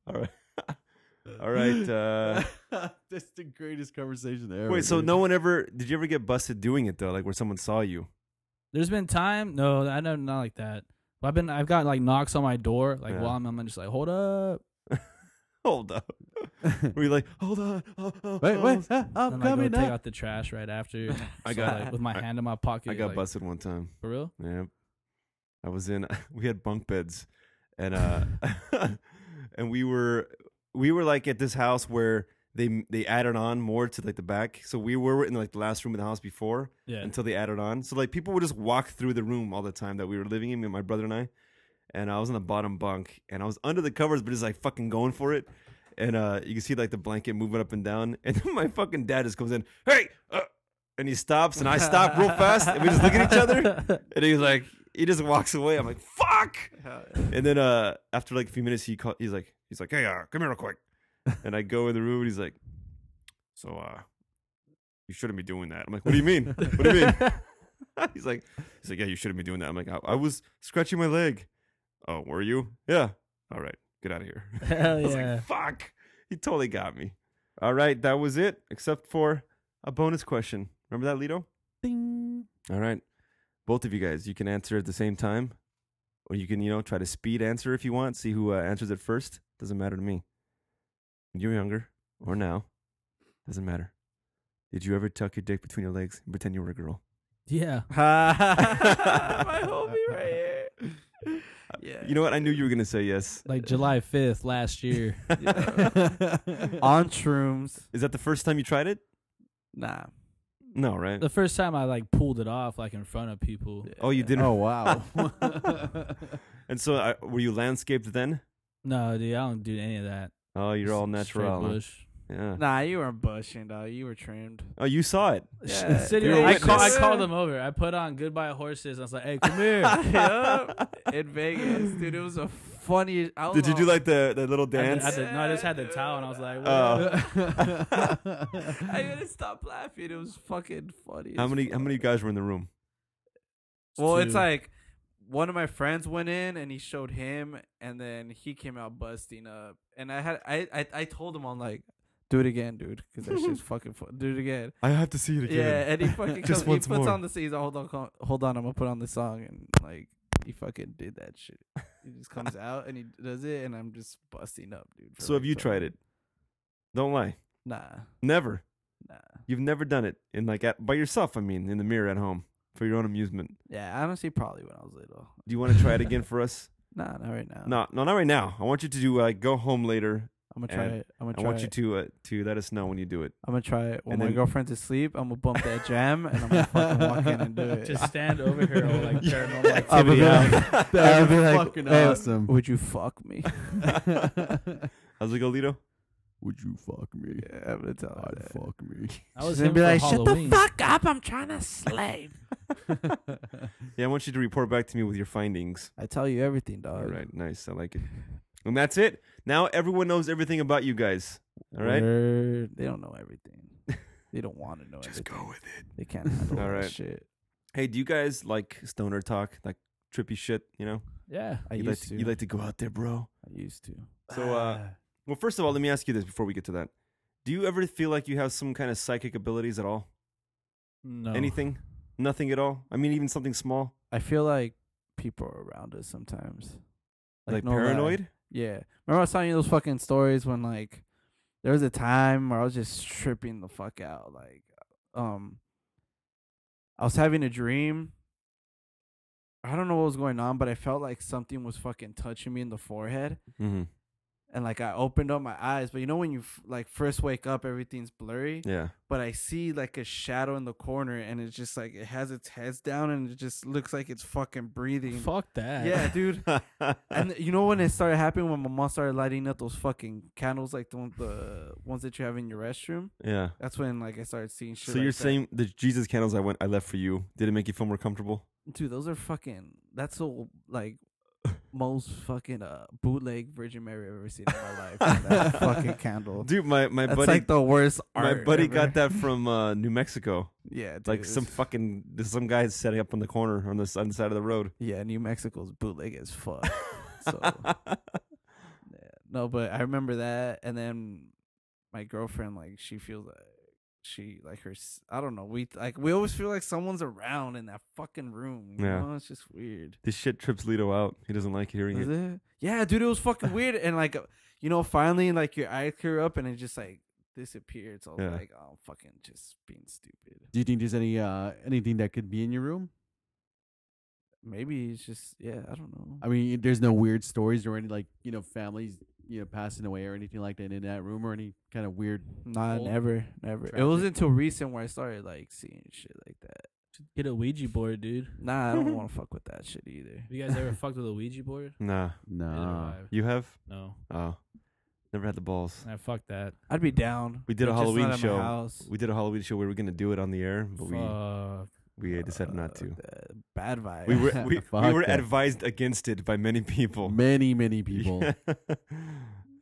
A: All right. All right. Uh,
B: That's the greatest conversation ever.
A: wait, so
B: dude.
A: no one ever did you ever get busted doing it though? Like where someone saw you?
C: There's been time. No, I know not like that. But I've been I've got like knocks on my door like
A: Yeah.
C: while I'm, I'm just like hold up.
A: Hold up. Were you like, hold on, oh, oh,
B: Wait,
A: oh,
B: wait, ah, I'm
C: And then I go
B: coming
C: take
B: up.
C: out the trash right after.
A: I
C: So,
A: got-
C: like, with my hand in my pocket.
A: I got
C: like,
A: busted one time.
C: for real.
A: Yeah. I was in we had bunk beds and uh and we were we were like at this house where they they added on more to like the back. So we were in like the last room in the house before
C: Yeah.
A: until they added on. So like people would just walk through the room all the time that we were living in, me and my brother and I. And I was on the bottom bunk and I was under the covers, but it's like fucking going for it. And uh, you can see like the blanket moving up and down. And then my fucking dad just comes in, hey, uh, and he stops and I stop real fast and we just look at each other. And he's like, he just walks away. I'm like, fuck. And then uh, after like a few minutes, he call, he's like, he's like, hey, uh, come here real quick. And I go in the room and he's like, so uh, you shouldn't be doing that. I'm like, what do you mean? What do you mean? he's like, he's like, yeah, you shouldn't be doing that. I'm like, I, I was scratching my leg. Oh, were you? Yeah. All right, get out of here.
C: Hell
A: I was
C: yeah.
A: like, fuck. He totally got me. All right, that was it, except for a bonus question. Remember that, Lito? Ding. All right, both of you guys, you can answer at the same time, or you can, you know, try to speed answer if you want. See who uh, answers it first. Doesn't matter to me. When you're younger or now, doesn't matter. Did you ever tuck your dick between your legs and pretend you were a girl?
C: yeah.
D: My homie right here. Yeah.
A: You know what? I knew you were gonna say yes.
C: Like July 5th last year.
D: on shrooms.
A: Is that the first time you tried it?
D: Nah.
A: No, right?
C: the first time I like pulled it off like in front of people.
A: oh, you didn't.
B: Oh wow.
A: And so, uh, were you landscaped then?
C: No, dude, I don't do any of that.
A: Oh, you're all
C: Straight
A: natural. huh?
C: bush.
A: Yeah.
D: Nah, you weren't bushing, dog. You were trimmed.
A: Oh, you saw it.
D: Yeah.
C: City
A: You're a
C: I, call, I
A: witness.
C: called him over. I put on Goodbye Horses. I was like, hey, come here.
D: Yup. In Vegas, dude. It was a funny. I was
A: Did you
D: on-
A: do like the, the little
C: I had
A: dance?
C: the- I had the- no, I just had the towel and I was like, what?
A: Oh.
D: I couldn't stop laughing. It was fucking funny.
A: how
D: as
A: many
D: fuck.
A: how many guys were in the room?
D: Well, it's
C: Two.
D: like one of my friends went in and he showed him, and then he came out busting up. And I had I I, I told him on like, do it again, dude, because that shit's fucking fun. Do it again.
A: I have to see it
D: Yeah, and he fucking
A: Just
D: comes, he
A: once
D: puts
A: more.
D: on the he's all, hold on, cal- hold on, I'm gonna put on the song, and like he fucking did that shit. He just comes out and he does it, and I'm just busting up, dude. for
A: So have
D: like
A: you
D: fucking-
A: tried it? Don't lie.
D: Nah,
A: Never.
D: nah.
A: You've never done it in like at, by yourself. I mean, in the mirror at home for your own amusement.
D: Yeah, honestly, probably when I was little.
A: Do you want to try it again for us?
D: Nah, not right now.
A: No, no, not right now. I want you to do like go home later.
D: I'm gonna try
A: and
D: it. I'm gonna
A: I
D: try
A: want
D: it.
A: you to uh, to let us know when you do it.
D: I'm gonna try it when
A: And
D: my
A: then-
D: girlfriend's asleep. I'm gonna bump that jam and I'm gonna fucking walk in and do it.
C: Just stand over here all like paranormal
B: I'll be
C: activity.
B: like, that'd be
D: like,
B: fucking
D: "Hey,
B: awesome.
D: Would you fuck me?
A: How's it go, Lito?
B: Would you fuck me?
D: Yeah, I'm gonna tell her
B: I'd
D: that.
B: fuck me.
C: I was
D: She's gonna
C: him
D: be
C: for
D: like, "Shut
C: Halloween.
D: the fuck up! I'm trying to slave."
A: Yeah, I want you to report back to me with your findings.
D: I tell you everything, dog.
A: All right, nice. I like it. And that's it. Now everyone knows everything about you guys. All right.
D: Word. They don't know everything. They don't want to know. Just go with it. They can't handle
A: All
D: all
A: right.
D: that shit.
A: Hey, do you guys like stoner talk, like trippy shit? You know,
C: Yeah.
D: I
A: you
D: used
A: like
D: to. Ah.
A: you like to go out there, bro.
D: I used to.
A: So, uh, well, first of all, let me ask you this before we get to that. Do you ever feel like you have some kind of psychic abilities at all?
C: No.
A: Anything? Nothing at all? I mean, even something small,
D: I feel like people are around us sometimes.
A: like,
D: no lie.
A: paranoid.
D: Yeah. Remember I was telling you those fucking stories when like there was a time where I was just tripping the fuck out. Like um I was having a dream. I don't know what was going on, but I felt like something was fucking touching me in the forehead.
A: Mm-hmm.
D: And like I opened up my eyes, but you know when you f- like first wake up, everything's blurry.
A: Yeah.
D: But I see like a shadow in the corner, and it's just like it has its head down, and it just looks like it's fucking breathing.
C: Fuck that.
D: Yeah, dude. And you know when it started happening when my mom started lighting up those fucking candles like the, one- the ones that you have in your restroom.
A: yeah.
D: That's when like I started seeing shit.
A: So you're
D: like that.
A: saying the Jesus candles I went, I left for you, did it make you feel more comfortable?
D: dude, those are fucking. That's so like most fucking uh, bootleg Virgin Mary I've ever seen in my life. that fucking candle.
A: Dude, my my
D: That's
A: buddy
D: like the worst
A: my
D: art.
A: buddy
D: ever.
A: got that from uh, New Mexico.
D: Yeah, dude,
A: Like
D: it's-
A: some fucking there's some guy setting up on the corner on the s- on the side of the road.
D: Yeah, New Mexico's bootleg as fuck. so yeah. no, but I remember that, and then my girlfriend like she feels like she like her s- I don't know we like we always feel like someone's around in that fucking room. You
A: Yeah.
D: know? it's just weird.
A: This shit trips Lito out. He doesn't like hearing
D: Is
A: it.
D: it? Yeah, dude, it was fucking weird, and like uh, you know, finally like your eyes clear up, and it just like disappeared. So I was
A: Yeah.
D: like, oh, fucking just being stupid.
B: Do you think there's any uh anything that could be in your room?
D: Maybe it's just yeah, I don't know.
B: I mean, there's no weird stories or any like you know families you know passing away or anything like that in that room or any kind of weird.
D: Nah,
B: Old
D: never, never. It was
B: tragic.
D: until recent where I started like seeing shit like that.
C: Get a Ouija board, dude.
D: Nah, I don't want to fuck with that shit either.
C: Have you guys ever fucked with a Ouija board?
A: Nah,
C: Neither have
B: No.
C: I.
A: you have?
C: No.
A: Oh, never had the balls.
C: I fucked that.
D: I'd be down.
A: We did a
D: but just not
A: Halloween
D: at my
A: show.
D: house.
A: We did a Halloween show. We were gonna do it on the air, but
C: Fuck.
A: we we decided not
D: Fuck
A: to.
D: that. Uh, Bad vibe.
A: We were we, we
B: Fuck
A: were
B: that.
A: advised against it by many people.
B: Many many people.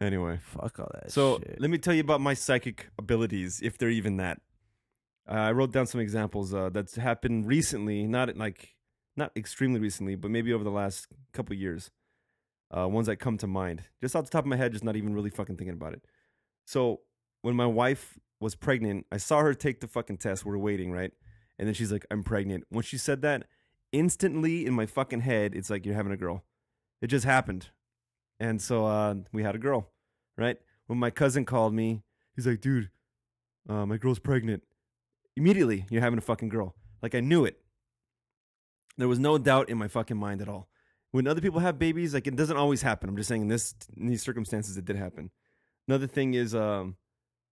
A: anyway,
D: fuck all that.
A: so
D: shit.
A: let me tell you about my psychic abilities, if they're even that. Uh, I wrote down some examples uh, that's happened recently, not like not extremely recently, but maybe over the last couple years. Uh, ones that come to mind, just off the top of my head, just not even really fucking thinking about it. So when my wife was pregnant, I saw her take the fucking test. We're waiting, right? And then she's like, "I'm pregnant." When she said that, instantly in my fucking head, it's like you're having a girl. It just happened, and so uh, we had a girl, right? When my cousin called me, he's like, "Dude, uh, my girl's pregnant." Immediately, you're having a fucking girl. Like I knew it. There was no doubt in my fucking mind at all. When other people have babies, like it doesn't always happen. I'm just saying in this in these circumstances, it did happen. Another thing is, um,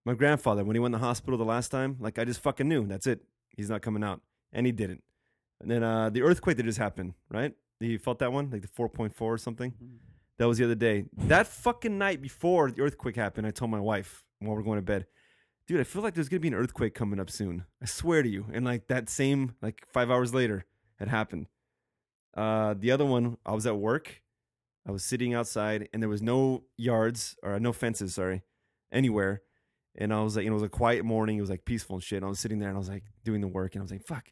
A: my grandfather when he went to the hospital the last time, like I just fucking knew that's it. He's not coming out, and he didn't. And then uh, the earthquake that just happened, right? You felt that one, like the 4.4 or something.
D: Mm-hmm.
A: That was the other day. That fucking night before the earthquake happened, I told my wife while we're going to bed, dude, I feel like there's gonna be an earthquake coming up soon. I swear to you. And like that same, like five hours later, it happened. Uh, the other one, I was at work. I was sitting outside, and there was no yards or no fences, sorry, anywhere. And I was like, you know, it was a quiet morning. It was like peaceful and shit. And I was sitting there, and I was like doing the work, and I was like, fuck.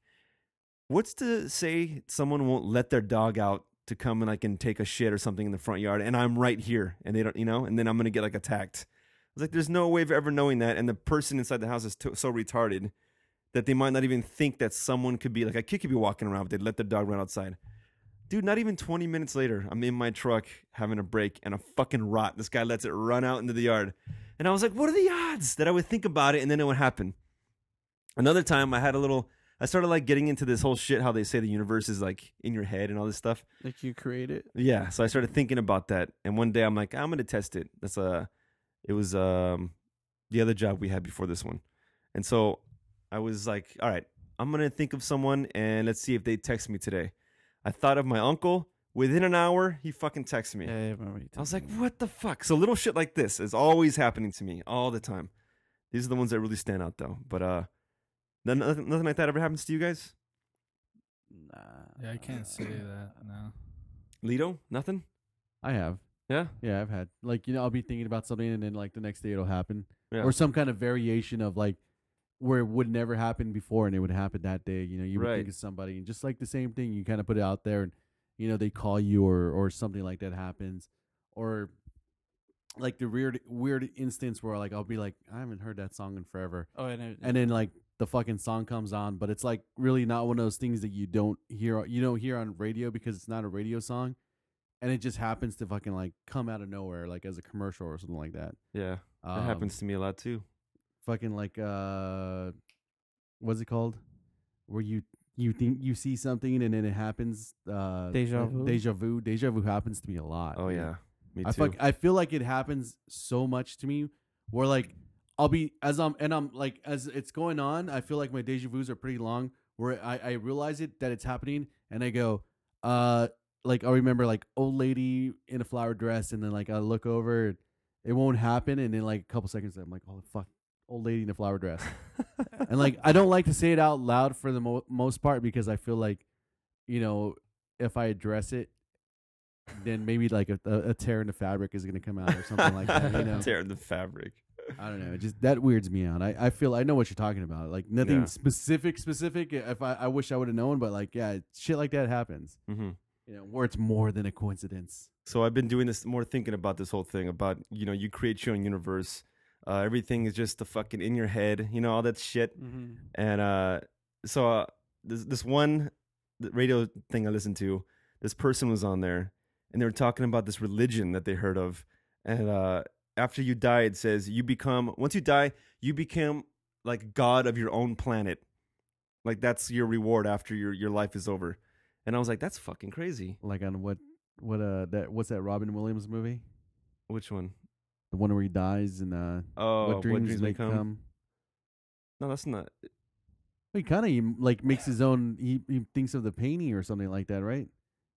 A: What's to say someone won't let their dog out to come and like and take a shit or something in the front yard, and I'm right here, and they don't, you know, and then I'm gonna get like attacked. I was like, there's no way of ever knowing that, and the person inside the house is to so retarded that they might not even think that someone could be like a kid could be walking around, but they'd let their dog run outside. Dude, not even 20 minutes later, I'm in my truck having a break and a fucking rot. This guy lets it run out into the yard. And I was like, what are the odds that I would think about it and then it would happen? Another time I had a little, I started like getting into this whole shit, how they say the universe is like in your head and all this stuff.
D: like you create it.
A: Yeah, so I started thinking about that, and one day I'm like, I'm gonna test it. That's uh it was um, the other job we had before this one, and so I was like, all right, I'm gonna think of someone, and let's see if they text me today. I thought of my uncle. Within an hour, he fucking texted me.
D: Yeah, I remember. You
A: I was like,
D: telling me.
A: what the fuck? So little shit like this is always happening to me all the time. These are the ones that really stand out though. But uh, none, nothing, nothing like that ever happens to you guys.
D: nah.
C: Yeah, I can't say that. No.
A: Lito, nothing.
B: I have.
A: Yeah.
B: Yeah, I've had like you know I'll be thinking about something and then like the next day it'll happen
A: Yeah.
B: or some kind of variation of like where it would never happen before and it would happen that day. You know, you would
A: Right.
B: think of somebody and just like the same thing, you kind of put it out there and you know they call you or or something like that happens or like the weird weird instance where like I'll be like I haven't heard that song in forever
D: Oh, and, it,
B: and then like the fucking song comes on but it's like really not one of those things that you don't hear you don't hear on radio because it's not a radio song and it just happens to fucking like come out of nowhere like as a commercial or something like that
A: Yeah, that
B: Um,
A: happens to me a lot too.
B: fucking like uh what's it called where you you think you see something and then it happens uh
D: Deja
B: uh,
D: vu?
B: deja vu deja vu happens to me a lot
A: Oh
B: dude.
A: yeah, me too.
B: I fuck, I feel like it happens so much to me where like I'll be as I'm and I'm like as it's going on, I feel like my deja vu's are pretty long where I, I realize it that it's happening and I go, uh like I'll remember like old lady in a flower dress and then like I look over it won't happen and then like a couple seconds I'm like, oh fuck, old lady in a flower dress. and like I don't like to say it out loud for the mo- most part because I feel like, you know, if I address it, then maybe like a, a, a tear in the fabric is gonna come out or something like that. You know,
A: Tearing the fabric.
B: I don't know. It just that weirds me out. I, I feel I know what you're talking about. Like nothing
A: Yeah.
B: specific, specific. eh, If I, I wish I would have known, but like yeah, shit like that happens.
A: hmm
B: You know, where it's more than a coincidence.
A: So I've been doing this more thinking about this whole thing about you know you create your own universe. Uh, everything is just the fucking in your head, you know all that shit.
D: Mm-hmm.
A: And uh, so uh, this this one th- radio thing I listened to, this person was on there, and they were talking about this religion that they heard of. And uh, after you die, it says you become once you die, you become like god of your own planet. Like that's your reward after your your life is over. And I was like, that's fucking crazy.
B: Like on what what uh that what's that Robin Williams movie?
A: Which one?
B: The one where he dies and uh
A: Oh,
B: what, dreams may come.
A: No, that's not.
B: He kind of like makes his own. He, he thinks of the painting or something like that, right?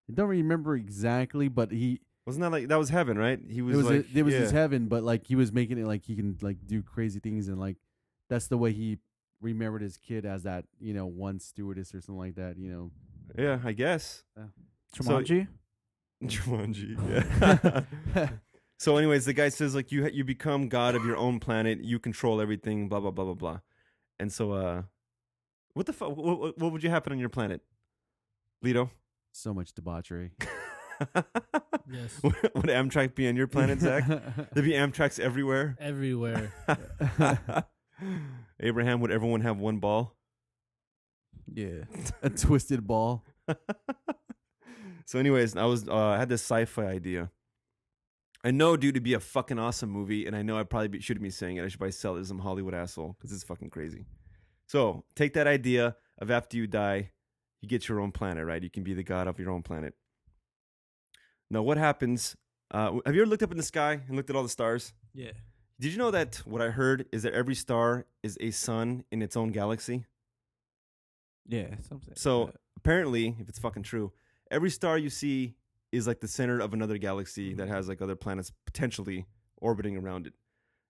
B: I don't remember exactly, but he
A: Wasn't that like that was heaven, right? He
B: it
A: was,
B: was,
A: like
B: it, was
A: yeah.
B: his heaven, but like he was making it like he can like do crazy things and like that's the way he remembered his kid as that you know one stewardess or something like that. You know,
A: Yeah, I guess. So-
D: Jumanji?
A: Jumanji. Yeah. so, anyways, the guy says like you ha- you become god of your own planet. You control everything. Blah blah blah blah blah. And so, uh, what the fuck? What, what, what would you happen on your planet, Lito?
B: so much debauchery.
C: Yes.
A: would Amtrak be on your planet, Zach? There'd be Amtrak's everywhere.
C: Everywhere.
A: Abraham, would everyone have one ball?
D: Yeah.
B: a twisted ball.
A: so, anyways, I was uh, I had this sci-fi idea. I know, dude, it'd be a fucking awesome movie, and I know I probably be, shouldn't be saying it. I should probably sell it as some Hollywood asshole because it's fucking crazy. So, take that idea of after you die, you get your own planet, right? You can be the god of your own planet. Now, what happens? Uh, w- have you ever looked up in the sky and looked at all the stars?
C: Yeah.
A: Did you know that what I heard is that every star is a sun in its own galaxy?
D: Yeah. Something. like
A: So
D: that.
A: apparently, if it's fucking true, every star you see is like the center of another galaxy that has like other planets potentially orbiting around it.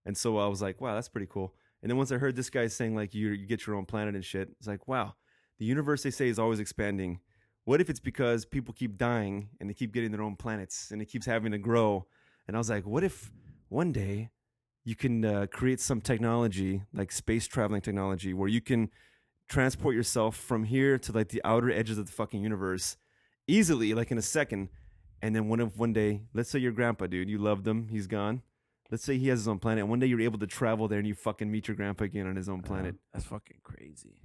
A: And so I was like, wow, that's pretty cool. And then once I heard this guy saying like you you get your own planet and shit, it's like, wow, the universe they say is always expanding. What if it's because people keep dying and they keep getting their own planets and it keeps having to grow? And I was like, what if one day you can uh, create some technology like space traveling technology where you can transport yourself from here to like the outer edges of the fucking universe easily, like in a second. And then one of one day, let's say your grandpa, dude, you loved him, he's gone. Let's say he has his own planet. and One day you're able to travel there and you fucking meet your grandpa again on his own planet.
D: Um, that's fucking crazy.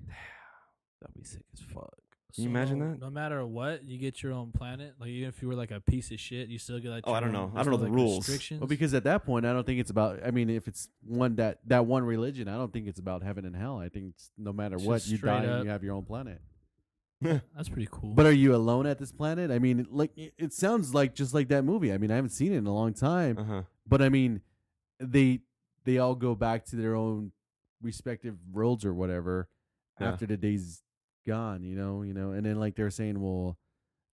D: That'd be sick as fuck.
A: Can you imagine that?
C: No matter what, you get your own planet. Like even if you were like a piece of shit, you still get like.
A: Oh, I
C: your
A: don't know.
C: own-
A: I
C: there's
A: don't
C: no,
A: know the
C: like,
A: rules.
C: restrictions.
B: Well, because at that point, I don't think it's about. I mean, if it's one that that one religion, I don't think it's about heaven and hell. I think it's no matter
C: It's
B: what,
C: just
B: you
C: straight
B: die
C: up.
B: and you have your own planet.
C: that's pretty cool.
B: But are you alone at this planet? I mean, like it it sounds like just like that movie. I mean, I haven't seen it in a long time,
D: Uh-huh.
A: Uh huh.
B: but I mean, they they all go back to their own respective worlds or whatever
A: Yeah.
B: after the day's gone. You know, you know, and then like they're saying, well,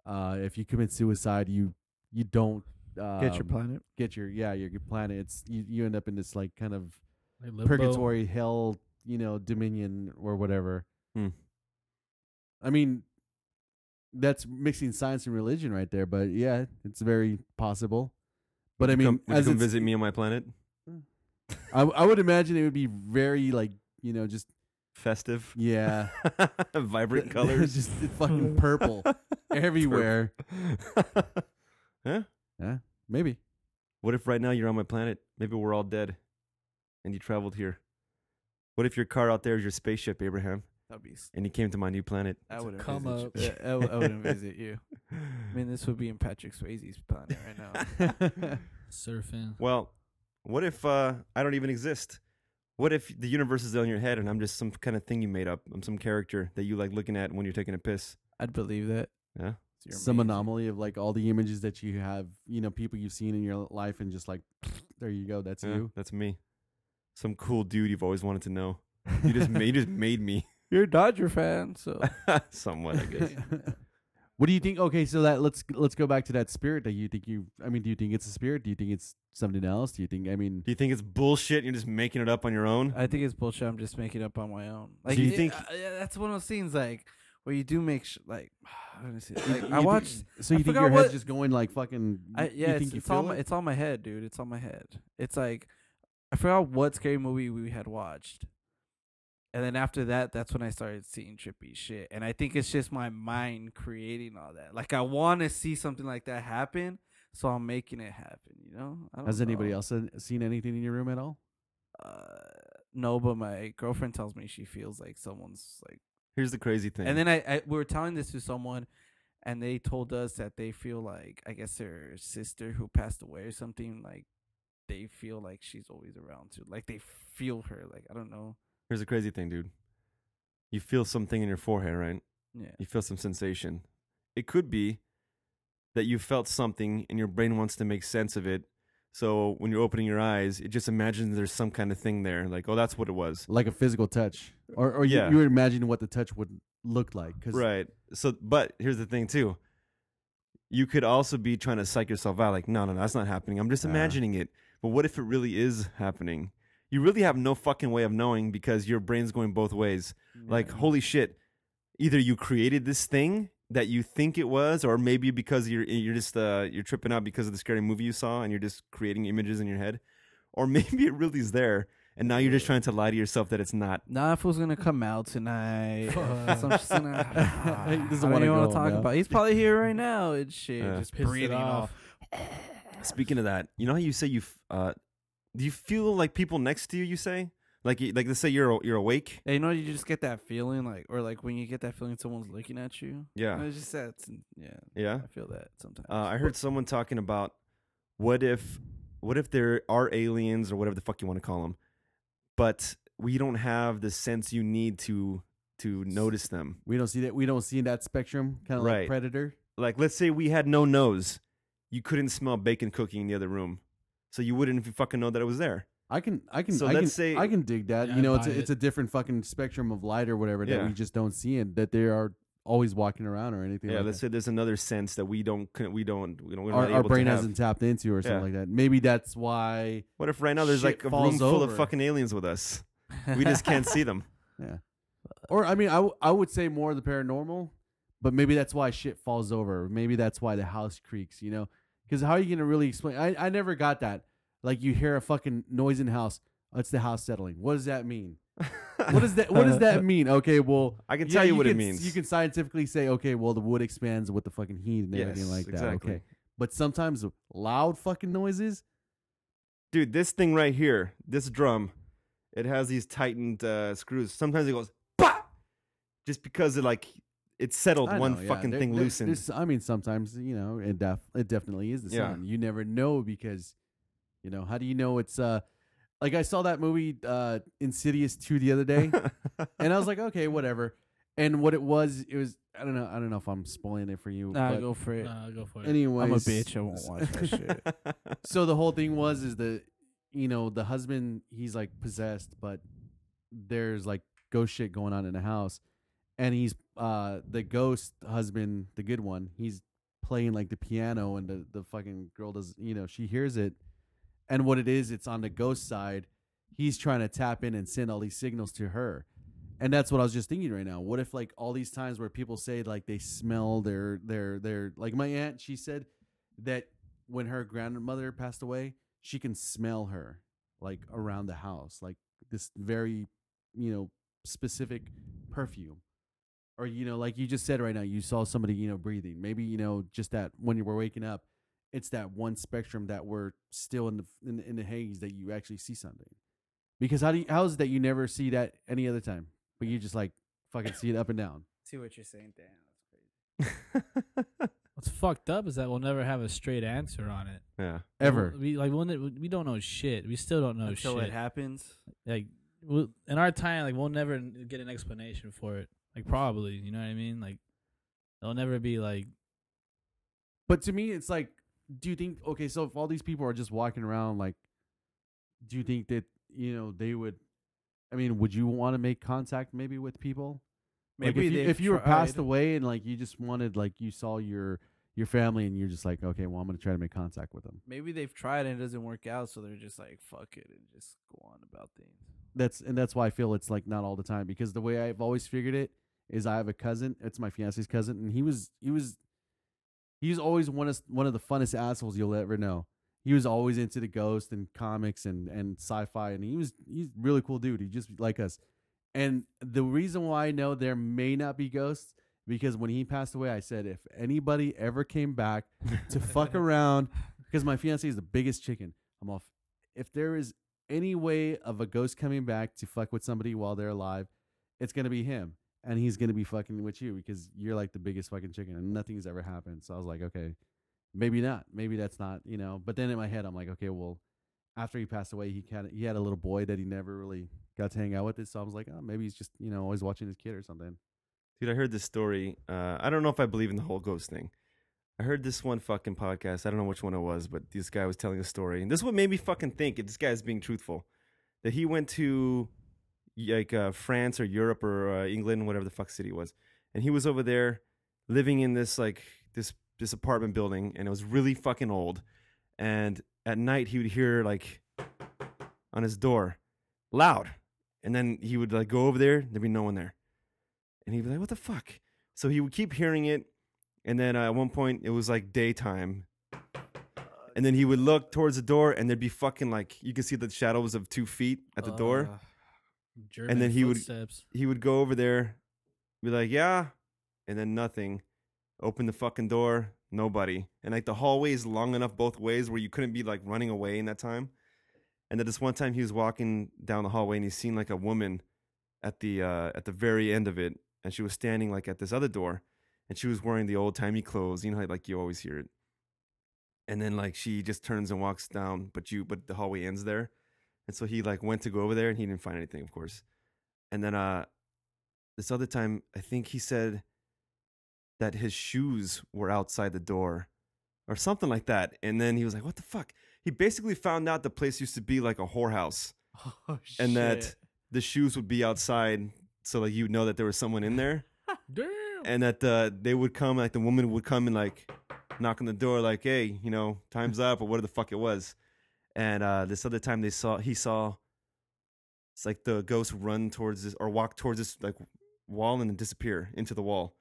B: uh, if you commit suicide, you you don't. Um,
D: Get your planet.
B: get your yeah your your planet it's you, you end up in this like kind of
C: Like, limbo.
B: purgatory hell you know dominion or whatever
A: Hmm.
B: i mean that's mixing science and religion right there but yeah it's very possible but i mean
A: come, would you
B: as
A: come
B: it's-
A: visit me on my planet?
B: I, I would imagine it would be very like you know just
A: Festive,
B: yeah
A: vibrant
B: Th-
A: colors.
B: just fucking purple everywhere
A: huh?
B: maybe
A: What if right now you're on my planet? Maybe we're all dead, and you traveled here. What if your car out there is your spaceship, Abraham,
D: That'd be. s-
A: and you came to my new planet?
D: I would
C: come
D: visit you.
A: up.
D: Yeah, I, w- I wouldn't visit you. I mean, this would be in Patrick Swayze's planet right now.
C: surfing.
A: Well, what if uh, I don't even exist? What if the universe is on your head and I'm just some kind of thing you made up? I'm some character that you like looking at when you're taking a piss.
D: I'd believe that.
A: Yeah.
D: You're
B: some
D: amazing.
B: anomaly of like all the images that you have, you know, people you've seen in your life, and just like, there you go, that's
A: Yeah,
B: you.
A: That's me. Some cool dude you've always wanted to know. You just made, you just made me
D: You're a Dodger fan, so
A: somewhat, I guess.
B: what do you think? Okay, so that let's let's go back to that spirit that you think you. I mean, do you think it's a spirit? Do you think it's something else? Do you think? I mean,
A: Do you think it's bullshit? and You're just making it up on your own?
D: I think it's bullshit. I'm just making it up on my own. Like,
A: you
D: it-
A: think-
D: uh, yeah, that's one of those things. Like, Well, you do make sh- like how do I say it? like
B: You
D: I
B: thi-
D: watched.
B: So
D: I
B: you think
D: forgot
B: your head's
D: what-
B: just going like fucking?
D: I, yeah,
B: you
D: it's,
B: think you
D: it's all
B: feel
D: my,
B: it?
D: it's on my head, dude. It's on my head. It's like I forgot what scary movie we had watched, and then after that, that's when I started seeing trippy shit. And I think it's just my mind creating all that. Like I want to see something like that happen, so I'm making it happen. You know? I don't
B: Has anybody
D: know.
B: else seen- seen anything in your room at all?
D: Uh, no, but my girlfriend tells me she feels like someone's like.
A: Here's the crazy thing.
D: And then I, I we were telling this to someone, and they told us that they feel like I guess their sister who passed away or something like they feel like she's always around too. Like they feel her. Like I don't know.
A: Here's the crazy thing, dude. You feel something in your forehead, right?
D: Yeah.
A: You feel some sensation. It could be that you felt something and your brain wants to make sense of it. So when you're opening your eyes, it just imagines there's some kind of thing there. Like, oh, that's what it was.
B: Like a physical touch, or or
A: Yeah.
B: you, you were imagining what the touch would look like? Cause
A: Right. So, but here's the thing, too. You could also be trying to psych yourself out, like, no, no, no, that's not happening. I'm just
B: Yeah.
A: imagining it. But what if it really is happening? You really have no fucking way of knowing because your brain's going both ways. Like, holy shit, either you created this thing that you think it was, or maybe because you're you're just uh, you're tripping out because of the scary movie you saw, and you're just creating images in your head, or maybe it really is there, and now you're just trying to lie to yourself that it's not.
D: Nah, if it was gonna come out tonight. Uh, some shit's gonna,
B: He doesn't
D: I don't
B: wanna
D: even wanna
B: go,
D: talk
B: bro.
D: about. He's probably here right now. It's shit,
A: Yeah.
D: just
C: Pissed it
D: breathing off.
A: Speaking of that, you know how you say you f- uh, do you feel like people next to you? You say like you, like let's say you're you're awake.
D: Yeah, you know, you just get that feeling, like, or like when you get that feeling, someone's looking at you.
A: Yeah.
D: It's just that. it's- Yeah,
A: Yeah.
D: I feel that sometimes.
A: Uh, I heard someone talking about what if what if there are aliens or whatever the fuck you want to call them, but we don't have the sense you need to to notice them.
B: we don't see that. We don't see that spectrum, kind of
A: Right.
B: like predator.
A: like let's say we had no nose, you couldn't smell bacon cooking in the other room, so you wouldn't even fucking know that it was there.
B: I can, I can,
A: So
B: I
A: let's
B: can,
A: say-
B: I can dig that.
C: Yeah,
B: you know,
C: I
B: it's a,
C: buy
B: it's
C: it.
B: a different fucking spectrum of light or whatever that
A: Yeah.
B: we just don't see, and that they are always walking around or anything.
A: Yeah,
B: like
A: let's
B: that.
A: say there's another sense that we don't couldn't- we don't we don't we're
B: our,
A: not
B: our
A: able
B: brain
A: to have.
B: hasn't tapped into or something
A: Yeah.
B: like that. Maybe that's why.
A: What if right now there's like
B: Shit
A: a room
B: falls
A: full of
B: over.
A: fucking aliens with us? We just can't see them.
B: Or I mean, I, w- I would say more of the paranormal, but maybe that's why shit falls over. Maybe that's why the house creaks. You know, because how are you gonna really explain? I I never got that. Like you hear a fucking noise in the house. Oh, It's the house settling. What does that mean? what does that What does that mean? Okay, well,
A: I can tell you what it
B: can-
A: means.
B: You can scientifically say, okay, well, the wood expands with the fucking heat and everything
A: Yes,
B: like that.
A: exactly.
B: Okay, but sometimes loud fucking noises.
A: Dude, this thing right here, this drum, it has these tightened uh, screws. Sometimes it goes bah! just because it like it settled
B: I
A: one
B: know, yeah.
A: fucking
B: There-
A: thing
B: there-
A: loosened.
B: there's- I mean, sometimes you know, it def- it definitely is the
A: Yeah.
B: sound. You never know because, you know, how do you know it's uh, like I saw that movie uh, Insidious two the other day, and I was like, okay, whatever. And what it was, it was I don't know, I don't know if I'm spoiling it for you.
D: Nah,
B: but
D: go for it.
C: Nah, go for it.
B: anyways,
D: I'm a bitch. I won't watch that shit.
B: so the whole thing was is the you know the husband he's like possessed but there's like ghost shit going on in the house and he's uh the ghost husband the good one he's playing like the piano and the, the fucking girl does you know she hears it and what it is it's on the ghost side he's trying to tap in and send all these signals to her and that's what i was just thinking right now what if like all these times where people say like they smell their their their like my aunt she said that when her grandmother passed away she can smell her like around the house like this very you know specific perfume or you know like you just said right now you saw somebody you know breathing maybe you know just that when you were waking up it's that one spectrum that we're still in the in, the- in the haze that you actually see something because how do you, how is it that you never see that any other time but you just like fucking see it up and down
D: See what you're saying, Dan.
C: What's fucked up is that we'll never have a straight answer on it.
A: yeah.
B: ever
C: We like we'll, ne- we don't know shit. We still don't know
D: Until
C: shit.
D: it happens.
C: like we'll, in our time, like we'll never n- get an explanation for it. Like probably, you know what I mean? Like there'll never be like
B: But to me, it's like, do you think okay? So if all these people are just walking around, like, do you think that you know they would? I mean, would you want to make contact maybe with people? Like,
D: Maybe
B: if you,
D: they've
B: if you were
D: tried.
B: passed away and like you just wanted, like you saw your your family and you're just like, okay, well, I'm gonna try to make contact with them.
D: Maybe they've tried and it doesn't work out, so they're just like, fuck it, and just go on about things.
B: That's and that's why I feel it's like not all the time because the way I've always figured it is I have a cousin. It's my fiance's cousin, and he was he was he was always one of one of the funnest assholes you'll ever know. He was always into the ghost and comics and and sci-fi, and he was he's a really cool dude. He just like us. And the reason why I know there may not be ghosts because when he passed away, I said if anybody ever came back to fuck around, because my fiance is the biggest chicken. I'm off. If there is any way of a ghost coming back to fuck with somebody while they're alive, it's gonna be him, and he's gonna be fucking with you because you're like the biggest fucking chicken, and nothing's ever happened. So I was like, okay, maybe not, maybe that's not, you know. But then in my head, I'm like, okay, well, after he passed away, he kind of he had a little boy that he never really got to hang out with. It, so I was like, oh, maybe he's just you know always watching his kid or something.
A: Dude, I heard this story. Uh, I don't know if I believe in the whole ghost thing. I heard this one fucking podcast. I don't know which one it was, but this guy was telling a story. And this is what made me fucking think if this guy is being truthful that he went to like uh, France or Europe or uh, England, whatever the fuck city it was. And he was over there living in this like this this apartment building and it was really fucking old. And at night he would hear like on his door loud. And then he would like go over there, there'd be no one there. And he'd be like, what the fuck? So he would keep hearing it. And then uh, at one point, it was like daytime. And then he would look towards the door, and there'd be fucking like, you could see the shadows of two feet at the door.
C: German
A: then he would-
C: footsteps.
A: He would go over there, be like, yeah. And then nothing. Open the fucking door, nobody. And like the hallway is long enough both ways where you couldn't be like running away in that time. And then this one time he was walking down the hallway and he seen like a woman at the uh, at the very end of it, and she was standing like at this other door, and she was wearing the old timey clothes, you know, like you always hear it. And then like she just turns and walks down, but you but the hallway ends there, and so he like went to go over there and he didn't find anything, of course. And then uh, this other time I think he said that his shoes were outside the door, or something like that. And then he was like, "What the fuck." He basically found out the place used to be like a whorehouse,
D: Oh, shit.
A: and that the shoes would be outside so like you would know that there was someone in there
C: Damn.
A: and that uh, they would come like the woman would come and like knock on the door like hey you know time's up or whatever the fuck it was and uh, this other time they saw he saw it's like the ghost run towards this or walk towards this like wall and then disappear into the wall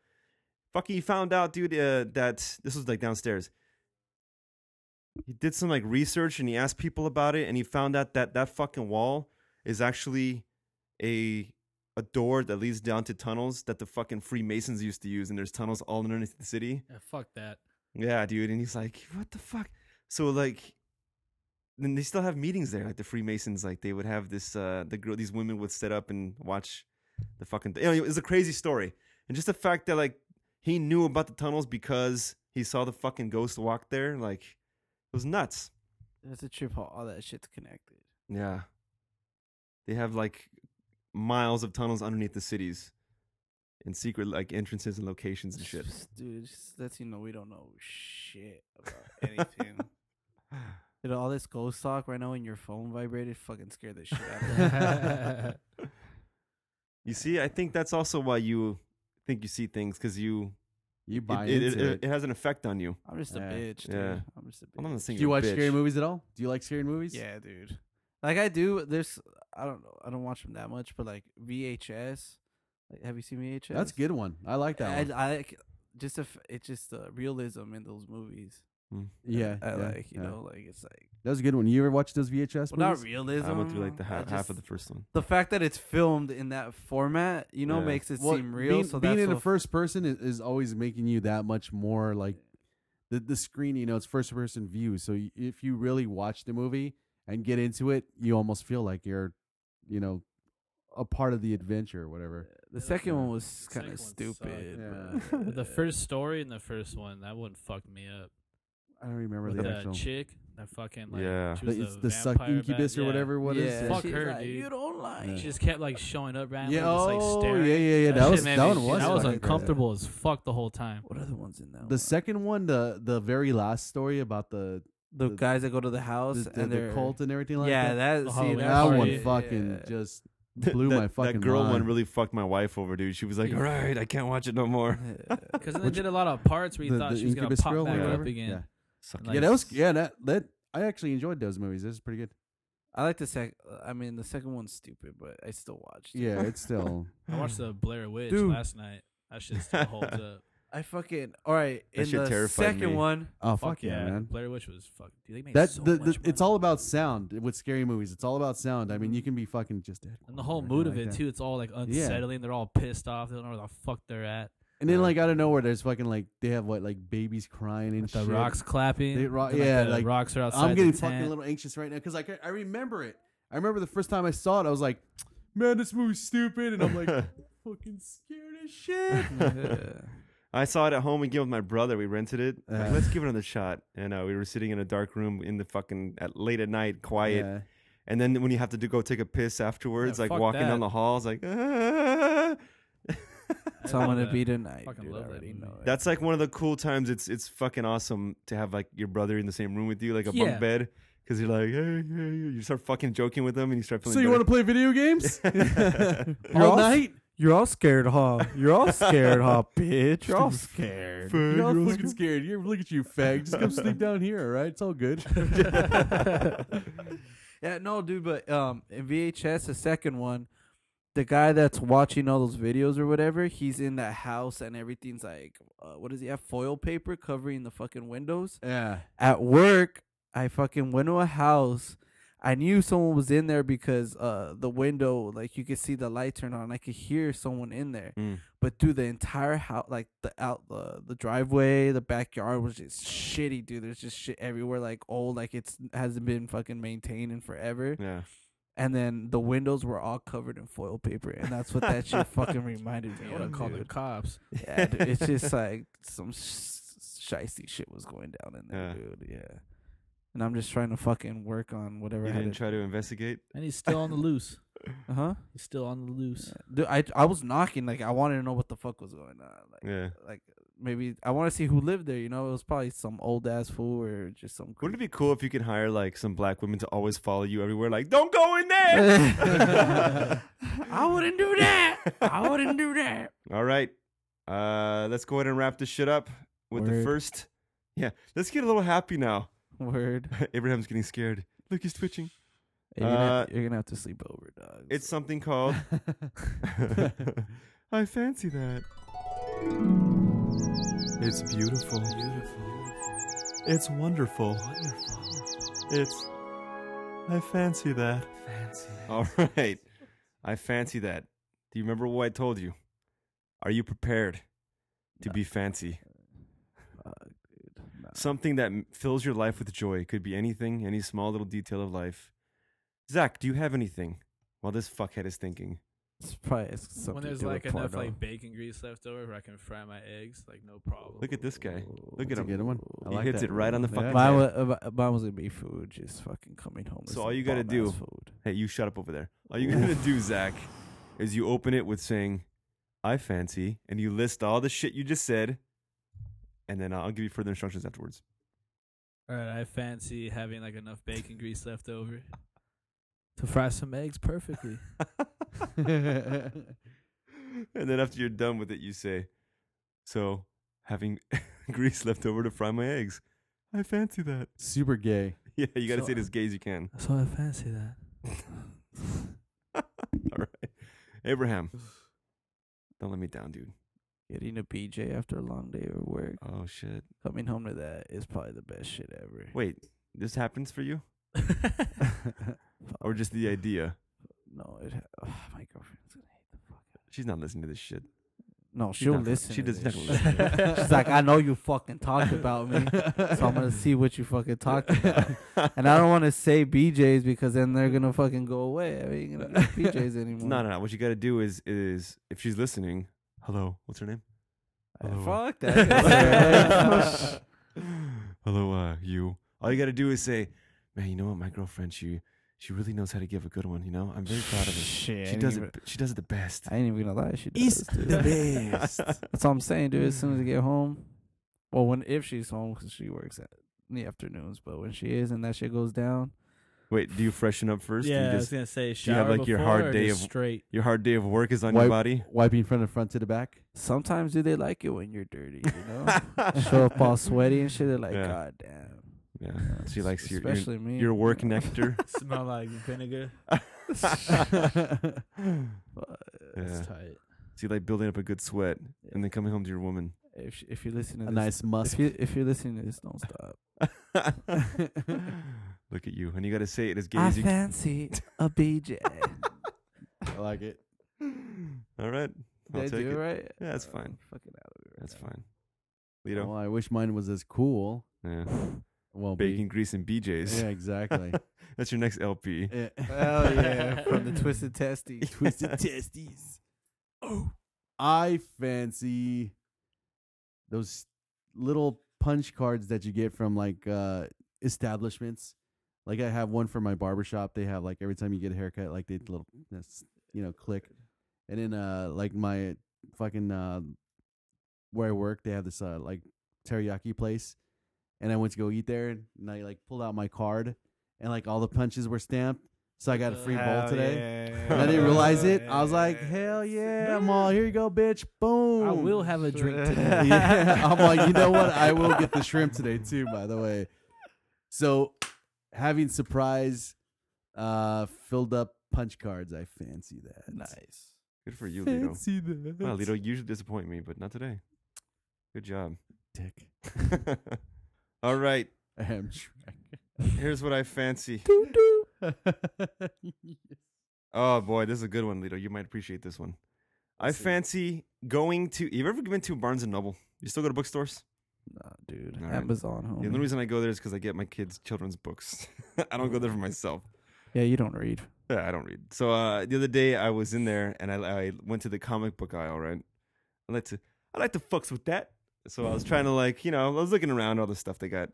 A: fucking he found out dude uh, that this was like downstairs he did some like research and he asked people about it and he found out that that fucking wall is actually a a door that leads down to tunnels that the fucking Freemasons used to use, and there's tunnels all underneath the city.
C: Yeah, fuck that.
A: Yeah, dude. And he's like, what the fuck? So like, then they still have meetings there. Like the Freemasons, like they would have this. Uh, the girl, these women would sit up and watch the fucking. You know, it was a crazy story, and just the fact that like he knew about the tunnels because he saw the fucking ghost walk there. Like it was nuts.
D: That's a trip. How all that shit's connected.
A: Yeah, they have like miles of tunnels underneath the cities, and secret like entrances and locations and shit.
D: dude. Just lets you know we don't know shit about anything. Dude, all this ghost talk right now, and your phone vibrated, fucking scared the shit out of me.
A: You see, I think that's also why you think you see things because you
B: You buy
A: it, it, it,
B: into it.
A: it has an effect on you.
D: I'm just a
B: Yeah.
D: bitch, dude.
A: Yeah.
D: I'm just a bitch.
A: I'm not saying
B: Do you
A: you're a
B: watch
A: bitch.
B: scary movies at all? Do you like scary movies?
D: Yeah, dude. Like I do. There's I don't know. I don't watch them that much, but like VHS. Like, have you seen VHS?
B: that's a good one. I like that
D: I,
B: one.
D: I like just the f it's just the realism in those movies.
A: Mm.
B: yeah,
D: I
B: yeah,
D: like you
B: yeah.
D: know like it's like
B: that was a good one. You ever watch those VHS movies?
D: well, not realism.
A: I went through like the
D: I
A: half, half of the
D: just-
A: first one.
D: the fact that it's filmed in that format, you know,
A: Yeah.
D: makes it
B: Well,
D: seem real.
B: Being,
D: so
B: being
D: that's
B: in
D: what-
B: the first person is, is always making you that much more like the the screen. You know, it's first person view. So y- if you really watch the movie and get into it, you almost feel like you're, you know, a part of the adventure or whatever.
D: the second one was
C: The
D: kind of
C: second one sucked.
D: stupid.
B: Yeah.
D: bro.
C: But the first story in the first one that one fucked me up.
B: I don't remember
C: With
B: the
C: that
B: actual.
C: chick, that fucking like,
A: Yeah.
C: she
B: the,
C: was
B: it's
C: a
B: the suck
C: vampire
B: incubus
C: bat-
B: or
C: yeah.
B: whatever. What is
D: Yeah.
B: it?
C: Fuck
D: She's
C: her,
D: like,
C: dude.
D: You don't like.
C: She
D: it."
C: just kept like showing up randomly,
B: Yeah.
C: just like
B: Oh,
C: staring.
B: yeah, yeah, yeah. That
C: shit
B: was-
C: made
B: that
C: me-
B: one was
C: that was
B: fucking
C: uncomfortable as fuck the whole time.
D: What are the ones in that?
B: The
D: one?
B: second one, the the very last story about the
D: the
B: the-
D: guys that go to the
B: the,
D: house
B: the,
D: and
B: the
D: they're
B: cult and everything like
D: yeah, that,
B: that.
C: The
D: see,
C: Halloween
B: that
D: that
B: one
C: party.
B: fucking
D: yeah.
B: just blew
A: that,
B: my fucking
A: That girl
B: mind.
A: one really fucked my wife over, dude. She was like,
C: Yeah.
A: "All right, I can't watch it no more."
C: Because then they
B: Which-
C: did a lot of parts where you
B: the,
C: thought
B: the
C: she was gonna
B: incubus
C: pop
B: girl or
C: back up
B: whatever.
C: again.
B: Yeah.
A: Suck
C: Like-
B: yeah, that was yeah that that I actually enjoyed those movies. This is pretty good.
D: I like the sec. I mean, the second one's stupid, but I still watched. it.
B: Yeah, it's still.
C: I watched the Blair Witch
D: Dude.
C: last night. That shit still holds up.
D: I fucking all right.
A: That
D: in
A: shit
D: the
A: terrified
D: second
A: me.
D: one,
B: Oh fuck, yeah, man.
C: Blair Witch was fucking. Dude, they made
B: That
C: so
B: the,
C: much
B: the it's
C: money.
B: all about sound with scary movies. It's all about sound. I mean, you can be fucking just dead.
C: and the whole
B: quiet
C: mood of
B: like
C: it
B: that.
C: too. It's all like unsettling. They're all pissed off. They don't know where the fuck they're at.
B: And then like out of nowhere, there's fucking like they have what like babies crying and
C: With the
B: shit.
C: rocks clapping.
B: They ro-
C: and,
B: yeah,
C: the
B: like,
C: rocks are outside.
B: I'm getting
C: the
B: fucking
C: tent.
B: a little anxious right now because like I, I remember it. I remember the first time I saw it, I was like, "Man, this movie's stupid," and I'm like, "Fucking scared as shit."
A: I saw it at home again with my brother. We rented it. Like,
B: Uh.
A: Let's give it another shot. And uh, we were sitting in a dark room in the fucking at late at night, quiet.
B: Yeah.
A: And then when you have to do, go take a piss afterwards,
C: Yeah,
A: like
C: fuck
A: walking
C: that.
A: down the halls, like "Ah."
C: I
D: it's I'm
C: love
D: gonna
C: that.
D: be tonight.
C: Fucking
D: dude, I
C: love that
D: already
C: movie.
D: know it.
A: that's like one of the cool times. It's it's fucking awesome to have like your brother in the same room with you, like a
C: Yeah.
A: bunk bed, because you're like, hey, hey, hey," you start fucking joking with them, and you start feeling.
B: So you want to play video games all
D: off?
B: night?
D: You're all scared, huh? You're all scared, huh, bitch? You're all scared.
B: You're all
A: to?
B: fucking scared. You look at you, fag. Just come sleep down here, all right? It's all good.
D: yeah, no, dude, but um, in VHS, the second one, the guy that's watching all those videos or whatever, he's in that house and everything's like, uh, what does he have? Foil paper covering the fucking windows.
B: yeah.
D: At work, I fucking went to a house. I knew someone was in there because uh, the window, like you could see the light turn on. I could hear someone in there.
A: Mm.
D: But dude, the entire house, like the out the the driveway, the backyard was just shitty, dude. There's just shit everywhere, like old, like it's hasn't been fucking maintained in forever.
A: Yeah.
D: And then the windows were all covered in foil paper, and that's what that shit fucking reminded me
C: I would have
D: of.
C: called the
D: Dude.
C: cops.
D: Yeah, dude, it's just like some sh- shicey shit was going down in there,
A: Yeah.
D: dude. Yeah. And I'm just trying to fucking work on whatever
A: You
D: I
A: didn't
D: had.
A: try to investigate.
C: And he's still on the loose.
D: Uh huh.
C: He's still on the loose.
D: Dude, I I was knocking, like I wanted to know what the fuck was going on. Like,
A: Yeah.
D: like maybe I want to see who lived there. You know, it was probably some old ass fool or just some.
A: Wouldn't it
D: creep.
A: be cool if you could hire like some black women to always follow you everywhere? Like, don't go in there.
D: I wouldn't do that. I wouldn't do that.
A: All right, uh, let's go ahead and wrap this shit up with the
D: Word.
A: first. Yeah, let's get a little happy now.
D: Word.
A: Abraham's getting scared. Look, he's twitching.
D: Hey, You're, gonna,
A: Uh,
D: you're gonna have to sleep over, dog.
A: It's something called. I fancy that.
E: It's beautiful. It's wonderful. It's. I fancy that.
A: All right. I fancy that. Do you remember what I told you? Are you prepared to be fancy?
D: Fuck, dude. Nah.
A: Something that m- fills your life with joy. It could be anything, any small little detail of life. Zach, do you have anything? While this fuckhead is thinking.
D: It's probably it's something
C: When there's
D: to do
C: like
D: with
C: enough
D: porno.
C: like bacon grease left over, where I can fry my eggs, like no problem.
A: Look at this guy. Look at
B: That's a
A: him.
B: good one. I
A: He
B: like
A: hits
B: that.
A: it right on the
B: Yeah.
A: fucking
D: Mine,
A: head.
D: was, uh, mine was gonna be food, just fucking coming home. with
A: So all
D: some
A: you gotta do-
D: bomb-ass food.
A: Hey, you shut up over there. All you're going to do, Zach, is you open it with saying, I fancy, and you list all the shit you just said, and then I'll give you further instructions afterwards.
C: All right, I fancy having like enough bacon grease left over to fry some eggs perfectly.
A: and then after you're done with it, you say, "So, having grease left over to fry my eggs, I fancy that."
B: Super gay.
A: Yeah, you got to
C: So-
A: say it as gay as you can.
C: so I fancy that.
A: All right, Abraham, don't let me down, dude.
D: Getting a BJ after a long day of work,
A: Oh shit!
D: coming home to that is probably the best shit ever.
A: Wait, this happens for you, or just the idea?
D: No, it. Oh, my girlfriend's gonna hate the fuck. out-
A: She's not listening to this shit.
D: No,
A: She's
D: she'll
A: not gonna-
D: listen.
A: she
D: to
A: does not
D: this shit. She's like, I know you fucking talked about me, so I'm gonna see what you fucking talked about. And I don't want to say BJ's because then they're gonna fucking go away. I mean, you know, no BJ's anymore.
A: No, no, no. What you got to do is, is if she's listening, hello, what's her name?
D: Uh,
A: Hello.
D: Fuck that.
A: Hello, uh, you. All you gotta do is say, "Man, you know what? My girlfriend, she she really knows how to give a good one. You know, I'm very proud of her.
D: Shit, I
A: She
D: ain't
A: does
D: even-
A: it. She does it the best."
D: I ain't even gonna lie. She does. Dude.
A: best.
D: That's all I'm saying, dude. As soon
A: Mm.
D: as I get home, well, when if she's home, 'cause she works at, in the afternoons, but when she is and that shit goes down,
A: Wait, do you freshen up first? Do
C: yeah,
A: you
C: I was
A: just,
C: gonna say
A: you
C: shower
A: have, like, your
C: before
A: hard
C: or
A: day
C: just
A: of-
C: straight.
A: your hard day of work is on
B: Wipe-
A: your body.
B: Wiping from the front to the back.
D: sometimes do they like it when you're dirty, you know? Show up all sweaty and shit. They're like,
A: Yeah.
D: God damn.
A: Yeah, she likes your your,
D: especially me.
A: your work nectar.
C: Smell like vinegar.
A: Yeah.
C: That's tight.
A: So you like building up a good sweat and then coming home to your woman.
D: if sh- if you listen to
B: a
D: this,
B: nice
D: if
B: musk.
D: you if you're listening to this, don't stop.
A: Look at you, and you got to say it as gay
D: I
A: as you. can.
D: fancy a BJ.
B: I like it.
A: All right, I'll
D: Did I
A: take
D: do
A: it.
D: it right?
A: Yeah, that's
D: Uh,
A: fine.
D: I'm fucking out of it. Right
A: That's
D: now.
A: fine. Lito,
D: Oh,
B: Well, I wish mine was as cool.
A: yeah.
B: Well,
A: bacon grease and BJ's.
B: Yeah, exactly.
A: That's your next LP.
B: Eh.
D: Hell yeah, from the twisted testy.
B: Twisted testes. Oh, I fancy those little punch cards that you get from like uh establishments. Like I have one for my barbershop. They have like every time you get a haircut, like
D: Mm.
B: they little that's, you know click, and then uh like my fucking uh where I work, they have this uh like teriyaki place, and I went to go eat there, and I like pulled out my card, and like all the punches were stamped, so I got a free bowl today. And I didn't realize it. I was like, hell yeah, I'm all here you go, bitch. Boom.
C: I will have a drink today.
B: yeah. I'm like, you know what? I will get the shrimp today too, by the way. So having surprise uh filled up punch cards, I fancy that.
D: Nice.
A: Good for you, Lito.
B: Fancy that.
A: Wow, Lito, you usually disappoint me, but not today. Good job.
B: Dick.
A: All right,
B: I am
A: here's what I fancy.
B: Shrek.
A: Oh boy, this is a good one, Lito. You might appreciate this one. I fancy going to. You ever been to Barnes and Noble? You still go to bookstores?
D: Nah, dude.
A: All right.
D: Amazon home.
A: The only reason I go there is because I get my kids children's books. I don't go there for myself.
D: yeah, you don't read.
A: Yeah, I don't read. So uh, the other day I was in there and I, I went to the comic book aisle, right? I like to I like to fucks with that. So I was trying to like, you know, I was looking around all the stuff they got.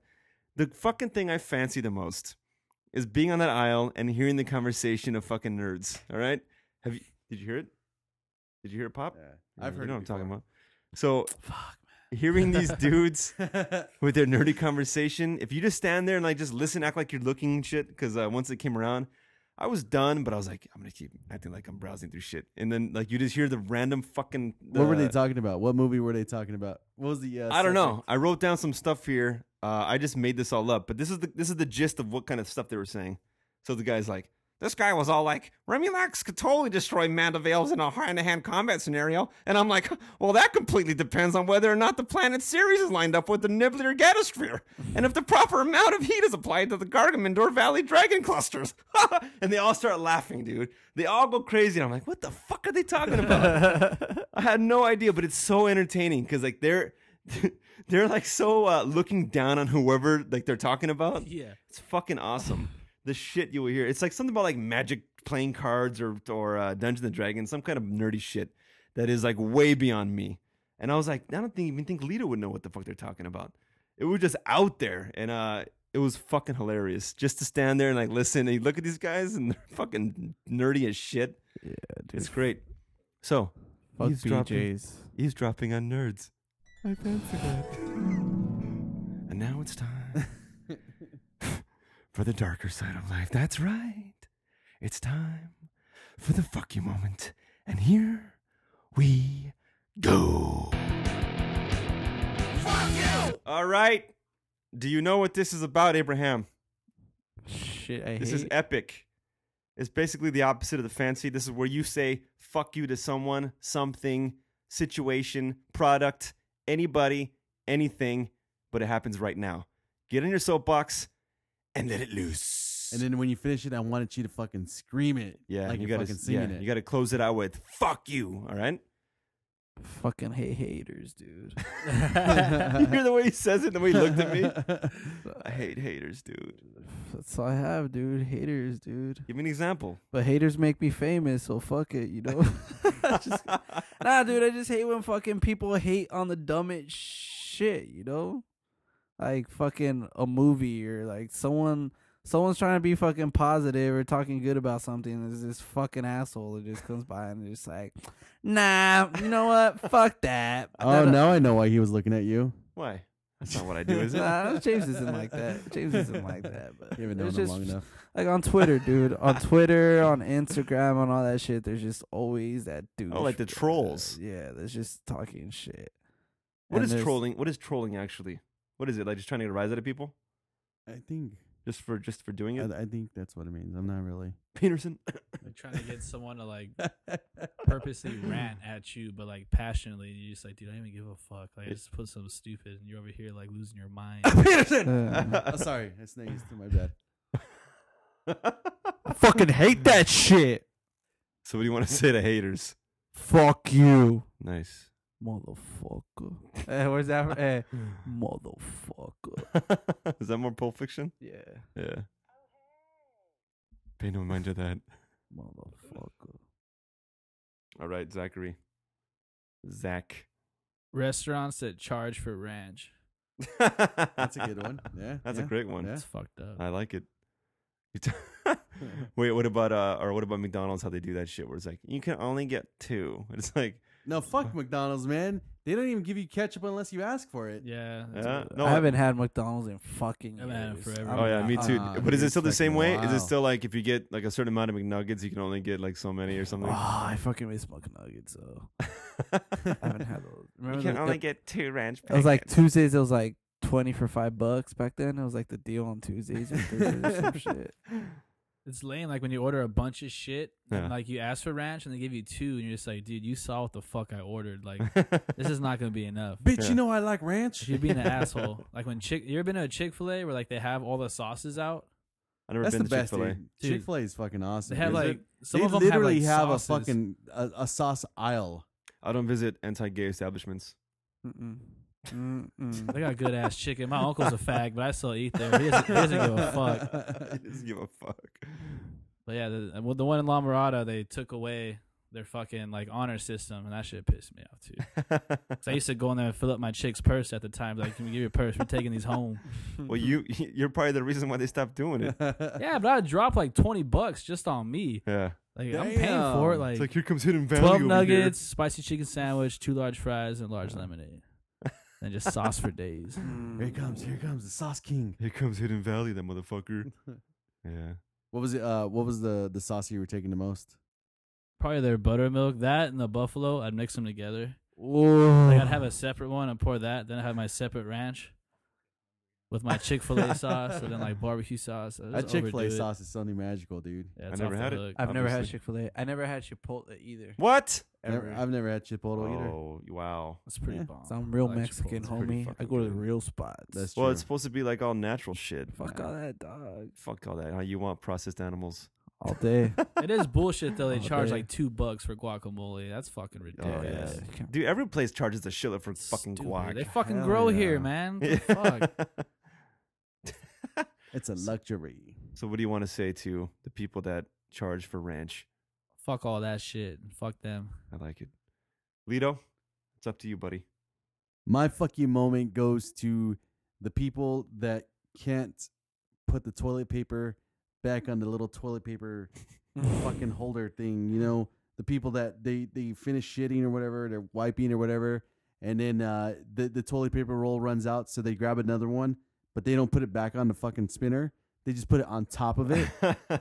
A: The fucking thing I fancy the most is being on that aisle and hearing the conversation of fucking nerds. All right? Have you did you hear it? Did you hear it pop?
B: I've
A: you
B: heard
A: know
B: it
A: what I'm talking
B: before.
A: about. So hearing these dudes with their nerdy conversation. If you just stand there and like just listen, act like you're looking and shit, because uh, once it came around, I was done, but I was like, I'm gonna keep acting like I'm browsing through shit, and then like you just hear the random fucking.
B: What were they
A: uh,
B: talking about? What movie were they talking about? What was the uh,
A: I don't
B: subject?
A: know. I wrote down some stuff here. Uh, I just made this all up, but this is the this is the gist of what kind of stuff they were saying. So the guy's like, "This guy was all like, Remulax could totally destroy Mandevales in a hand-to-hand combat scenario," and I'm like, "Well, that completely depends on whether or not the planet Ceres is lined up with the Nibbler Gatosphere, and if the proper amount of heat is applied to the Gargamindor Valley Dragon clusters." and they all start laughing, dude. They all go crazy, and I'm like, "What the fuck are they talking about?" I had no idea, but it's so entertaining because like they're they're like so uh, looking down on whoever like they're talking about.
C: Yeah.
A: It's fucking awesome. the shit you will hear. It's like something about like magic playing cards or or uh, Dungeons and Dragons, some kind of nerdy shit that is like way beyond me. And I was like, I don't think, even think Lita would know what the fuck they're talking about. It was just out there, and uh, it was fucking hilarious just to stand there and like listen and you look at these guys and they're fucking nerdy as shit.
D: Yeah, dude.
A: It's great. So
D: Fuck
A: he's dropping-
D: BJs.
A: eavesdropping on nerds. I fancy that. And now it's time for the darker side of life. That's right. It's time for the fuck you moment. And here we go. Fuck you! All right. Do you know what this is about, Abraham?
D: Shit, I
A: This
D: hate.
A: is epic. It's basically the opposite of the fancy. This is where you say fuck you to someone, something, situation, product, anybody, anything, but it happens right now. Get in your soapbox and let it loose.
B: And then when you finish it, I wanted you to fucking scream it.
A: yeah,
B: like
A: you
B: you are
A: gotta,
B: fucking singing
A: yeah,
B: it.
A: You got to close it out with fuck you, all right?
D: fucking hate haters, dude.
A: you hear the way he says it, the way he looked at me? I hate haters, dude.
D: That's all I have, dude. Haters, dude.
A: Give me an example.
D: But haters make me famous, so fuck it, you know. Just- nah, dude, I just hate when fucking people hate on the dumbest shit, you know? Like fucking a movie or like someone someone's trying to be fucking positive or talking good about something and there's this fucking asshole that just comes by and just like, nah, you know what? fuck that.
B: Oh,
D: Nah,
B: now I know why he was looking at you.
A: Why? That's not what I do, is it?
D: Nah, James isn't like that. James isn't like that. But
B: You haven't known
D: there's
B: him
D: just-
B: long enough.
D: Like on Twitter, dude. on Twitter, on Instagram, on all that shit. There's just always that dude.
A: Oh, like the trolls.
D: Yeah, that's just talking shit.
A: What
D: And
A: is
D: there's-
A: trolling? What is trolling actually? What is it? Like just trying to get a rise out of people?
B: I think.
A: Just for just for doing it,
B: I, I think that's what it means. I'm not really.
A: Peterson.
C: Like trying to get someone to like purposely rant at you, but like passionately, and you're just like, dude, I don't even give a fuck. Like, I just put something stupid, and you're over here like losing your mind.
D: Uh,
B: oh, sorry, I sneezed. My bad.
D: I fucking hate that shit.
A: so what do you want to say to haters?
D: Fuck you,
A: Nice.
D: motherfucker. Eh, where's that? From? Eh, motherfucker.
A: Is that more Pulp Fiction?
D: Yeah,
A: Yeah. Pay no mind to that.
D: motherfucker.
A: All right, Zachary. Zach.
C: Restaurants that charge for ranch.
A: That's
B: That's a good one. Yeah,
A: That's
B: yeah.
A: a great one.
B: Yeah.
C: It's fucked up.
A: I like it. You t- Wait, what about uh, or what about McDonald's? How they do that shit? Where it's like you can only get two. It's like
B: No, fuck McDonald's, man. They don't even give you ketchup unless you ask for it.
C: yeah. that's
A: uh,
C: what-
A: no.
D: I haven't had McDonald's in fucking
C: I haven't had it
D: years.
C: forever.
D: I'm
A: Oh yeah, me
D: not-
A: too.
B: Ah,
A: but is
B: dude,
A: it still the
B: it's
A: same
B: like,
A: way? Is
B: wow.
A: it still like if you get like a certain amount of McNuggets, you can only get like so many or something?
D: Ah, I fucking miss McNuggets though. I haven't had those. Remember
A: you can
D: the-
A: only
D: it,
A: get two ranch.
D: it was like
A: packets.
D: Tuesdays. It was like twenty for five bucks back then. It was like the deal on Tuesdays or Thursdays or some shit.
C: It's lame. Like when you order a bunch of shit,
A: Yeah.
C: and like you ask for ranch, and they give you two, and you're just like, dude, you saw what the fuck I ordered. Like, this is not gonna be enough.
B: Bitch,
A: Yeah.
B: you know I like ranch.
C: You're being an asshole. Like when Chick, you ever been to a Chick Fil A where like they have all the sauces out?
A: I never
B: That's
A: been
B: the
A: to
B: best,
A: Chick-fil-A.
B: dude. Chick Fil A is fucking awesome.
C: They have
B: dude.
C: like some
B: they
C: of them
B: literally
C: have, like,
B: a
C: sauces.
B: fucking a, a sauce aisle.
A: I don't visit anti-gay establishments.
D: Mm-mm. Mm-mm.
C: They got good ass chicken. My uncle's a fag, but I still eat there. He doesn't, he doesn't give a fuck.
A: I just give a fuck.
C: But yeah, the, well, the one in La Mirada, they took away their fucking like honor system, and that shit pissed me off too. 'Cause I used to go in there and fill up my chick's purse at the time. Like, can we give you a purse? We're taking these home.
A: well, you you're probably the reason why they stopped doing it.
C: Yeah, but I would drop like twenty bucks just on me.
A: Yeah,
C: Like I'm paying for it.
B: Damn.
C: Like,
A: it's like here comes hidden value.
C: twelve
A: over
C: nuggets, spicy chicken sandwich, two large fries, and large lemonade, and just sauce for days.
B: Here it comes, here it comes the sauce king.
A: Here. here comes hidden value, that motherfucker. yeah,
B: What was it? Uh, what was the the sauce you were taking the most?
C: Probably their buttermilk, that and the buffalo. I'd mix them together.
B: Ooh.
C: Like I'd have a separate one and pour that. Then I have my separate ranch with my Chick Fil A sauce and then like barbecue sauce. I
B: That
C: just
B: Chick Fil A
C: overdo it.
B: sauce is something magical, dude.
C: Yeah,
A: I
C: it's
A: never
C: off the
A: had it.
C: hook.
D: I've never had
A: Obviously.
D: Chick Fil A. I never had Chipotle either.
A: what?
B: Never, I've never had Chipotle either.
A: Oh wow.
C: It's pretty
D: Yeah,
C: bomb.
D: so I'm real
C: I like
D: Mexican,
C: Chipotle.
A: pretty
D: homie. I
A: fucking
D: go to the
A: good.
D: real spots.
B: That's
A: Well, it's
B: true.
A: supposed to be like all natural shit.
D: Fuck all that, dog.
A: Fuck all that. How you want processed animals?
D: All day.
C: It is bullshit though. They
D: Oh,
C: charge
D: dude.
C: like two bucks for guacamole. That's fucking
D: Oh,
C: ridiculous.
A: Oh, yeah. Dude, every place charges a shitload for fucking
C: Stupid.
A: guac.
C: They fucking
B: Hell
C: grow
B: yeah.
C: here, man. What the fuck.
B: It's a luxury.
A: so, what do you want to say to the people that charge for ranch?
C: Fuck all that shit. Fuck them.
A: I like it. Lido, it's up to you, buddy.
B: My fuck you moment goes to the people that can't put the toilet paper back on the little toilet paper fucking holder thing. You know, the people that they they finish shitting or whatever, they're wiping or whatever, and then uh, the the toilet paper roll runs out, so they grab another one, but they don't put it back on the fucking spinner. They just put it on top of it.
A: I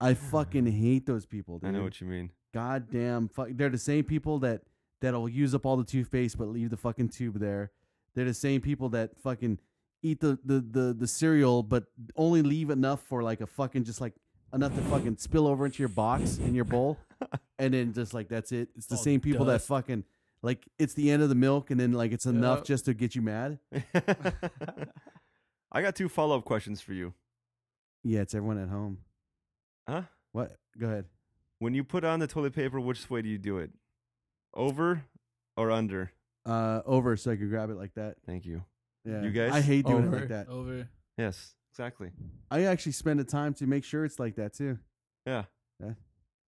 B: I fucking hate those people. Dude.
A: know what you mean.
B: goddamn fuck they're the same people that that'll use up all the toothpaste but leave the fucking tube there they're the same people that fucking eat the the the, the cereal but only leave enough for like a fucking just like enough to fucking spill over into your box in your bowl and then just like that's it it's the
A: Oh,
C: All
B: same people
C: dust.
B: that fucking like it's the end of the milk and then like it's enough
C: Yeah.
B: just to get you mad
A: I got two follow up questions for you.
B: yeah it's everyone at home
A: Huh?
B: what go ahead
A: When you put on the toilet paper, which way do you do it? Over or under?
B: uh over so i could grab it like that
A: Thank you.
B: yeah
A: You guys?
B: i hate doing
C: over,
B: it like that
C: Over.
A: Yes, exactly.
B: I actually spend the time to make sure it's like that too.
A: Yeah.
B: Yeah.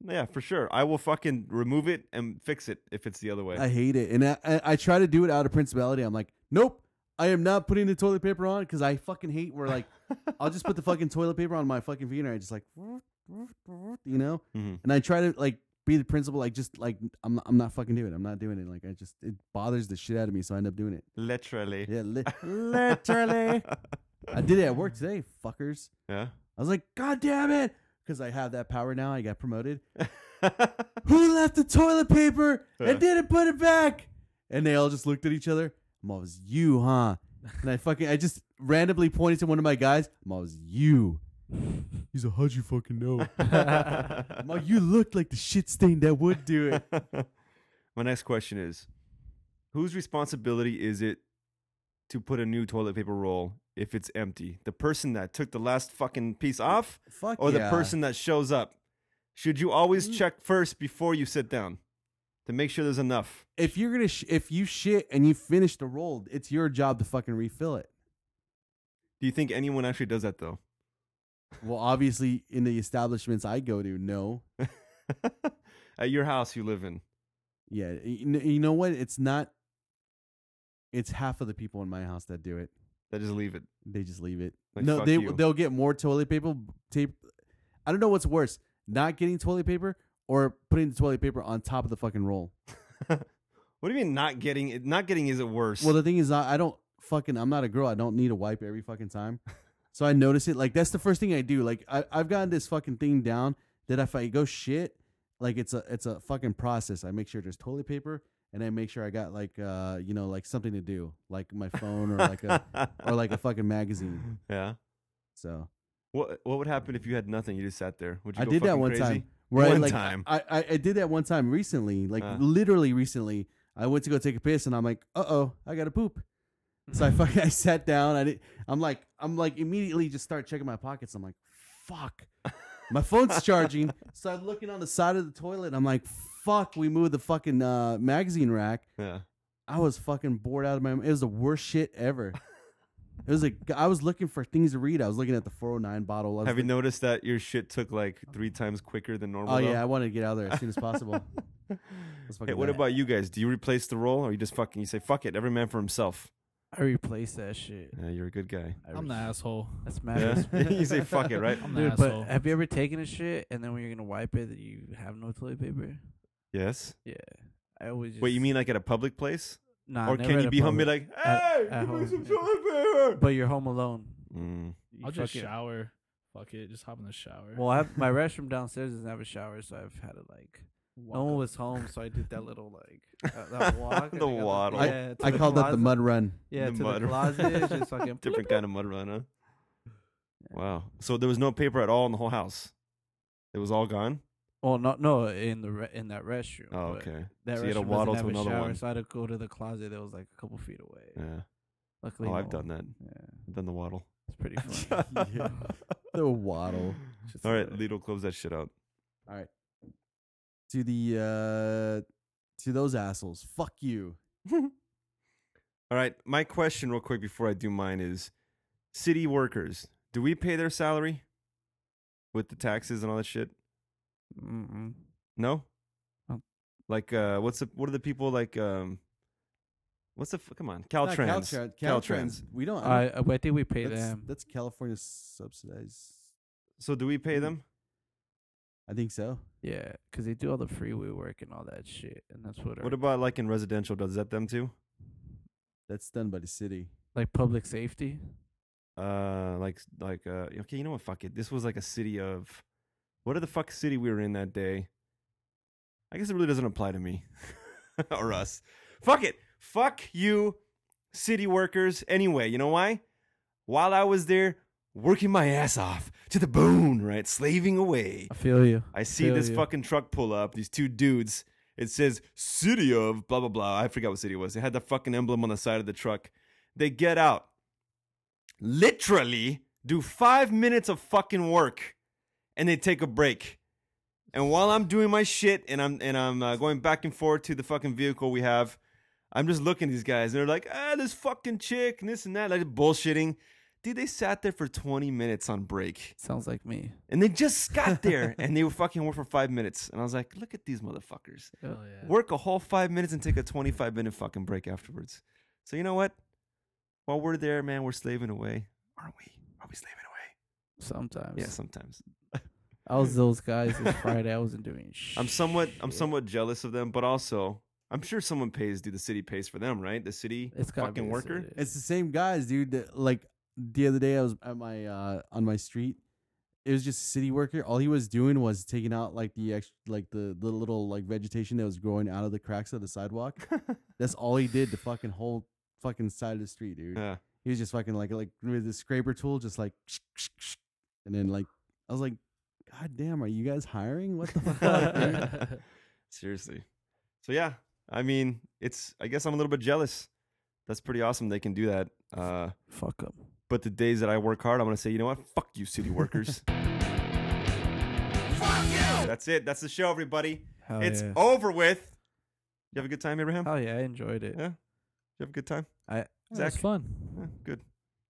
A: Yeah, for sure. I will fucking remove it and fix it if it's the other way.
B: I hate it, and I, I, I try to do it out of principality. I'm like, nope, I am not putting the toilet paper on because I fucking hate where like I'll just put the fucking toilet paper on my fucking finger. And I just like, you know,
A: Mhm.
B: and I try to like be the principal, like just like I'm I'm not fucking doing it. I'm not doing it. Like I just it bothers the shit out of me, so I end up doing it.
A: Literally.
B: Yeah, li- literally. I did it at work today, fuckers.
A: Yeah.
B: I was like, God damn it. Because I have that power now. I got promoted. Who left the toilet paper
A: Huh.
B: and didn't put it back? And they all just looked at each other. Mom, it was you, huh? and I fucking I just randomly pointed to one of my guys. I'm always you. He's like, how'd you fucking know? I'm like, you looked like the shit stain that would do it.
A: My next question is Whose responsibility is it to put a new toilet paper roll if it's empty? The person that took the last fucking piece off
B: Fuck
A: or
B: yeah. Mm.
A: the person that shows up? Should you always check first before you sit down to make sure there's enough?
B: If you're gonna sh- if you shit and you finish the roll, it's your job to fucking refill it.
A: Do you think anyone actually does that though?
B: Well, obviously in the establishments I go to, no.
A: At your house you live in.
B: Yeah, you kn- you know what? It's not. It's half of the people in my house that do it.
A: That just leave it.
B: They just leave it.
A: Like,
B: no,
A: fuck
B: they
A: you.
B: they'll get more toilet paper tape. I don't know what's worse: not getting toilet paper or putting the toilet paper on top of the fucking roll.
A: What do you mean not getting it? Not getting is it worse?
B: Well, the thing is, I, I don't fucking. I'm not a girl. I don't need a wipe every fucking time. So I notice it. Like that's the first thing I do. Like I, I've gotten this fucking thing down that if I go shit, like it's a it's a fucking process. I make sure there's toilet paper and I make sure I got like uh you know like something to do, like my phone or like a or like a fucking magazine.
A: yeah.
B: So
A: What What would happen if you had nothing? You just sat there. Would you
B: I
A: go
B: did that
A: fucking
B: one
A: crazy?
B: time. Where I,
A: One
B: like,
A: time.
B: I, I I did that one time recently, like
A: Uh.
B: literally recently. I went to go take a piss and I'm like, uh oh, I gotta poop. So I fucking I sat down. I did, I'm like I'm like immediately just start checking my pockets. I'm like, fuck, my phone's charging. So I'm looking on the side of the toilet. and I'm like, fuck, we moved the fucking uh, magazine rack.
A: Yeah.
B: I was fucking bored out of my. It was the worst shit ever. It was like I was looking for things to read. I was looking at the 409 bottle. I was
A: Have you
B: looking-
A: noticed that your shit took like three times quicker than normal?
B: Oh
A: though?
B: yeah, I wanted to get out of there as soon as possible. Let's
A: Hey,
B: fucking
A: what
B: do it.
A: about you guys? Do you replace the role, or you just fucking you say fuck it, every man for himself?
D: I replaced that shit.
A: Yeah, you're a good guy.
D: I
C: I'm the
D: re-
C: asshole.
D: That's
A: Yeah,
D: mad.
A: you say fuck it, right?
C: I'm the
D: Dude,
C: asshole.
D: but have you ever taken a shit and then when you're gonna wipe it, you have no toilet paper?
A: Yes.
D: Yeah, I always. Just,
A: Wait, you mean like at a public place,
D: Nah,
A: or
D: never
A: can
D: at
A: you
D: a
A: be home and be
D: public-
A: like,
D: At-
A: hey,
D: at
A: give me
D: home,
A: some
D: yeah.
A: toilet paper?
D: But you're home alone.
A: Mm.
D: You
C: I'll just
D: fucking-
C: shower. Fuck it. Just hop in the shower.
D: Well, I have, my restroom downstairs doesn't have a shower, so I've had to like. No one was home, so I did that little like that, that walk. and
A: The
D: I got
A: waddle.
B: I-
D: yeah, to
B: I called that the
D: closet-
B: mud run.
D: Yeah,
A: The
D: to
A: mud
D: the
A: run.
D: closet, just fucking
A: Different kind of mud run, huh? Wow. So there was no paper at all in the whole house. It was all gone.
D: Oh no, no, in the re- in that restroom.
A: Oh,
D: but
A: okay.
D: That
A: So you had to
D: restroom doesn't
A: waddle to
D: have a
A: another
D: shower,
A: one.
D: So I had to go to the closet that was like a couple feet away.
A: Yeah.
D: Luckily,
A: Oh, I've
D: no-
A: done that.
D: Yeah,
A: I've done the waddle.
D: it's pretty fun.
B: Yeah. The waddle.
D: Shit's
A: All right,
D: good.
A: Lito, close that shit out.
B: All right. To the uh to those assholes. Fuck you.
A: All right, my question, real quick, before I do mine, is: city workers, do we pay their salary with the taxes and all that shit?
D: Mm-mm.
A: No.
D: Oh.
A: Like, uh, what's the what are the people like? Um, what's the f- come on Caltrans?
B: Caltrans. Caltrans. We don't.
D: I,
B: I
D: I I think we pay
B: don't that's,
D: them.
B: that's California subsidized.
A: So do we pay them?
B: I think so.
D: Yeah, because they do all the freeway work and all that shit, and that's what.
A: What
D: our-
A: about like in residential? Does that them too?
B: That's done by the city.
D: like public safety?
A: Uh, like like uh, okay, you know what? Fuck it. This was like a city of, what are the fuck city we were in that day? I guess it really doesn't apply to me or us. Fuck it. Fuck you, city workers. Anyway, you know why? While I was there working my ass off to the bone, right, slaving away,
D: I feel you.
A: I see
D: feel
A: this
D: you.
A: fucking truck pull up. These two dudes. It says city of blah blah blah. I forgot what city it was. They had the fucking emblem on the side of the truck. They get out. Literally do five minutes of fucking work, and they take a break. And while I'm doing my shit and I'm and I'm uh, going back and forth to the fucking vehicle we have, I'm just looking at these guys and they're like, ah, this fucking chick and this and that, like bullshitting. Dude, they sat there for 20 minutes on break.
D: Sounds like me.
A: And they just got there and they were fucking work for five minutes. And I was like, look at these motherfuckers.
D: Hell
A: Work a whole five minutes and take a 25 minute fucking break afterwards. So you know what? While we're there, man, we're slaving away. Aren't we? Are we slaving away?
D: Sometimes.
A: Yeah, sometimes.
D: I was those guys this Friday. I wasn't doing shit.
A: I'm somewhat I'm somewhat jealous of them, but also I'm sure someone pays do the city pays for them, right? The city
D: It's gotta
A: fucking
D: be the
A: worker.
D: city.
B: It's the same guys, dude. that, like the other day, I was at my uh on my street. It was just a city worker. All he was doing was taking out like the ex- like the, the little like vegetation that was growing out of the cracks of the sidewalk. That's all he did. The fucking whole fucking side of the street, dude.
A: Yeah.
B: He was just fucking like like with the scraper tool, just like, and then like I was like, God damn, are you guys hiring? What the fuck? dude?"
A: Seriously. So yeah, I mean, it's. I guess I'm a little bit jealous. That's pretty awesome. They can do that. Uh,
D: Fuck up.
A: but the days that I work hard, I'm gonna say, you know what? Fuck you, city workers. That's it. That's the show, everybody.
D: Hell
A: it's
D: yeah.
A: over with. You have a good time, Abraham.
D: Hell yeah, I enjoyed it.
A: Yeah. You have a good time.
D: I-
A: Zach.
C: That's fun.
A: Yeah, good.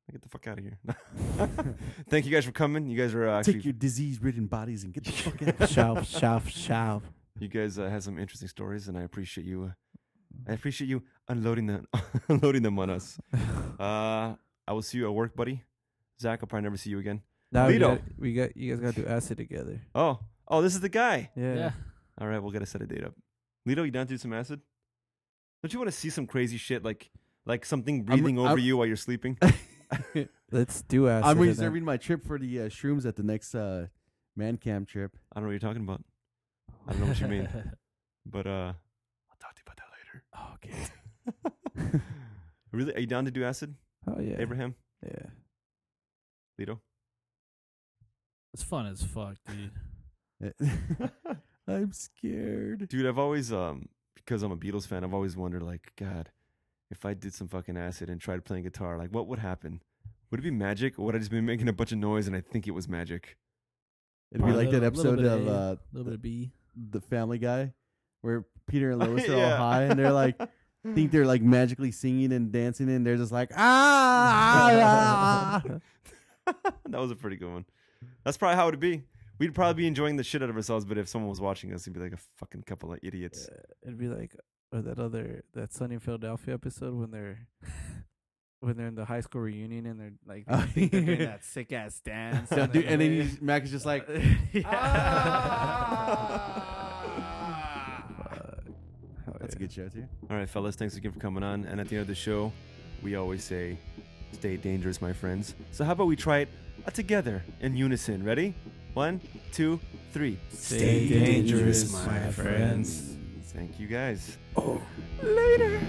A: Now Get the fuck out of here. Thank you guys for coming. You guys are uh, actually
B: Take your disease-ridden bodies and get the fuck
A: Uh,
B: out.
D: Shav, shav, shav.
A: You guys uh, had some interesting stories, and I appreciate you. Uh, I appreciate you unloading them, unloading them on us. Uh, I will see you at work, buddy. Zach, I'll probably never see you again.
D: Now we
A: Vito.
D: got, we got you guys got to do acid together.
A: Oh, oh, this is the guy.
D: Yeah.
C: Yeah.
A: All right, we'll gotta set a date up. Lito, you down to do some acid? Don't you want to see some crazy shit like like something breathing over
B: I'm-
A: you while you're sleeping?
D: Let's do acid.
B: I'm
D: and then-
B: reserving my trip for the uh, shrooms at the next uh, man camp trip.
A: I don't know what you're talking about. I don't know what you mean, but uh, I'll talk to you about that later.
D: Oh, okay.
A: Really, are you down to do acid,
D: Oh yeah.
A: Abraham?
D: Yeah.
A: Lito,
C: It's fun as fuck, dude.
B: I'm scared.
A: dude, I've always um because I'm a Beatles fan, I've always wondered like, God, if I did some fucking acid and tried playing guitar, like, what would happen? Would it be magic, or would I just be making a bunch of noise and I think it was magic?
B: It'd be
A: A
B: like that
C: little- little
B: episode of
C: bit of
B: uh,
C: A little bit of B.
B: The Family Guy where Peter and Lois are all
A: Yeah.
B: high and they're like think they're like magically singing and dancing and they're just like ah. ah, ah."
A: that was a pretty good one. That's probably how it'd be. We'd probably be enjoying the shit out of ourselves, but if someone was watching us, it'd be like a fucking couple of idiots.
D: Uh, it'd be like or that other that Sunny in Philadelphia episode when they're when they're in the high school reunion and they're like they
B: Oh,
D: think they're doing
B: yeah.
D: that sick ass dance.
B: So, dude, and then you, Mac is just like "Ah."
D: Yeah. Fuck. Hell
B: that's a
D: yeah.
B: good show too.
A: All right, fellas, thanks again for coming on. And at the end of the show, we always say, stay dangerous, my friends. So how about we try it uh, together in unison? Ready? One, two, three.
D: Stay dangerous, my friends.
A: Thank you guys.
D: Later.